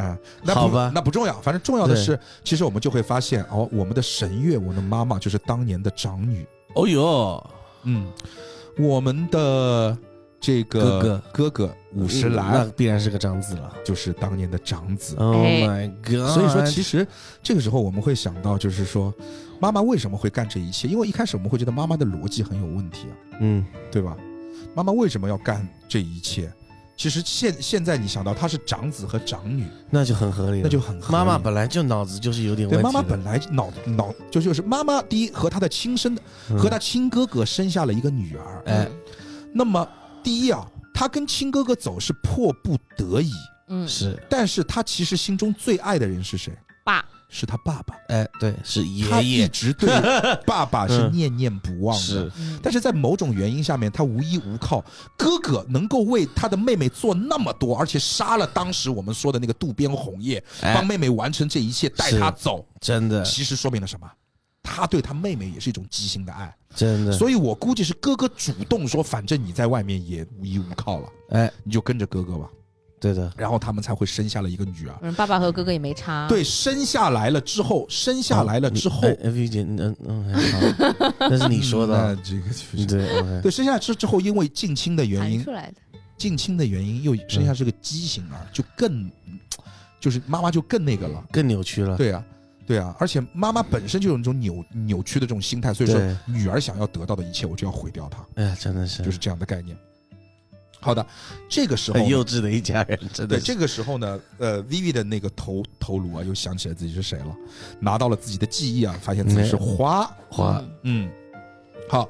啊、 那不好吧那不重要，反正重要的对是，其实我们就会发现，哦，我们的神月，我们的妈妈就是当年的长女，哦哟，嗯，我们的这个哥哥哥哥五十嗯那岚必然是个长子了就是当年的长子， ，Oh 哎 my god，所以说其实这个时候我们会想到，就是说妈妈为什么会干这一切？因为一开始我们会觉得妈妈的逻辑很有问题啊，嗯对吧？妈妈为什么要干这一切？其实现现在你想到她是长子和长女，那就很合理了，那就很合理啊妈妈本来就脑子就是有点问对题的，妈妈本来脑脑就就是妈妈第一和她的亲生的嗯和她亲哥哥生下了一个女儿，嗯哎那么第一啊，她跟亲哥哥走是迫不得已，嗯，是但是她其实心中最爱的人是谁？爸，是她爸爸。哎对是她爷一爷直对爸爸是嗯念念不忘的。是但是在某种原因下面，他无依无靠。哥哥能够为他的妹妹做那么多，而且杀了当时我们说的那个渡边红叶，哎帮妹妹完成这一切，带是她走，真的其实说明了什么？他对他妹妹也是一种畸形的爱，真的，所以我估计是哥哥主动说，反正你在外面也无依无靠了，哎你就跟着哥哥吧。对的，然后他们才会生下了一个女啊儿。嗯，爸爸和哥哥也没差。，对，生下来了之后，生下来了之后，哎哎 V 姐，嗯嗯，好， 那是你说那的，啊这个确实对，OK，对，生下来之之后，因为近亲的原弹因出，来的，近亲的原因又生下是个畸形嗯儿，就更，就是妈妈就更那个了。更扭曲了，对啊，对啊，而且妈妈本身就有一种扭扭曲的这种心态，所以说对女儿想要得到的一切，我就要毁掉它，哎呀，真的是，就是这样的概念。好的，这个时候很呢幼稚的一家人，真的对，是。这个时候呢，呃，Vivi 的那个头头颅啊，又想起来自己是谁了，拿到了自己的记忆啊，发现自己是花花，嗯，好，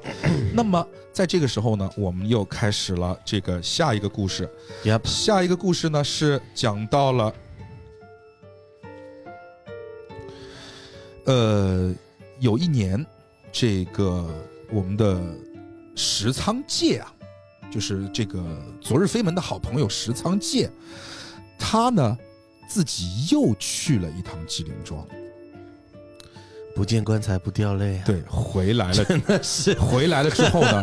那么在这个时候呢，我们又开始了这个下一个故事， Yep 下一个故事呢是讲到了，呃，有一年，这个我们的石仓介啊，就是这个昨日飞门的好朋友石仓介，他呢自己又去了一趟吉林庄，不见棺材不掉泪啊，对，回来 了那是回来了之后 呢，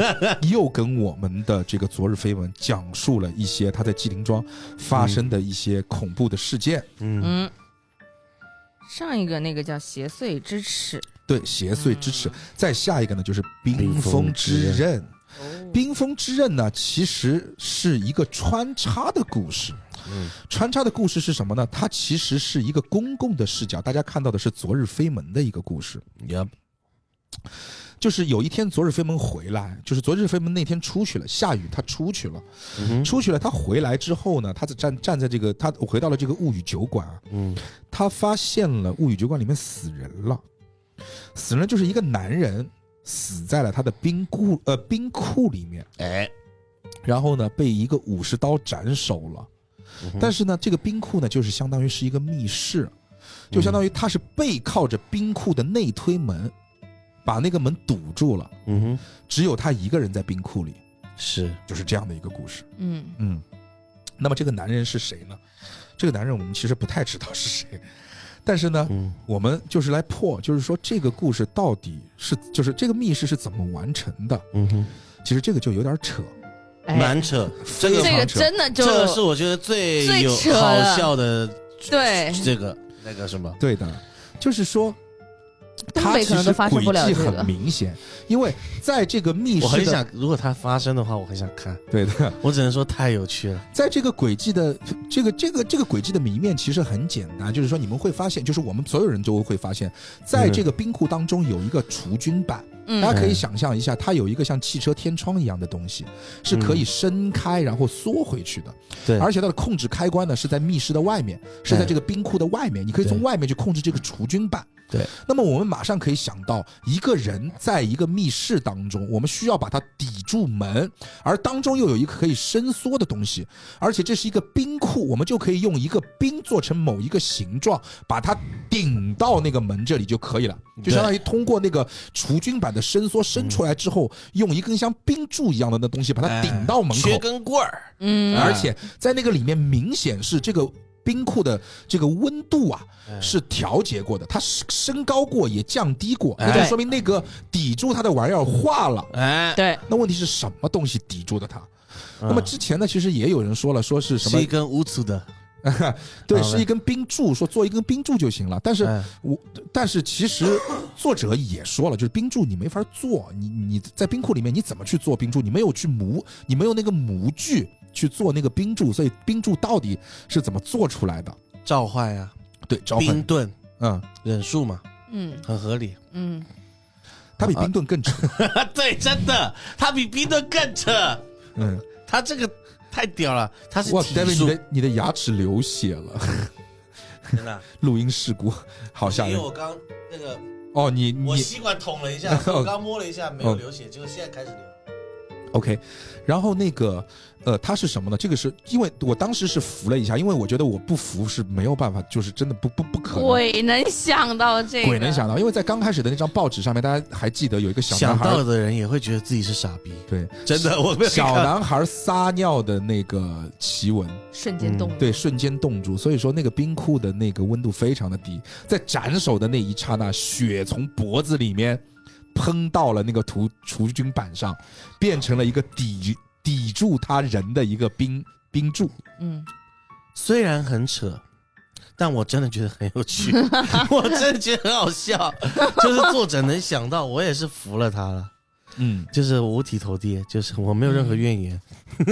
又跟我们的这个昨日绯闻讲述了一些他在纪灵庄发生的一些恐怖的事件，嗯，嗯，上一个那个叫邪祟之耻，对邪祟之耻。再下一个呢，就是冰嗯冰封封之之刃。嗯冰封之刃呢，其实是一个穿插的故事。嗯穿插的故事是什么呢？它其实是一个公共的视角，大家看到的是昨日飞门的一个故事。 Yep 就是有一天昨日飞门回来，就是昨日飞门那天出去了，下雨他出去了，嗯哼出去了，他回来之后呢，他站站在这个他回到了这个物语酒馆啊，嗯他发现了物语酒馆里面死人了，死人就是一个男人死在了他的冰库呃冰库里面，哎，然后呢被一个武士刀斩首了，嗯但是呢这个冰库呢就是相当于是一个密室，就相当于他是背靠着冰库的内推门，把那个门堵住了，嗯只有他一个人在冰库里，哼，是就是这样的一个故事。嗯，嗯，那么这个男人是谁呢？这个男人我们其实不太知道是谁，但是呢，嗯我们就是来破，就是说这个故事到底是，就是这个密室是怎么完成的？嗯哼，其实这个就有点扯，哎，蛮扯，非这个这个常扯。真的就这个是我觉得最最有扯好了笑的，对这个那个什么，对的，就是说，东他北其可能实都发生轨不了迹这个很明显，因为在这个密我很室的想，如果它发生的话，我很想看，对的，我只能说太有趣了，在这个轨迹的这个这个这个轨迹的谜面其实很简单，就是说你们会发现，就是我们所有人都会发现，在嗯这个冰库当中有一个除菌板，嗯大家可以想象一下，它有一个像汽车天窗一样的东西，是可以伸开然后缩回去的，对而且它的控制开关呢是在密室的外面，是在这个冰库的外面，你可以从对外面去控制这个除菌板。对，那么我们马上可以想到，一个人在一个密室当中，我们需要把它抵住门，而当中又有一个可以伸缩的东西，而且这是一个冰库，我们就可以用一个冰做成某一个形状，把它顶到那个门这里就可以了，就相当于通过那个除菌板的伸缩伸出来之后，用一根像冰柱一样的那东西把它顶到门口缺，哎根哎棍儿，嗯，而且在那个里面明显是这个。冰库的这个温度啊，是调节过的，它是升高过也降低过，那就哎说明那个抵住它的玩意儿化了。哎，对，那问题是什么东西抵住的它？那么之前呢，其实也有人说了，说是什嗯是一么？根无粗的， 对，啊是一根冰柱，说做一根冰柱就行了。但是哎我，但是其 实作者也说了，就是冰柱你没法做，你你在冰库里面你怎么去做冰柱？你没有去模，你没有那个模具去做那个冰柱，所以冰柱到底是怎么做出来的？召唤啊，对，召冰唤，盾嗯，忍术嘛，嗯很合理，嗯，它比冰盾更扯，啊，对，真的，它比冰盾更扯，嗯，它这个太屌了，它是哇体，David，你术，的你的牙齿流血了，真的，录音事故，好吓因为人我刚那个哦，你我你哦吸管捅了 一下，我刚摸了一下没有流血，结果现在开始流。 OK，然后那个呃，它是什么呢？这个是因为我当时是服了一下，因为我觉得我不服是没有办法，就是真的不不不可能。鬼能想到这个，鬼能想到，因为在刚开始的那张报纸上面，大家还记得有一个小男想到孩，的人也会觉得自己是傻逼，对，真的，我没有小看男孩撒尿的那个奇闻，瞬间动，对，瞬间冻住。所以说那个冰库的那个温度非常的低，在斩首的那一刹那，血从脖子里面喷到了那个除除菌板上，变成了一个抵抵住他人的一个冰冰柱。嗯，虽然很扯，但我真的觉得很有趣， 我真的觉得很好笑。就是作者能想到，我也是服了他了，嗯，就是五体投地，就是我没有任何怨言。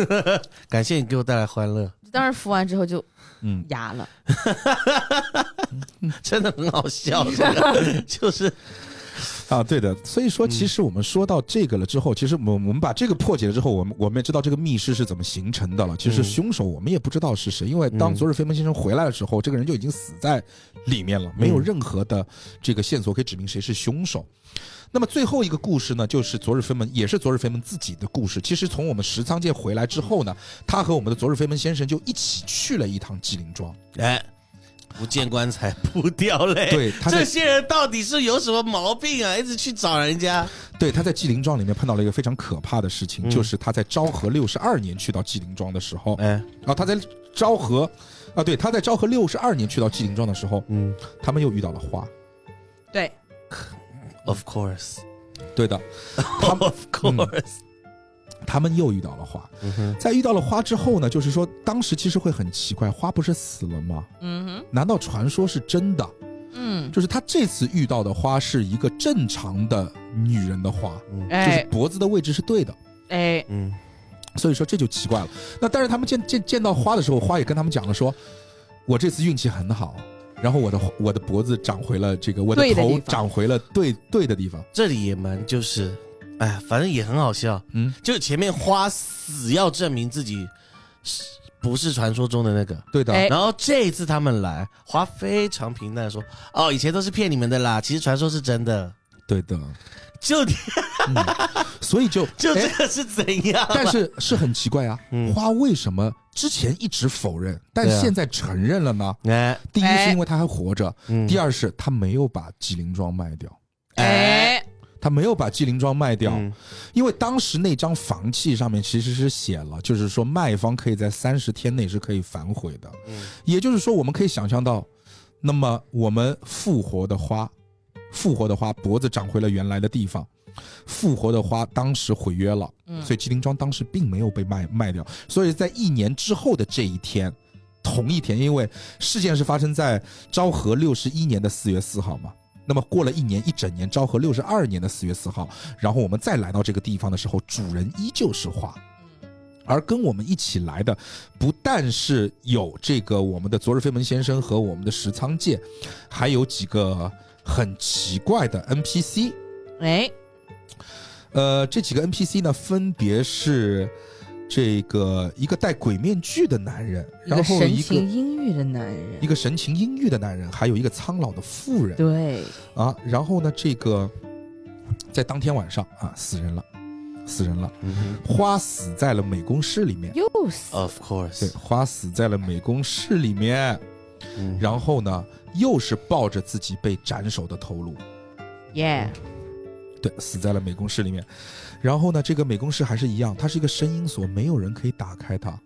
感谢你给我带来欢乐，当时服完之后就嗯哑了， 真的很好笑，这个就是啊，对的。所以说，嗯其实我们说到这个了之后，其实我们我们把这个破解了之后，我们我们也知道这个密室是怎么形成的了。其实嗯凶手我们也不知道是谁，因为当嗯昨日飞门先生回来的时候，这个人就已经死在里面了，没有嗯任何的这个线索可以指明谁是凶手。那么最后一个故事呢，就是昨日飞门，也是昨日飞门自己的故事。其实从我们石仓界回来之后呢，他和我们的昨日飞门先生就一起去了一趟纪灵庄。哎，不见棺材不掉泪。对，他这在些人到底是有什么毛病啊？一直去找人家，对，他在纪灵庄里面碰到了一个非常可怕的事情，嗯就是他在昭和六十二年去到纪灵庄的时候，哎，啊，他在昭和，啊，对，他在昭和六十二年去到纪灵庄的时候，嗯他们又遇到了花。对， ，Of course，对的，他们 Of course，他们又遇到了花。嗯哼，在遇到了花之后呢，就是说当时其实会很奇怪，花不是死了吗？嗯难道传说是真的？哼，嗯，就是他这次遇到的花是一个正常的女人的花，就是哎脖子的位置是对的。哎，嗯，所以说这就奇怪了。那但是他们见见见到花的时候，花也跟他们讲了说，我这次运气很好，然后我的我的脖子长回了这个，我的对的地头方长回了对对的地方。这里也蛮就是，哎呀，反正也很好笑。嗯，就前面花死要证明自己是不是传说中的那个，对的，哎然后这一次他们来，花非常平淡地说：“哦，以前都是骗你们的啦，其实传说是真的。对的。”嗯就 所以就就这哎个是怎样？但是是很奇怪啊，嗯花为什么之前一直否认，但对啊现在承认了呢？哎，第一是哎因为他还活着，嗯第二是他没有把纪灵庄卖掉，哎，他没有把纪灵庄卖掉，嗯因为当时那张房契上面其实是写了，就是说卖方可以在三十天内是可以反悔的，嗯也就是说我们可以想象到，那么我们复活的花，复活的花脖子长回了原来的地方，复活的花当时毁约了，嗯所以麒麟庄当时并没有被卖卖掉，所以在一年之后的这一天。同一天，因为事件是发生在昭和六十一年的四月四号嘛，那么过了一年一整年，昭和六十二年的四月四号，然后我们再来到这个地方的时候，主人依旧是花。而跟我们一起来的，不但是有这个我们的昨日飞门先生和我们的石仓介，还有几个很奇怪的 NPC。哎，呃，这几个 NPC 呢，分别是这个一个戴鬼面具的男人，一个然后神一情个阴郁的男人一，个神情阴郁的男人，还有一个苍老的妇人。对，啊，然后呢，这个在当天晚上啊，死人了，死人了，嗯花死在了美工室里面。又哦死， ，Of 对， course，花死在了美工室里面，嗯然后呢，又是抱着自己被斩首的头颅，耶，对，死在了美工室里面。然后呢，这个美工室还是一样，它是一个声音锁，没有人可以打开它。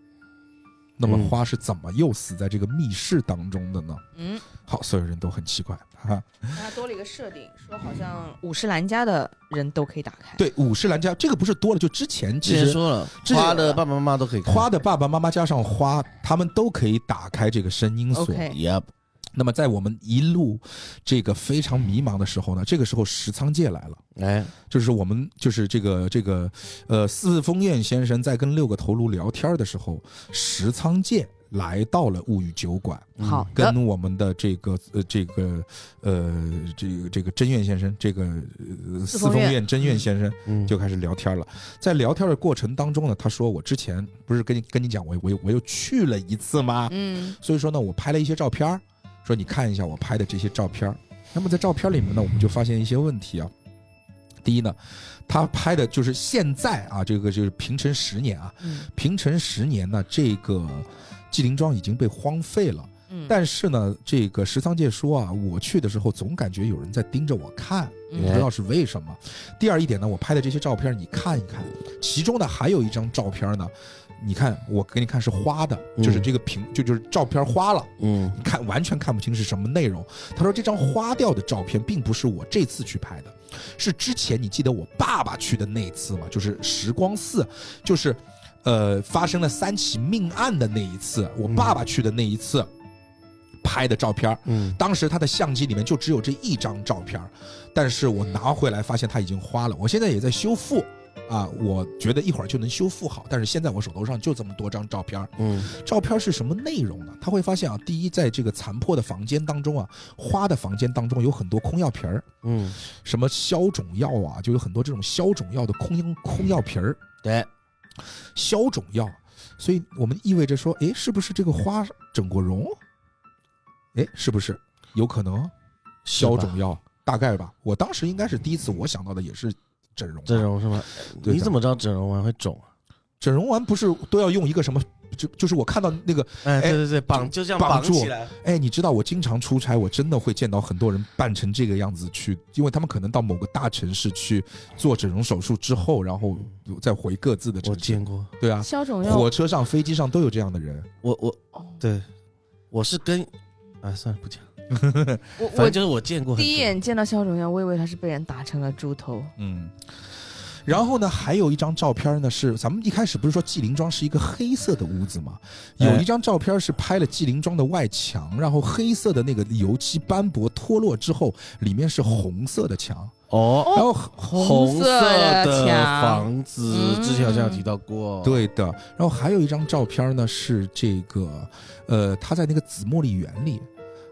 那么嗯花是怎么又死在这个密室当中的呢？嗯，好，所有人都很奇怪啊。他多了一个设定，说好像五十兰家的人都可以打开，对，五十兰家这个不是多了，就之前其之前实说了，这花的爸爸妈妈都可以看花的爸爸妈妈加上花，他们都可以打开这个声音锁。 OK ，Yep，那么在我们一路这个非常迷茫的时候呢，这个时候石仓介来了，哎，就是我们就是这个这个呃四风院先生在跟六个头颅聊天的时候，石仓介来到了物语酒馆，好的，嗯跟我们的这个呃这个呃这个这个真院先生，这个呃四风风院院真院先生嗯就开始聊天了。在聊天的过程当中呢，他说我之前不是跟你跟你讲我我我又去了一次吗？嗯，所以说呢，我拍了一些照片儿，说你看一下我拍的这些照片儿。那么在照片里面呢，我们就发现一些问题啊。第一呢，他拍的就是现在啊，这个就是平成十年啊，嗯平成十年呢，这个纪灵庄已经被荒废了。嗯，但是呢，这个石仓介说啊，我去的时候总感觉有人在盯着我看，也不知道是为什么。第二一点呢，我拍的这些照片你看一看，其中呢还有一张照片呢，你看我给你看是花的，嗯就是这个屏就就是照片花了，嗯你看完全看不清是什么内容。他说这张花掉的照片并不是我这次去拍的，是之前你记得我爸爸去的那一次吗？就是时光寺，就是呃发生了三起命案的那一次，我爸爸去的那一次拍的照片儿。嗯，当时他的相机里面就只有这一张照片儿，但是我拿回来发现他已经花了，我现在也在修复。啊，我觉得一会儿就能修复好，但是现在我手头上就这么多张照片儿，嗯照片是什么内容呢？他会发现啊，第一，在这个残破的房间当中啊，花的房间当中有很多空药瓶儿，嗯，什么消肿药啊，就有很多这种消肿药的空空药瓶儿，对，消肿药，所以我们意味着说，诶，是不是这个花整过容？诶，是不是有可能是吧消肿药？大概吧，我当时应该是第一次，我想到的也是整容吧。啊整容是吗？对你怎么知道整容完会肿啊？整容完不是都要用一个什么？就就是我看到那个，哎，哎对对对，绑就这样绑绑住起来，哎，你知道我经常出差，我真的会见到很多人扮成这个样子去，因为他们可能到某个大城市去做整容手术之后，然后再回各自的我城市。见过，对啊，消肿药火车上、飞机上都有这样的人。我我哦对，我是跟啊，算了不讲，我反我正就是我见过很多第一眼见到消肿药，我以为他是被人打成了猪头。嗯。然后呢，还有一张照片呢，是咱们一开始不是说纪灵庄是一个黑色的屋子吗？有哎一张照片是拍了纪灵庄的外墙，然后黑色的那个油漆斑驳脱落之后，里面是红色的墙，哦，然后红色嗯色的墙房子，之前好像有提到过，，对的，然后还有一张照片呢，是这个，呃，他在那个紫茉莉园里，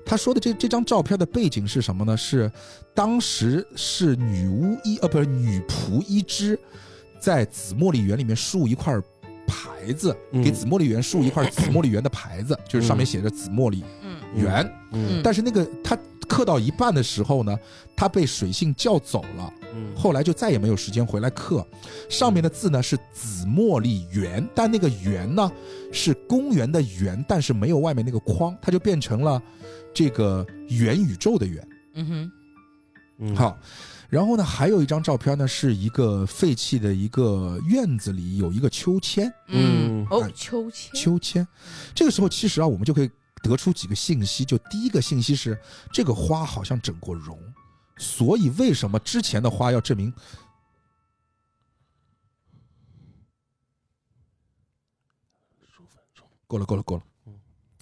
他说的这这张照片的背景是什么呢？是当时是女巫一呃，不是女仆一只，在紫茉莉园里面竖一块牌子，嗯给紫茉莉园竖一块紫茉莉园的牌子，就是上面写着紫茉莉嗯园。嗯但是那个他刻到一半的时候呢，他被水性叫走了。嗯后来就再也没有时间回来刻。上面的字呢是紫茉莉园，但那个园呢是公园的园，但是没有外面那个框，它就变成了这个元宇宙的元。嗯哼，嗯，好，然后呢还有一张照片呢是一个废弃的一个院子里有一个秋千，嗯哦，秋千，秋千。这个时候其实啊，我们就可以得出几个信息。就第一个信息是，这个花好像整过容，所以为什么之前的花要证明？够了，够了，够了。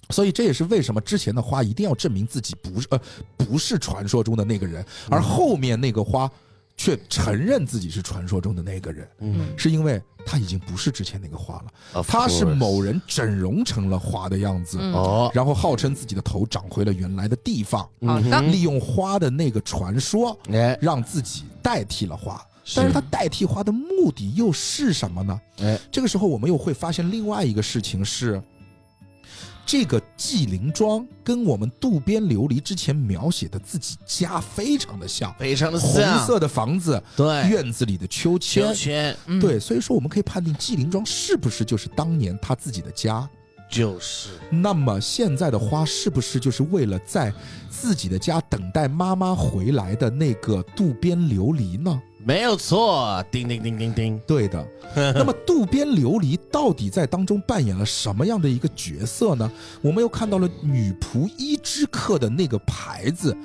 所以这也是为什么之前的花一定要证明自己不是呃不是传说中的那个人，而后面那个花却承认自己是传说中的那个人，嗯，是因为他已经不是之前那个花了。他是某人整容成了花的样子，嗯哦，然后号称自己的头长回了原来的地方，好嗯的哼利用花的那个传说哎让自己代替了花。但是他代替花的目的又是什么呢？哎，这个时候我们又会发现另外一个事情是，这个纪灵庄跟我们渡边琉璃之前描写的自己家非常的像，非常的像红色的房子，对院子里的秋千啊哎秋，千嗯对，所以说我们可以判定纪灵庄是不是就是当年他自己的家。就是那么现在的花是不是就是为了在自己的家等待妈妈回来的那个渡边琉璃呢？没有错，叮叮叮叮叮，对 的。那么渡边琉璃到底在当中扮演了什么样的一个角色呢？我们又看到了女仆一之刻的那个牌子。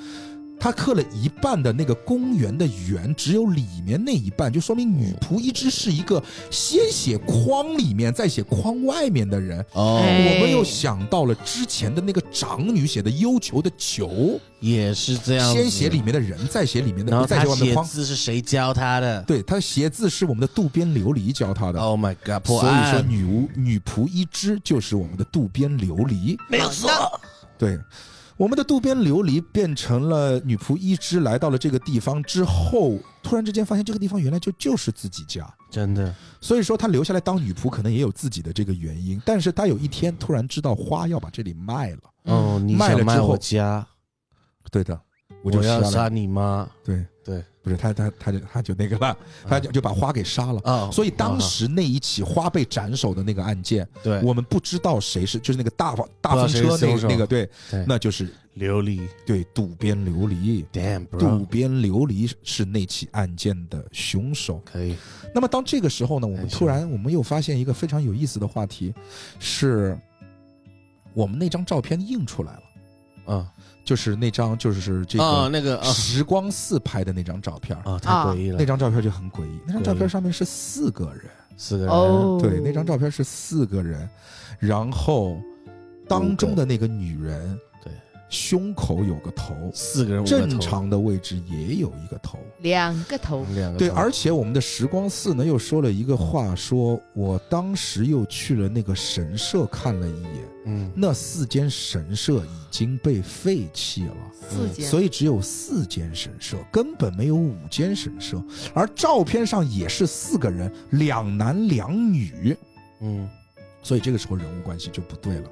她刻了一半的那个公园的园，只有里面那一半，就说明女仆一之是一个先写框里面，再写框外面的人。哦，哎我们又想到了之前的那个长女写的忧愁的求，也是这样子，先写里面的人，再写里面然的，后再他写外面的写框。字是谁教他的对，他写字是我们的渡边琉璃教他的， ？Oh my god，破所以说案，女巫女仆一只就是我们的渡边琉璃。没有错，对，我们的渡边琉璃变成了女仆一只，来到了这个地方之后，突然之间发现这个地方原来就就是自己家。真的，所以说她留下来当女仆可能也有自己的这个原因，但是她有一天突然知道花要把这里卖了，嗯哦，你嗯卖了想卖之后我家，对的，我我就杀要了杀你妈，对对，不是他他他就他就那个了，他就就把花给杀了。哦，所以当时那一起花被斩首的那个案件，哦对我们不知道谁是，就是那个大房大不知道风谁是车那凶手个那个，对，对那就是琉璃对渡边琉璃， ，damn bro，渡边琉璃是那起案件的凶手。可以，那么当这个时候呢，我们哎是突然我们又发现一个非常有意思的话题，是我们那张照片印出来了，嗯啊就是那张就是这啊，个那个啊时光寺拍的那张照片。啊，太啊诡异了那，张照片就很诡异，那张照片上面是四个人，四个人，哦，对，那张照片是四个人，然后当中的那个女人，对，胸口有个头，四个人五个头正常的位置也有一个头。两个头，两个对，头而且我们的时光寺呢又说了一个话说，我当时又去了那个神社看了一眼，嗯那四间神社已经被废弃了。四间，嗯所以只有四间神社，根本没有五间神社。而照片上也是四个人，两男两女，嗯，所以这个时候人物关系就不对了。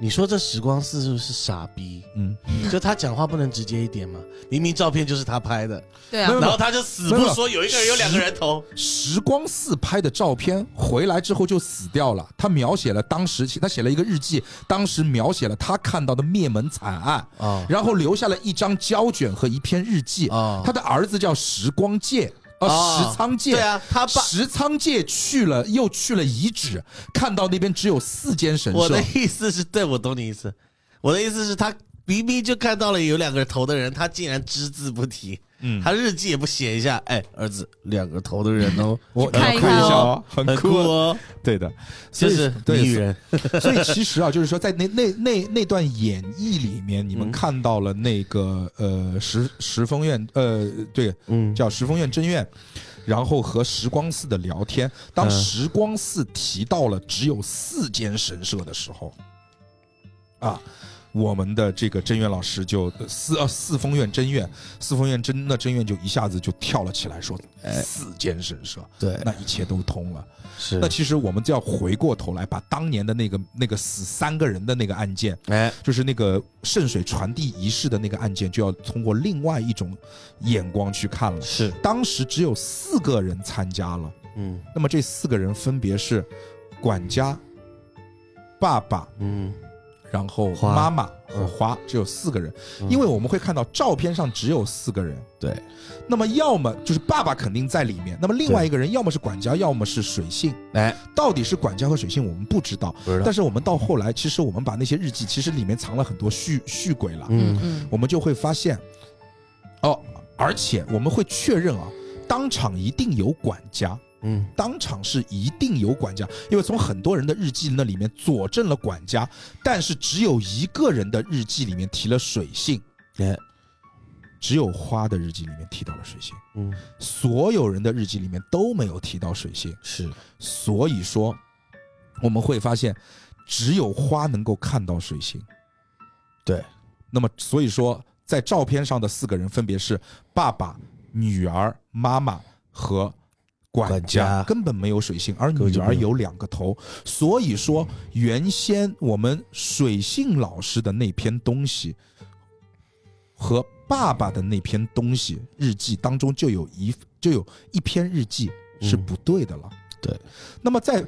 你说这时光寺是不是傻逼？嗯，就他讲话不能直接一点吗？明明照片就是他拍的，对没啊有，然后他就死不说有一个人有两个人头，时光寺拍的照片回来之后就死掉了。他描写了当时，他写了一个日记，当时描写了他看到的灭门惨案，啊然后留下了一张胶卷和一篇日记。啊他的儿子叫时光介，呃，啊石仓介。对啊，他爸，石仓介去了，又去了遗址，看到那边只有四间神我社的，意思是对，我懂你意思，我的意思是他明明就看到了有两个头的人，他竟然只字不提，嗯他日记也不写一下，哎，儿子，两个头的人哦， 我看一看哦，很很酷哦，对的，所就以是对女人，所以其实啊，就是说在那那那那段演绎里面，你们嗯看到了那个呃石石峰院呃对嗯叫石峰院真院，然后和时光寺的聊天。当嗯时光寺提到了只有四间神社的时候，啊。我们的这个真院老师就呃四呃四峰院真院四峰院真那真院就一下子就跳了起来说哎四间神社，对，那一切都通了。是那其实我们就要回过头来，把当年的那个那个死三个人的那个案件，哎，就是那个圣水传递仪式的那个案件，就要通过另外一种眼光去看了。是，当时只有四个人参加了，嗯那么这四个人分别是管家、爸爸，嗯然后花妈妈和花，只有四个人。嗯因为我们会看到照片上只有四个人，对。那么要么就是爸爸肯定在里面，那么另外一个人要么是管家，要么是水性。哎，到底是管家和水性我们不知道，知道但是我们到后来，其实我们把那些日记，其实里面藏了很多续续鬼了，嗯嗯，我们就会发现，哦，而且我们会确认啊，当场一定有管家。嗯当场是一定有管家，因为从很多人的日记那里面佐证了管家，但是只有一个人的日记里面提了水性，哎只有花的日记里面提到了水性，嗯所有人的日记里面都没有提到水性，是，所以说我们会发现，只有花能够看到水星。对，那么所以说，在照片上的四个人分别是爸爸、女儿、妈妈和。管管家根本没有水星，而根本女就没儿有嗯有两个头，所以说原先我们水性老师的那篇东西和爸爸的那篇东西日记当中就有一就有一篇日记是嗯不对的了。对，那么在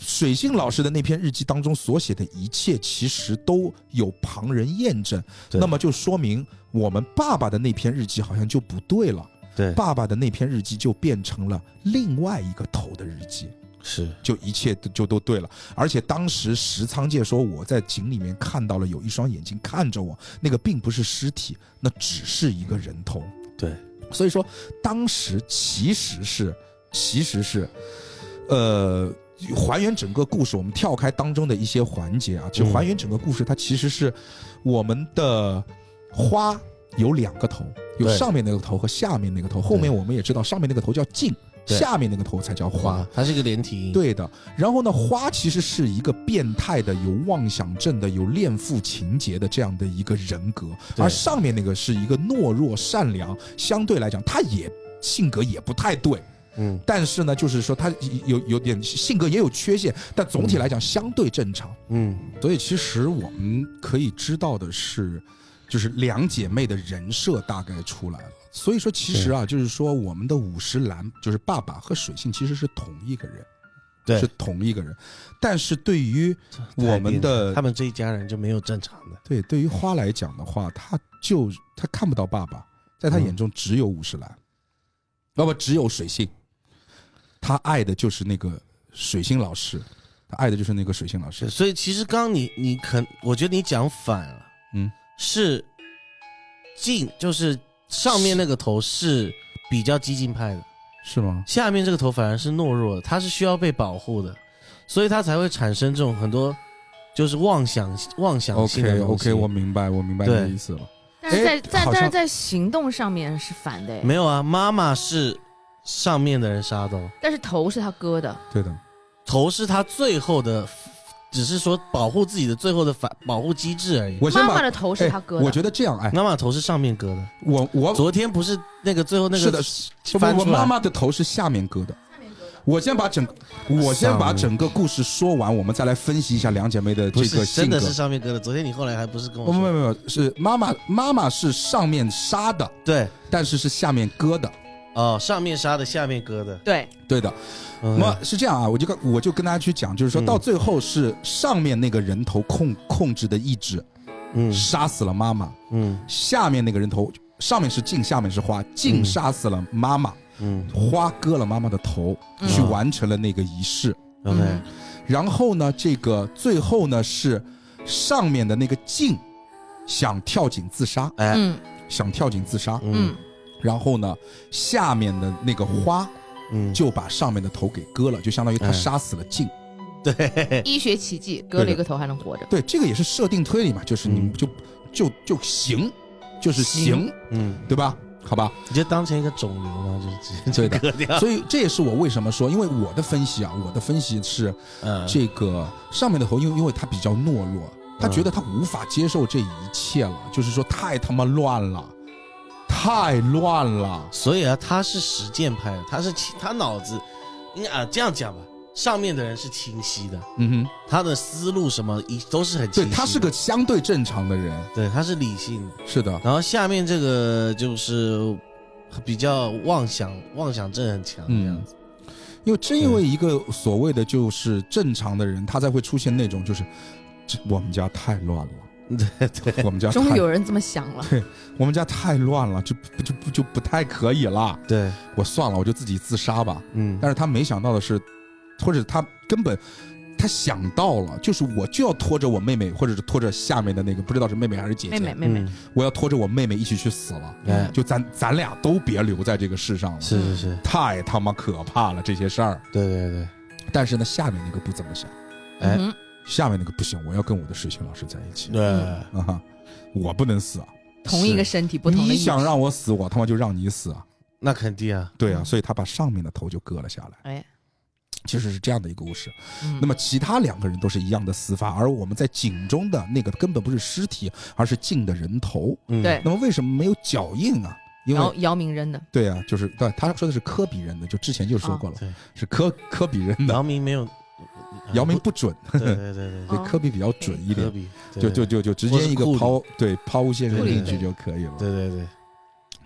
水性老师的那篇日记当中所写的一切，其实都有旁人验证，对那么就说明我们爸爸的那篇日记好像就不对了。对爸爸的那篇日记就变成了另外一个头的日记，是，就一切都就都对了。而且当时石仓介说我在井里面看到了有一双眼睛看着我，那个并不是尸体，那只是一个人头。对，所以说当时其实是其实是，呃。还原整个故事，我们跳开当中的一些环节啊，就嗯还原整个故事，它其实是我们的花有两个头，有对上面那个头和下面那个头。后面我们也知道，上面那个头叫茎，对下面那个头才叫花花。，它是一个连体婴，对的，然后呢，花其实是一个变态的、有妄想症的、有恋父情节的这样的一个人格，对而上面那个是一个懦弱、善良，相对来讲，他也性格也不太对，嗯，但是呢，就是说他有有点性格也有缺陷，但总体来讲相对正常。嗯所以其实我们可以知道的是，就是两姐妹的人设大概出来了。所以说，其实啊，就是说我们的五十岚，就是爸爸和水性其实是同一个人，对是同一个人。但是对于我们的他们这一家人就没有正常的，对对于花来讲的话，他就他看不到爸爸，在他眼中只有五十岚，要不只有水性，他爱的就是那个水性老师，他爱的就是那个水性老师是，。所以其实刚刚你你肯，我觉得你讲反了，嗯，是进就是上面那个头是比较激进派的，是吗？下面这个头反而是懦弱的，他是需要被保护的，所以他才会产生这种很多就是妄想妄想性的 OK 东西 OK，我明白，我明白你对的意思了。但是哎在在好但是像在行动上面是反的哎，没有啊，妈妈是上面的人杀的哦，但是头是他哥的，对的，头是他最后的，只是说保护自己的最后的反保护机制而已。我先妈把妈的头是他哥哎我的，觉得这样，哎，妈妈头是上面割的，我我昨天不是那个最后那是个的，不翻不，出我来妈妈的头是下面割的。我先把整，我先把整个故事说完，我们再来分析一下两姐妹的不这个是真性的格是。上面割的，昨天你后来还不是跟我不不说不不，是妈妈妈妈是上面杀的，对但是是下面割的。哦，上面杀的，下面割的，对，对的，嗯那么是这样啊，我就跟我就跟大家去讲，就是说嗯到最后是上面那个人头控控制的意志嗯杀死了妈妈，嗯下面那个人头上面是镜，下面是花，镜嗯杀死了妈妈，嗯花割了妈妈的头，嗯去完成了那个仪式。 ，OK，嗯然后呢，这个最后呢是上面的那个镜想跳井自杀，哎嗯想跳井自杀。嗯嗯然后呢，下面的那个花嗯，就把上面的头给割了，就相当于他哎杀死了镜。对，医学奇迹，割了一个头还能活着，对，这个也是设定推理嘛，就是你嗯就就就行，就是行，嗯，对吧？好吧，你就当成一个肿瘤嘛，就直对接就的割掉，所以这也是我为什么说，因为我的分析啊，我的分析是嗯，这个上面的头，因为因为他比较懦弱，他嗯觉得他无法接受这一切了，就是说太他妈乱了，嗯太乱了。所以啊，他是实践派的，他是清他脑子应该啊这样讲吧，上面的人是清晰的，嗯哼，他的思路什么一都是很对清晰的，他是个相对正常的人，对他是理性的，是的，然后下面这个就是比较妄想妄想症很强嗯这样子，因为正因为一个所谓的就是正常的人，他才会出现那种就是，这我们家太乱了，对对，我们家终于太有人这么想了，我们家太乱了，就不就不就不太可以了，对，我算了，我就自己自杀吧。嗯但是他没想到的是，或者他根本他想到了，就是我就要拖着我妹妹，或者是拖着下面的那个，不知道是妹妹还是姐姐，妹妹妹妹，我要拖着我妹妹一起去死了，嗯哎就咱咱俩都别留在这个世嗯上了，是是是，太他妈可怕了这些事儿。对对对，但是呢，下面那个不怎么想，哎嗯下面那个不行，我要跟我的水星老师在一起，对，啊哈，我不能死啊，同一个身体不同的你意识想，让我死，我他妈就让你死啊。那肯定啊，对啊，所以他把上面的头就割了下来。哎，其实是这样的一个故事。嗯那么其他两个人都是一样的死法，而我们在井中的那个根本不是尸体，而是浸的人头。嗯对那么为什么没有脚印啊？因姚哦为姚明扔的，对啊，就是对他说的是科比人的，就之前就说过了，对，是科科比人的。姚明没有，啊姚明不准，对对对对对科比比较准一对，哦科点，比，对就就就就直接一个或是库里抛，对抛物线扔进去对就可以了。对对对，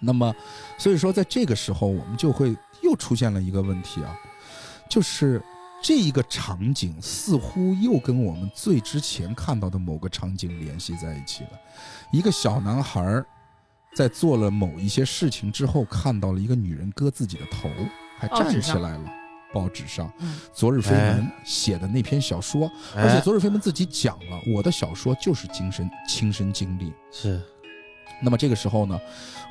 那么，所以说在这个时候，我们就会又出现了一个问题啊，就是这一个场景似乎又跟我们最之前看到的某个场景联系在一起了。一个小男孩儿在做了某一些事情之后，看到了一个女人割自己的头，还报纸站起上来了。报纸上嗯，昨日飞门哎写的那篇小说，而且哎，昨日飞门自己讲了，我的小说就是亲身亲身经历。是，那么这个时候呢，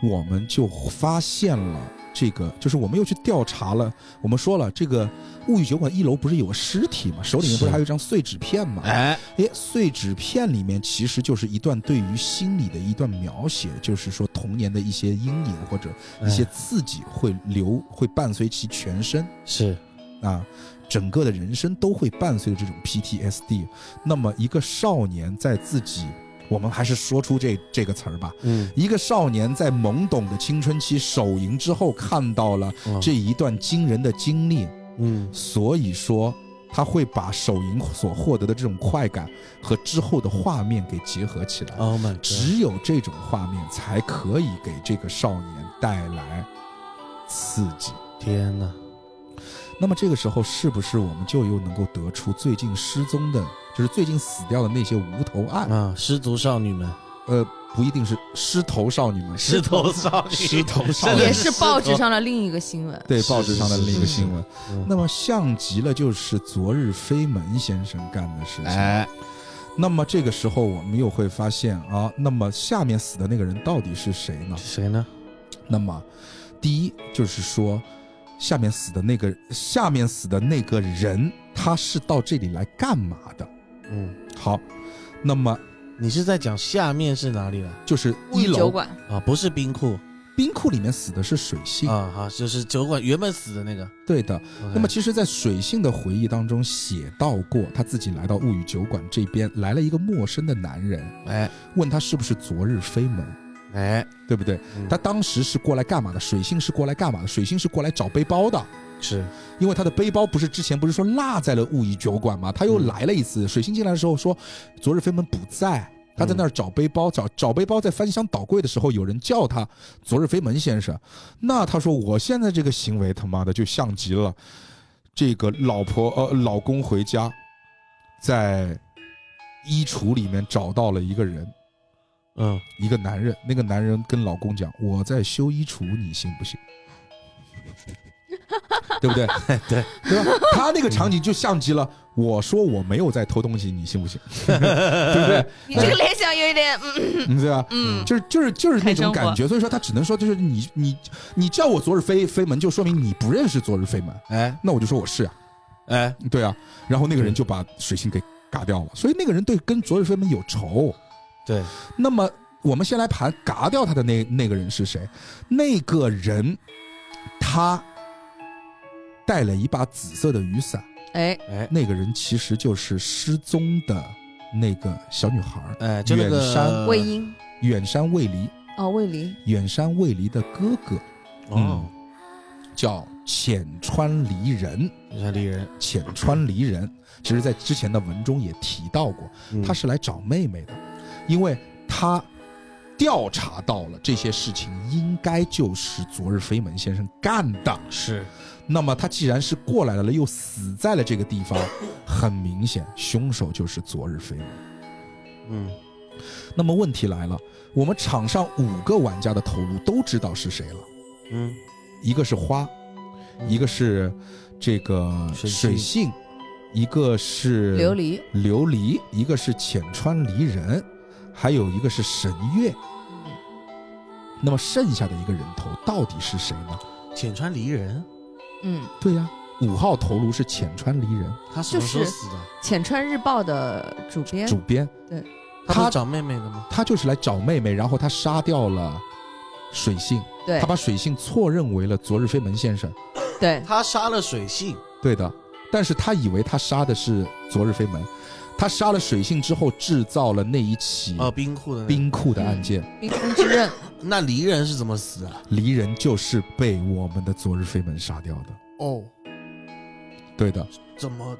我们就发现了这个，就是我们又去调查了。我们说了，这个物语酒馆一楼不是有个尸体吗？手里面不是是还有一张碎纸片吗？哎，诶，碎纸片里面其实就是一段对于心理的一段描写，就是说童年的一些阴影或者哎一些刺激会留，会伴随其全身。是，啊，整个的人生都会伴随着这种 PTSD。那么，一个少年在自己，我们还是说出这这个词儿吧。嗯，一个少年在懵懂的青春期手淫之后，看到了哦这一段惊人的经历，嗯所以说他会把手淫所获得的这种快感和之后的画面给结合起来。 ，Oh my，只有这种画面才可以给这个少年带来刺激。天哪，那么这个时候，是不是我们就又能够得出最近失踪的，就是最近死掉的那些无头案？啊，失足少女们，呃，不一定是狮头少女们，石头少女，狮头少真女的也是是报纸上的另一个新闻，对是报纸上的另一个新闻。嗯那么像极了就是昨日飞门先生干的事情。哎，那么这个时候，我们又会发现啊，那么下面死的那个人到底是谁呢？谁呢？那么，第一就是说，下面死的那个下面死的那个人，他是到这里来干嘛的？嗯，好，那么你是在讲下面是哪里了？就是物一语酒楼馆，啊，不是冰库冰库里面死的是水性，啊，哎好，就是酒馆原本死的那个。对的。 OK 那么，其实，在水性的回忆当中写到过，他自己来到物语酒馆这边，来了一个陌生的男人，哎问他是不是昨日飞门，哎，对不对？嗯他当时是过来干嘛的？水星是过来干嘛的？水星是过来找背包的，是因为他的背包不是之前不是说落在了物语酒馆吗？他又嗯来了一次。水星进来的时候说，昨日飞门不在，他在那儿找背包，找找背包，在翻箱倒柜的时候，有人叫他昨日飞门先生。那他说，我现在这个行为他妈的就像极了这个老婆呃老公回家，在衣橱里面找到了一个人，嗯，一个男人，那个男人跟老公讲：“我在修衣橱，你信 不信？”对不对？对对吧？他那个场景就像极了我说我没有在偷东西，你信不 信？对不对？你这个联想有一点，嗯嗯对吧？嗯，就是就是就是那很种生活感觉，所以说他只能说就是你你你叫我昨日飞飞门，就说明你不认识昨日飞门，哎那我就说我是啊，哎，对啊，然后那个人就把水星给嘎掉了，所以那个人对跟昨日飞门有仇，对，那么我们先来盘嘎掉他的那那个人是谁？那个人他带了一把紫色的雨伞，哎，哎那个人其实就是失踪的那个小女孩，哎，就那远山个魏婴远山未离，哦，魏离，远山未离的哥哥哦，叫浅川离人，远山离人，浅川离人，其实在之前的文中也提到过，嗯他是来找妹妹的，因为他调查到了这些事情应该就是昨日飞门先生干的。是那么他既然是过来了，又死在了这个地方，很明显凶手就是昨日飞门。嗯那么问题来了，我们场上五个玩家的投入都知道是谁了，嗯一个是花，一个是这个水水性，一个是琉璃，琉璃，一个是浅川离人，还有一个是神月。那么剩下的一个人头到底是谁呢？浅川离人，嗯，对呀、五号头颅是浅川离人他什么时候就是死的？ 《浅川日报》的主编主编，哎他不他是找妹妹的吗？他就是来找妹妹，然后他杀掉了水性，对他把水性错认为了昨日飞门先生，对，他杀了水性，对的，但是他以为他杀的是昨日飞门，他杀了水性之后制造了那一起哦，冰库的那个冰库的案件，冰宫之刃，那离人是怎么死的？离人就是被我们的昨日飞门杀掉的，哦，对的，怎么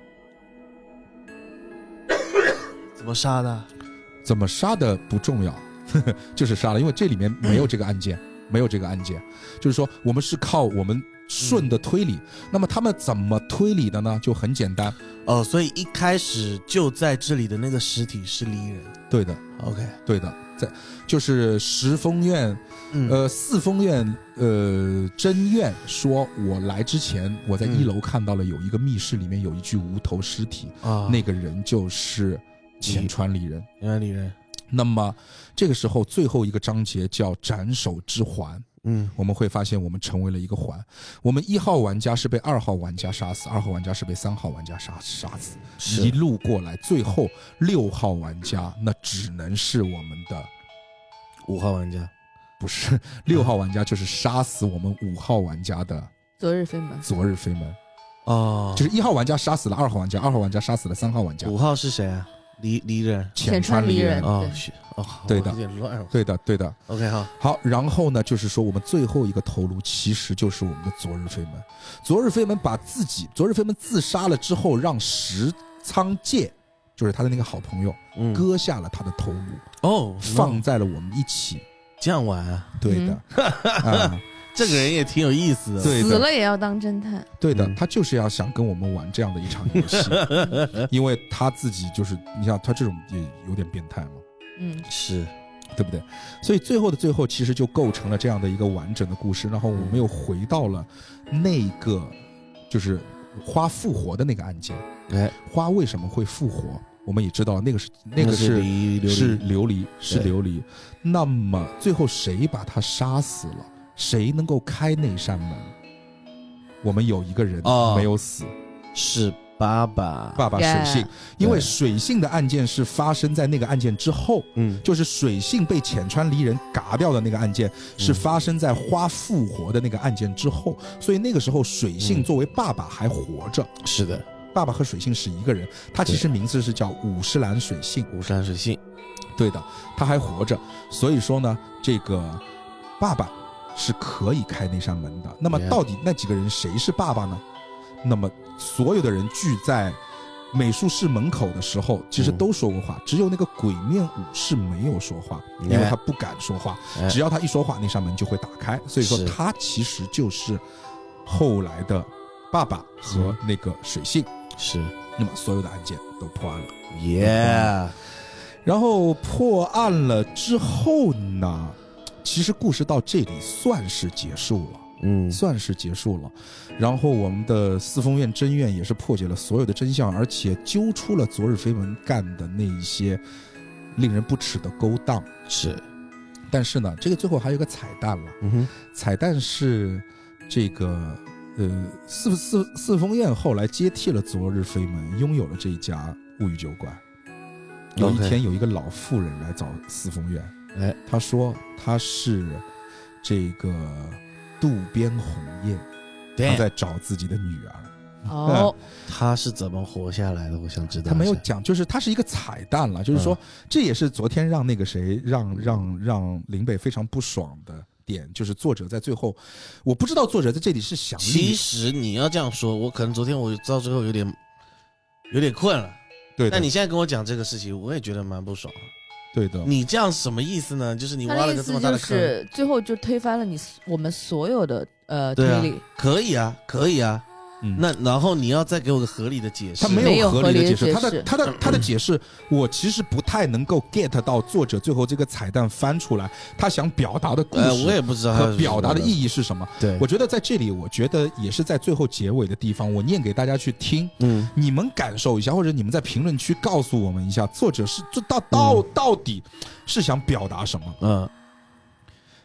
怎么杀的？怎么杀的不重要， 就是杀了，因为这里面没有这个案件，嗯没有这个案件，就是说我们是靠我们顺的推理。那么他们怎么推理的呢？就很简单，哦，所以一开始就在这里的那个尸体是离人。对的， OK，对的，在就是十封院，嗯，呃，四封院，呃，真院说，我来之前，我在嗯一楼看到了有一个密室里面有一具无头尸体，啊，那个人就是浅川里人。原来离人，那么这个时候最后一个章节叫斩首之环。嗯我们会发现我们成为了一个环。我们一号玩家是被二号玩家杀死，二号玩家是被三号玩家杀杀死，是一路过来，最后六号玩家那只能是我们的五号玩家，不是 六号玩家，就是杀死我们五号玩家的昨日飞门，昨日飞门，哦，就是一号玩家杀死了二号玩家，二号玩家杀死了三号玩家五，号是谁啊？离离人浅川离离人人。哦对，是哦，好对的有点乱哦。对的，对的。 OK 好，好，然后呢，就是说我们最后一个头颅其实就是我们的昨日飞门。昨日飞门把自己，昨日飞门自杀了之后，让石仓介，就是他的那个好朋友，嗯，割下了他的头颅，哦，放在了我们一起。这样玩啊，对的，啊，这个人也挺有意思的。对死的，了也要当侦探，对的嗯，他就是要想跟我们玩这样的一场 游戏，因为他自己就是，你想他这种也有点变态嘛。嗯，是，对不对？所以最后的最后，其实就构成了这样的一个完整的故事。然后我们又回到了那个，就是花复活的那个案件。哎，花为什么会复活？我们也知道了，那个是那个是是离是琉璃，琉璃，是对琉璃。那么最后谁把他杀死了？谁能够开那扇门？我们有一个人哦没有死，是爸爸，爸爸水性，因为水性的案件是发生在那个案件之后，嗯，就是水性被浅川梨人嘎掉的那个案件是发生在花复活的那个案件之后，所以那个时候水性作为爸爸还活着，是的，爸爸和水性是一个人，他其实名字是叫五十岚水性，五山水性，对的，他还活着，所以说呢，这个爸爸是可以开那扇门的。那么 Yeah 到底那几个人谁是爸爸呢？那么所有的人聚在美术室门口的时候，其实嗯都说过话，只有那个鬼面武士没有说话，因为 Yeah 他不敢说话。哎只要他一说话，那扇门就会打开。所以说是他其实就是后来的爸爸和那个水性。是那么所有的案件都破案了。 ，Yeah，然后破案了之后呢，其实故事到这里算是结束了，嗯，算是结束了。然后我们的四峰院真院也是破解了所有的真相，而且揪出了昨日飞门干的那一些令人不齿的勾当。是，但是呢，这个最后还有一个彩蛋了，嗯哼，彩蛋是这个。呃，四四四峰院后来接替了昨日飞门，拥有了这一家物语酒馆。有一 OK 天，有一个老妇人来找四峰院，哎，她说她是这个渡边红叶，她在找自己的女儿。哦，他是怎么活下来的？我想知道一下。她没有讲，就是她是一个彩蛋了，就是说、嗯这也是昨天让那个谁让让让林北非常不爽的点，就是作者在最后，我不知道作者在这里是想其立实你要这样说，我可能昨天我到最后有点有点困了。对的但你现在跟我讲这个事情，我也觉得蛮不爽。对的，你这样什么意思呢？就是你他挖了的意个这思么大就的坑，是最后就推翻了你我们所有的呃对推啊理，可以啊，可以啊。嗯那然后你要再给我个合理的解释。他没没有有合合理理的的解释，解他的释他的他的解释，我其实不太能够 get 到作者最后这个彩蛋翻出来，他想表达的故呃，我事也不知道他和表达的意。义是什么。对，我觉得在这里，我觉得也是在最后结尾的地方，我念给大家去听，嗯，你们感受一下，或者你们在评论区告诉我们一下，作者是这到到到底是想表达什么？嗯，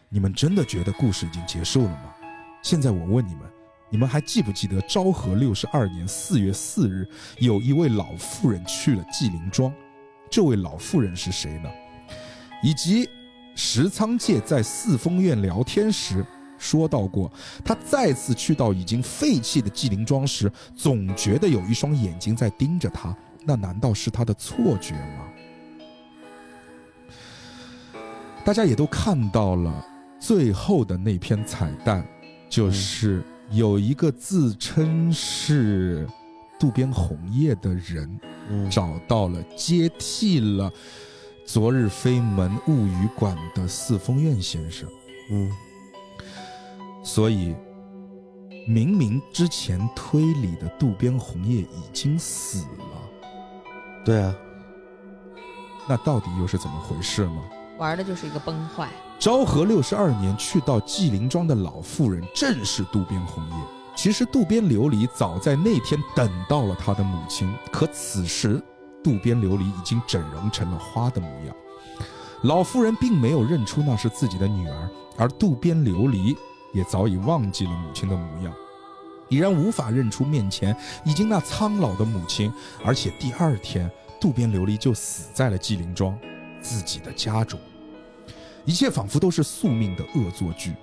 你们真的觉得故事已经结束了吗？现在我问你们，你们还记不记得昭和六十二年四月四日，有一位老妇人去了纪灵庄？这位老妇人是谁呢？以及石仓介在四峰院聊天时说到过，他再次去到已经废弃的纪灵庄时，总觉得有一双眼睛在盯着他，那难道是他的错觉吗？大家也都看到了最后的那篇彩蛋，就是有一个自称是渡边红叶的人嗯找到了接替了昨日飞门物语馆的四峰院先生，嗯所以明明之前推理的渡边红叶已经死了，对啊，那到底又是怎么回事呢？玩的就是一个崩坏。昭和六十二年去到纪灵庄的老妇人正是渡边红叶。其实渡边琉璃早在那天等到了她的母亲，可此时渡边琉璃已经整容成了花的模样。老妇人并没有认出那是自己的女儿，而渡边琉璃也早已忘记了母亲的模样，已然无法认出面前已经那苍老的母亲。而且第二天，渡边琉璃就死在了纪灵庄自己的家中。一切仿佛都是宿命的恶作剧。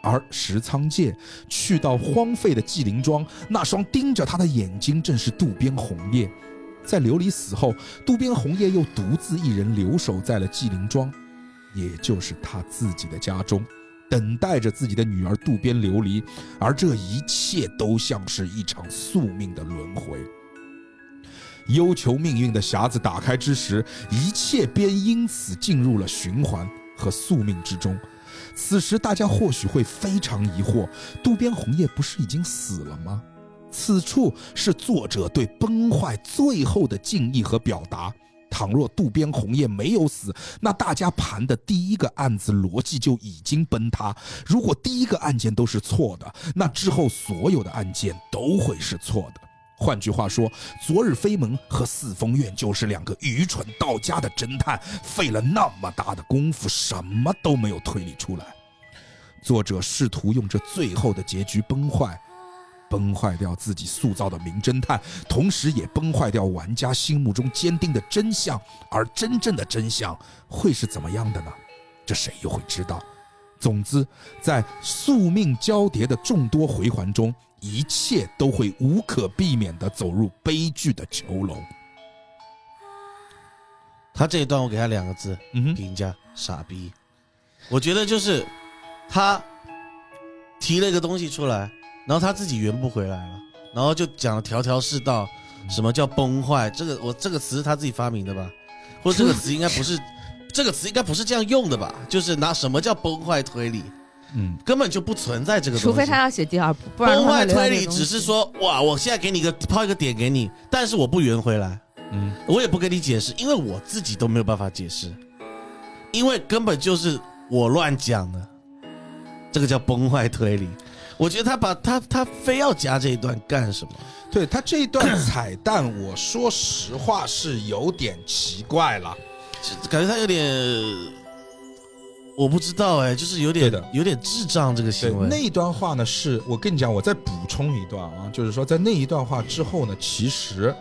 而石仓介去到荒废的纪灵庄，那双盯着他的眼睛正是渡边红叶。在琉璃死后，渡边红叶又独自一人留守在了纪灵庄，也就是他自己的家中，等待着自己的女儿渡边琉璃。而这一切都像是一场宿命的轮回。忧求命运的匣子打开之时，一切便因此进入了循环和宿命之中。此时，大家或许会非常疑惑：渡边红叶不是已经死了吗？此处是作者对崩坏最后的敬意和表达。倘若渡边红叶没有死，那大家盘的第一个案子逻辑就已经崩塌。如果第一个案件都是错的，那之后所有的案件都会是错的。换句话说，昨日飞门和四风院就是两个愚蠢到家的侦探，费了那么大的功夫，什么都没有推理出来。作者试图用这最后的结局崩坏，崩坏掉自己塑造的名侦探，同时也崩坏掉玩家心目中坚定的真相。而真正的真相会是怎么样的呢？这谁又会知道？总之，在宿命交叠的众多回环中，一切都会无可避免地走入悲剧的囚笼。他这一段我给他两个字嗯哼，评价：傻逼。我觉得就是他提了一个东西出来，然后他自己圆不回来了，然后就讲了条条是道，嗯什么叫崩坏？这个我这个词是他自己发明的吧？或者这个词应该不 是，这个词应该不是这样用的吧？就是拿什么叫崩坏推理，嗯，根本就不存在这个东西。除非他要写第二部，不然的崩话坏留下推这个理东只西是说，哇，我现在给你一个抛一个点给你，但是我不圆回来，嗯嗯，我也不跟你解释，因为我自己都没有办法解释，因为根本就是我乱讲的，这个叫崩坏推理。我觉得他把他他非要加这一段干什么？对他这一段彩蛋，我说实话是有点奇怪了。感觉他有点，我不知道哎、就是有点对的有点智障这个对，行为。那一段话呢，是我跟你讲，我再补充一段啊，就是说在那一段话之后呢，其实，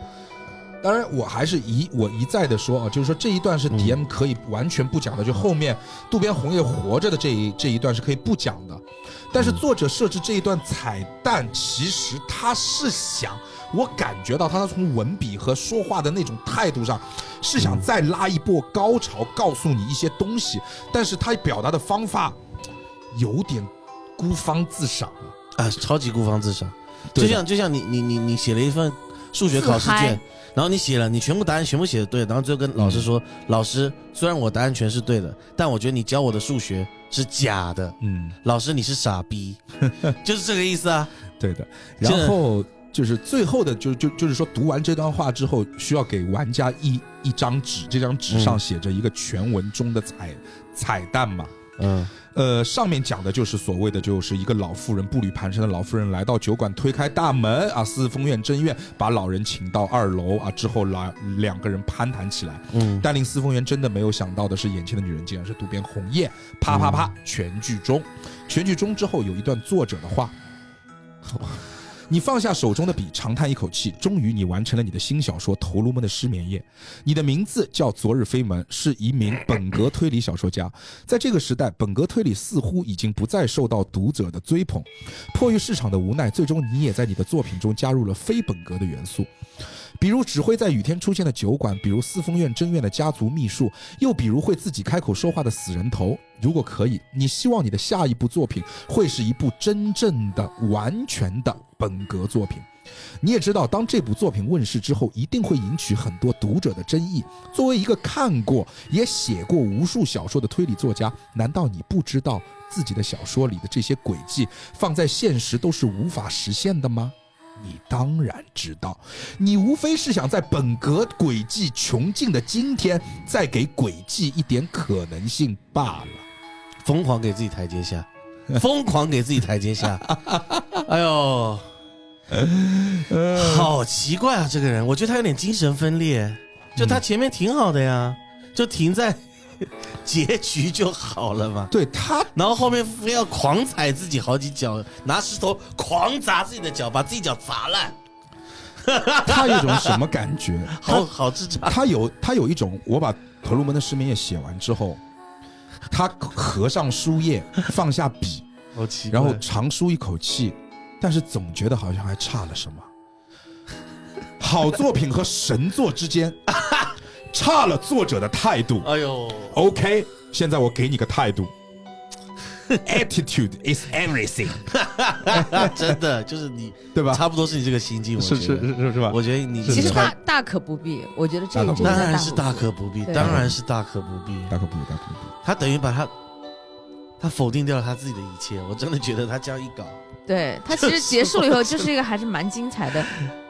当然我还是一我一再的说啊，就是说这一段是 DM 可以完全不讲的，就后面渡边红叶活着的这一这一段是可以不讲的，但是作者设置这一段彩蛋，其实他是想，我感觉到他从文笔和说话的那种态度上，是想再拉一波高潮，告诉你一些东西，但是他表达的方法有点孤芳自赏了。啊，超级孤芳自赏。对就的像就像你你你你写了一份数学考试自卷嗨，然后你写了，你全部答案全部写的对，然后最后跟嗯老师说，老师，虽然我答案全是对的，但我觉得你教我的数学是假的，嗯，老师你是傻逼， 就是这个意思啊。对的。这然后就是最后的，就就就是说，读完这段话之后，需要给玩家一一张纸，这张纸上写着一个全文中的彩、彩蛋嘛。嗯，呃，上面讲的就是所谓的，就是一个老妇人步履蹒跚的老妇人来到酒馆，推开大门啊，四风院真院把老人请到二楼啊，之后来两个人攀谈起来。嗯，但令司凤元真的没有想到的是，眼前的女人竟然是渡边红叶。啪啪啪，全剧终。全剧终之后，有一段作者的话：你放下手中的笔，长叹一口气，终于你完成了你的新小说《头颅们的失眠夜》。你的名字叫昨日飞门，是一名本格推理小说家。在这个时代，本格推理似乎已经不再受到读者的追捧。迫于市场的无奈，最终你也在你的作品中加入了非本格的元素。比如只会在雨天出现的酒馆，比如四风院真院的家族秘术，又比如会自己开口说话的死人头。如果可以，你希望你的下一部作品会是一部真正的、完全的本格作品。你也知道，当这部作品问世之后，一定会引起很多读者的争议。作为一个看过也写过无数小说的推理作家，难道你不知道自己的小说里的这些轨迹放在现实都是无法实现的吗？你当然知道。你无非是想在本格轨迹穷尽的今天，再给轨迹一点可能性罢了。疯狂给自己台阶下，疯狂给自己台阶 下。哎呦，好奇怪啊！这个人，我觉得他有点精神分裂。就他前面挺好的呀，就停在 结局就好了嘛。对他，然后后面非要狂踩自己好几脚，拿石头狂砸自己的脚，把自己脚砸烂，他有一种什么感觉？好好智障。他有他有一种，我把《婆罗门的失眠夜》写完之后，他合上书页，放下笔，好奇然后长舒一口气，但是总觉得好像还差了什么。好作品和神作之间，差了作者的态度。哎呦， OK，现在我给你个态度。Attitude is everything，真的就是你，对吧？差不多是你这个心境，我觉是是得是是是吧？我觉得你其实你大大可不必，我觉得这大个可不必真当的然是大不必可不必，对当然是大可不必。大可不必，大可不他等于把他，他否定掉了他自己的一切。我真的觉得他这样一搞，对它其实结束了以后，就是一个还是蛮精彩的、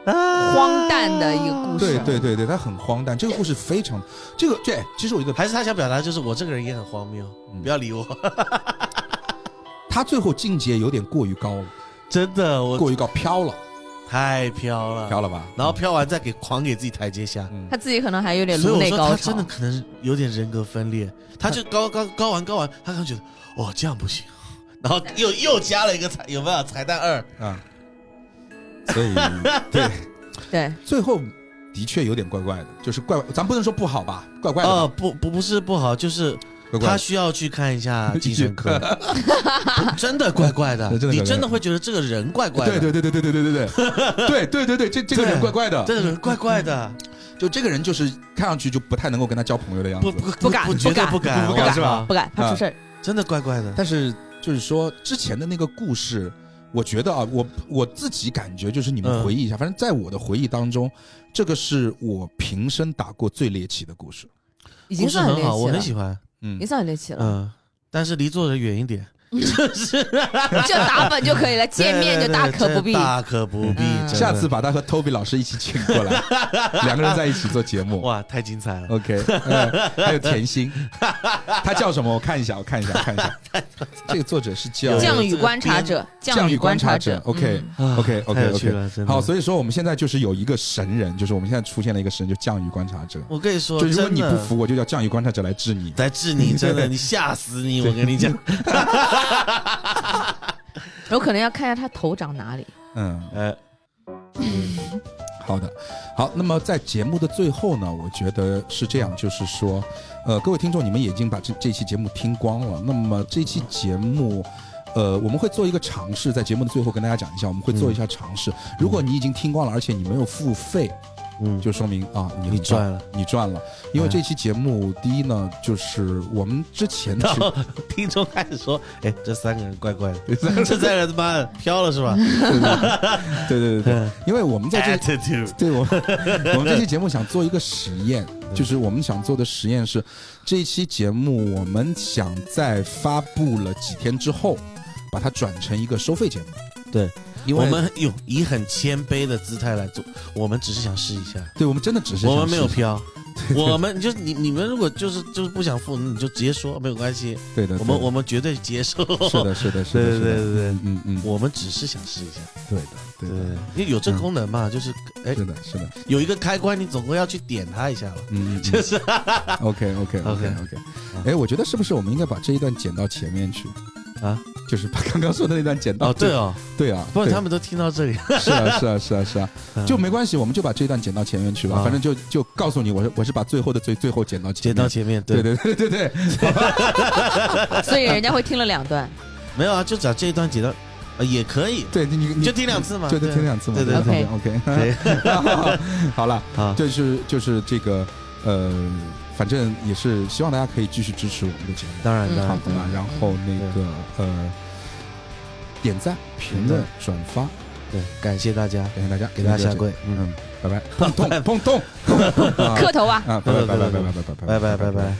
荒诞的一个故必。事。啊对对对对，他很荒诞。这个故事非常，这个这其实我觉得还是他想表达就是我这个人也很荒谬，嗯不要理我。 他最后境界有点过于高了，真的，我啊过于高飘了，太飘了，飘了吧？然后飘完再给狂给自己台阶下。嗯他自己可能还有点所以颅我内说高他潮真的，可能有点人格分裂，他就高高高完高完，他可能觉得哦这样不行，然后又又加了一个彩有没有彩蛋二，啊，所以 对，对，最后的确有点怪怪的，就是怪，咱不能说不好吧，怪怪的吧，呃，不不不是不好，就是怪怪他的。需要去看 一下精神科，不真的怪怪的，真的怪怪的你真的会觉得这个人怪怪对的，对对对对对对对 对对对对对，这这个人怪怪的，这个人怪怪啊的，就这个人就是看上去就不太能够跟他交朋友的样不子。不不敢不绝对不敢，不我敢是吧？不敢，怕啊出事儿。真的怪怪的，但是就是说之前的那个故事，我觉得啊，我我自己感觉就是你们嗯回忆一下，反正在我的回忆当中，这个是我平生打过最猎奇的故事。已经故事算很很猎奇好，了，我很喜欢，嗯已经，算很猎奇了，嗯，但是离作者远一点，就打本就可以了，见面就大对对可不真必。大可不必，嗯真的下次把他和 Toby 老师一起请过来，两个人在一起做节目。哇，太精彩了， OK，、呃、还有甜心，他叫什么？我看一下，我看一下，看一下。这个作者是叫降雨观察者，降雨雨观察察者。OK 嗯 OK 太 OK 有趣 OK。了，真的。啊好，所以说我们现在就是有一个神人，就是我们现在出现了一个神，就降雨观察者。我跟你说，就如果真你的不服，我就叫降雨观察者来治你。来治你， 真的，你吓死你！我跟你讲，我可能要看一下他头长哪里。嗯，呃，好的，好。那么在节目的最后呢，我觉得是这样，就是说，呃，各位听众，你们已经把这这期节目听光了。那么这期节目。呃，我们会做一个尝试，在节目的最后跟大家讲一下，我们会做一下尝试。如果你已经听光了，而且你没有付费，嗯，就说明啊，你很你棒赚了， 你赚了。因为哎这期节目，第一呢，就是我们之前然 去后听众开始说：“哎，这三个人怪怪 的，这三个人他妈的飘了是吧对对对对 嗯，因为我们在这？”Attitude，对我们， 我们这期节目想做一个实验，嗯就是我们想做的实验是，这一期节目我们想在发布了几天之后，把它转成一个收费节目。对，因为我们有以很谦卑的姿态来做，我们只是想试一下，对我们真的只是我们想没有试飘，我们就是你你们如果就是就是不想付，那你就直接说没有关系，对的，我对们我们绝对接 受。的是，的是的是对的对是对的，对对，嗯嗯，我们只是想试一下，对的对嗯对的，，因为有这个功能嘛，就是哎是的是的，有一个开关，你总归要去点它一下吧。嗯嗯就是，OK OK OK OK，哎，我觉得是不是我们应该把这一段剪到前面去啊？就是把刚刚说的那段剪到哦，对最哦，对啊，不然对他们都听到这里，是啊，是啊，是啊，是啊，就没关系，我们就把这一段剪到前面去吧。啊反正就就告诉你，我是我是把最后的最最后剪到前 面剪到前面，对对对对对，所以人家会听了两段。没有啊，就找这一段剪到，呃，也可以，对，你你你你就听两次嘛，对对啊听两次嘛，对对对对 OK OK，好了，啊，就是就是这个呃，反正也是希望大家可以继续支持我们的节目，当然嗯当好然，的吧？然后那个呃，点赞、评论、转发，对，感谢大家，感谢大家，给大家下跪，嗯，拜拜，砰痛砰痛，磕头啊！啊，拜拜拜拜拜拜拜拜拜拜拜拜。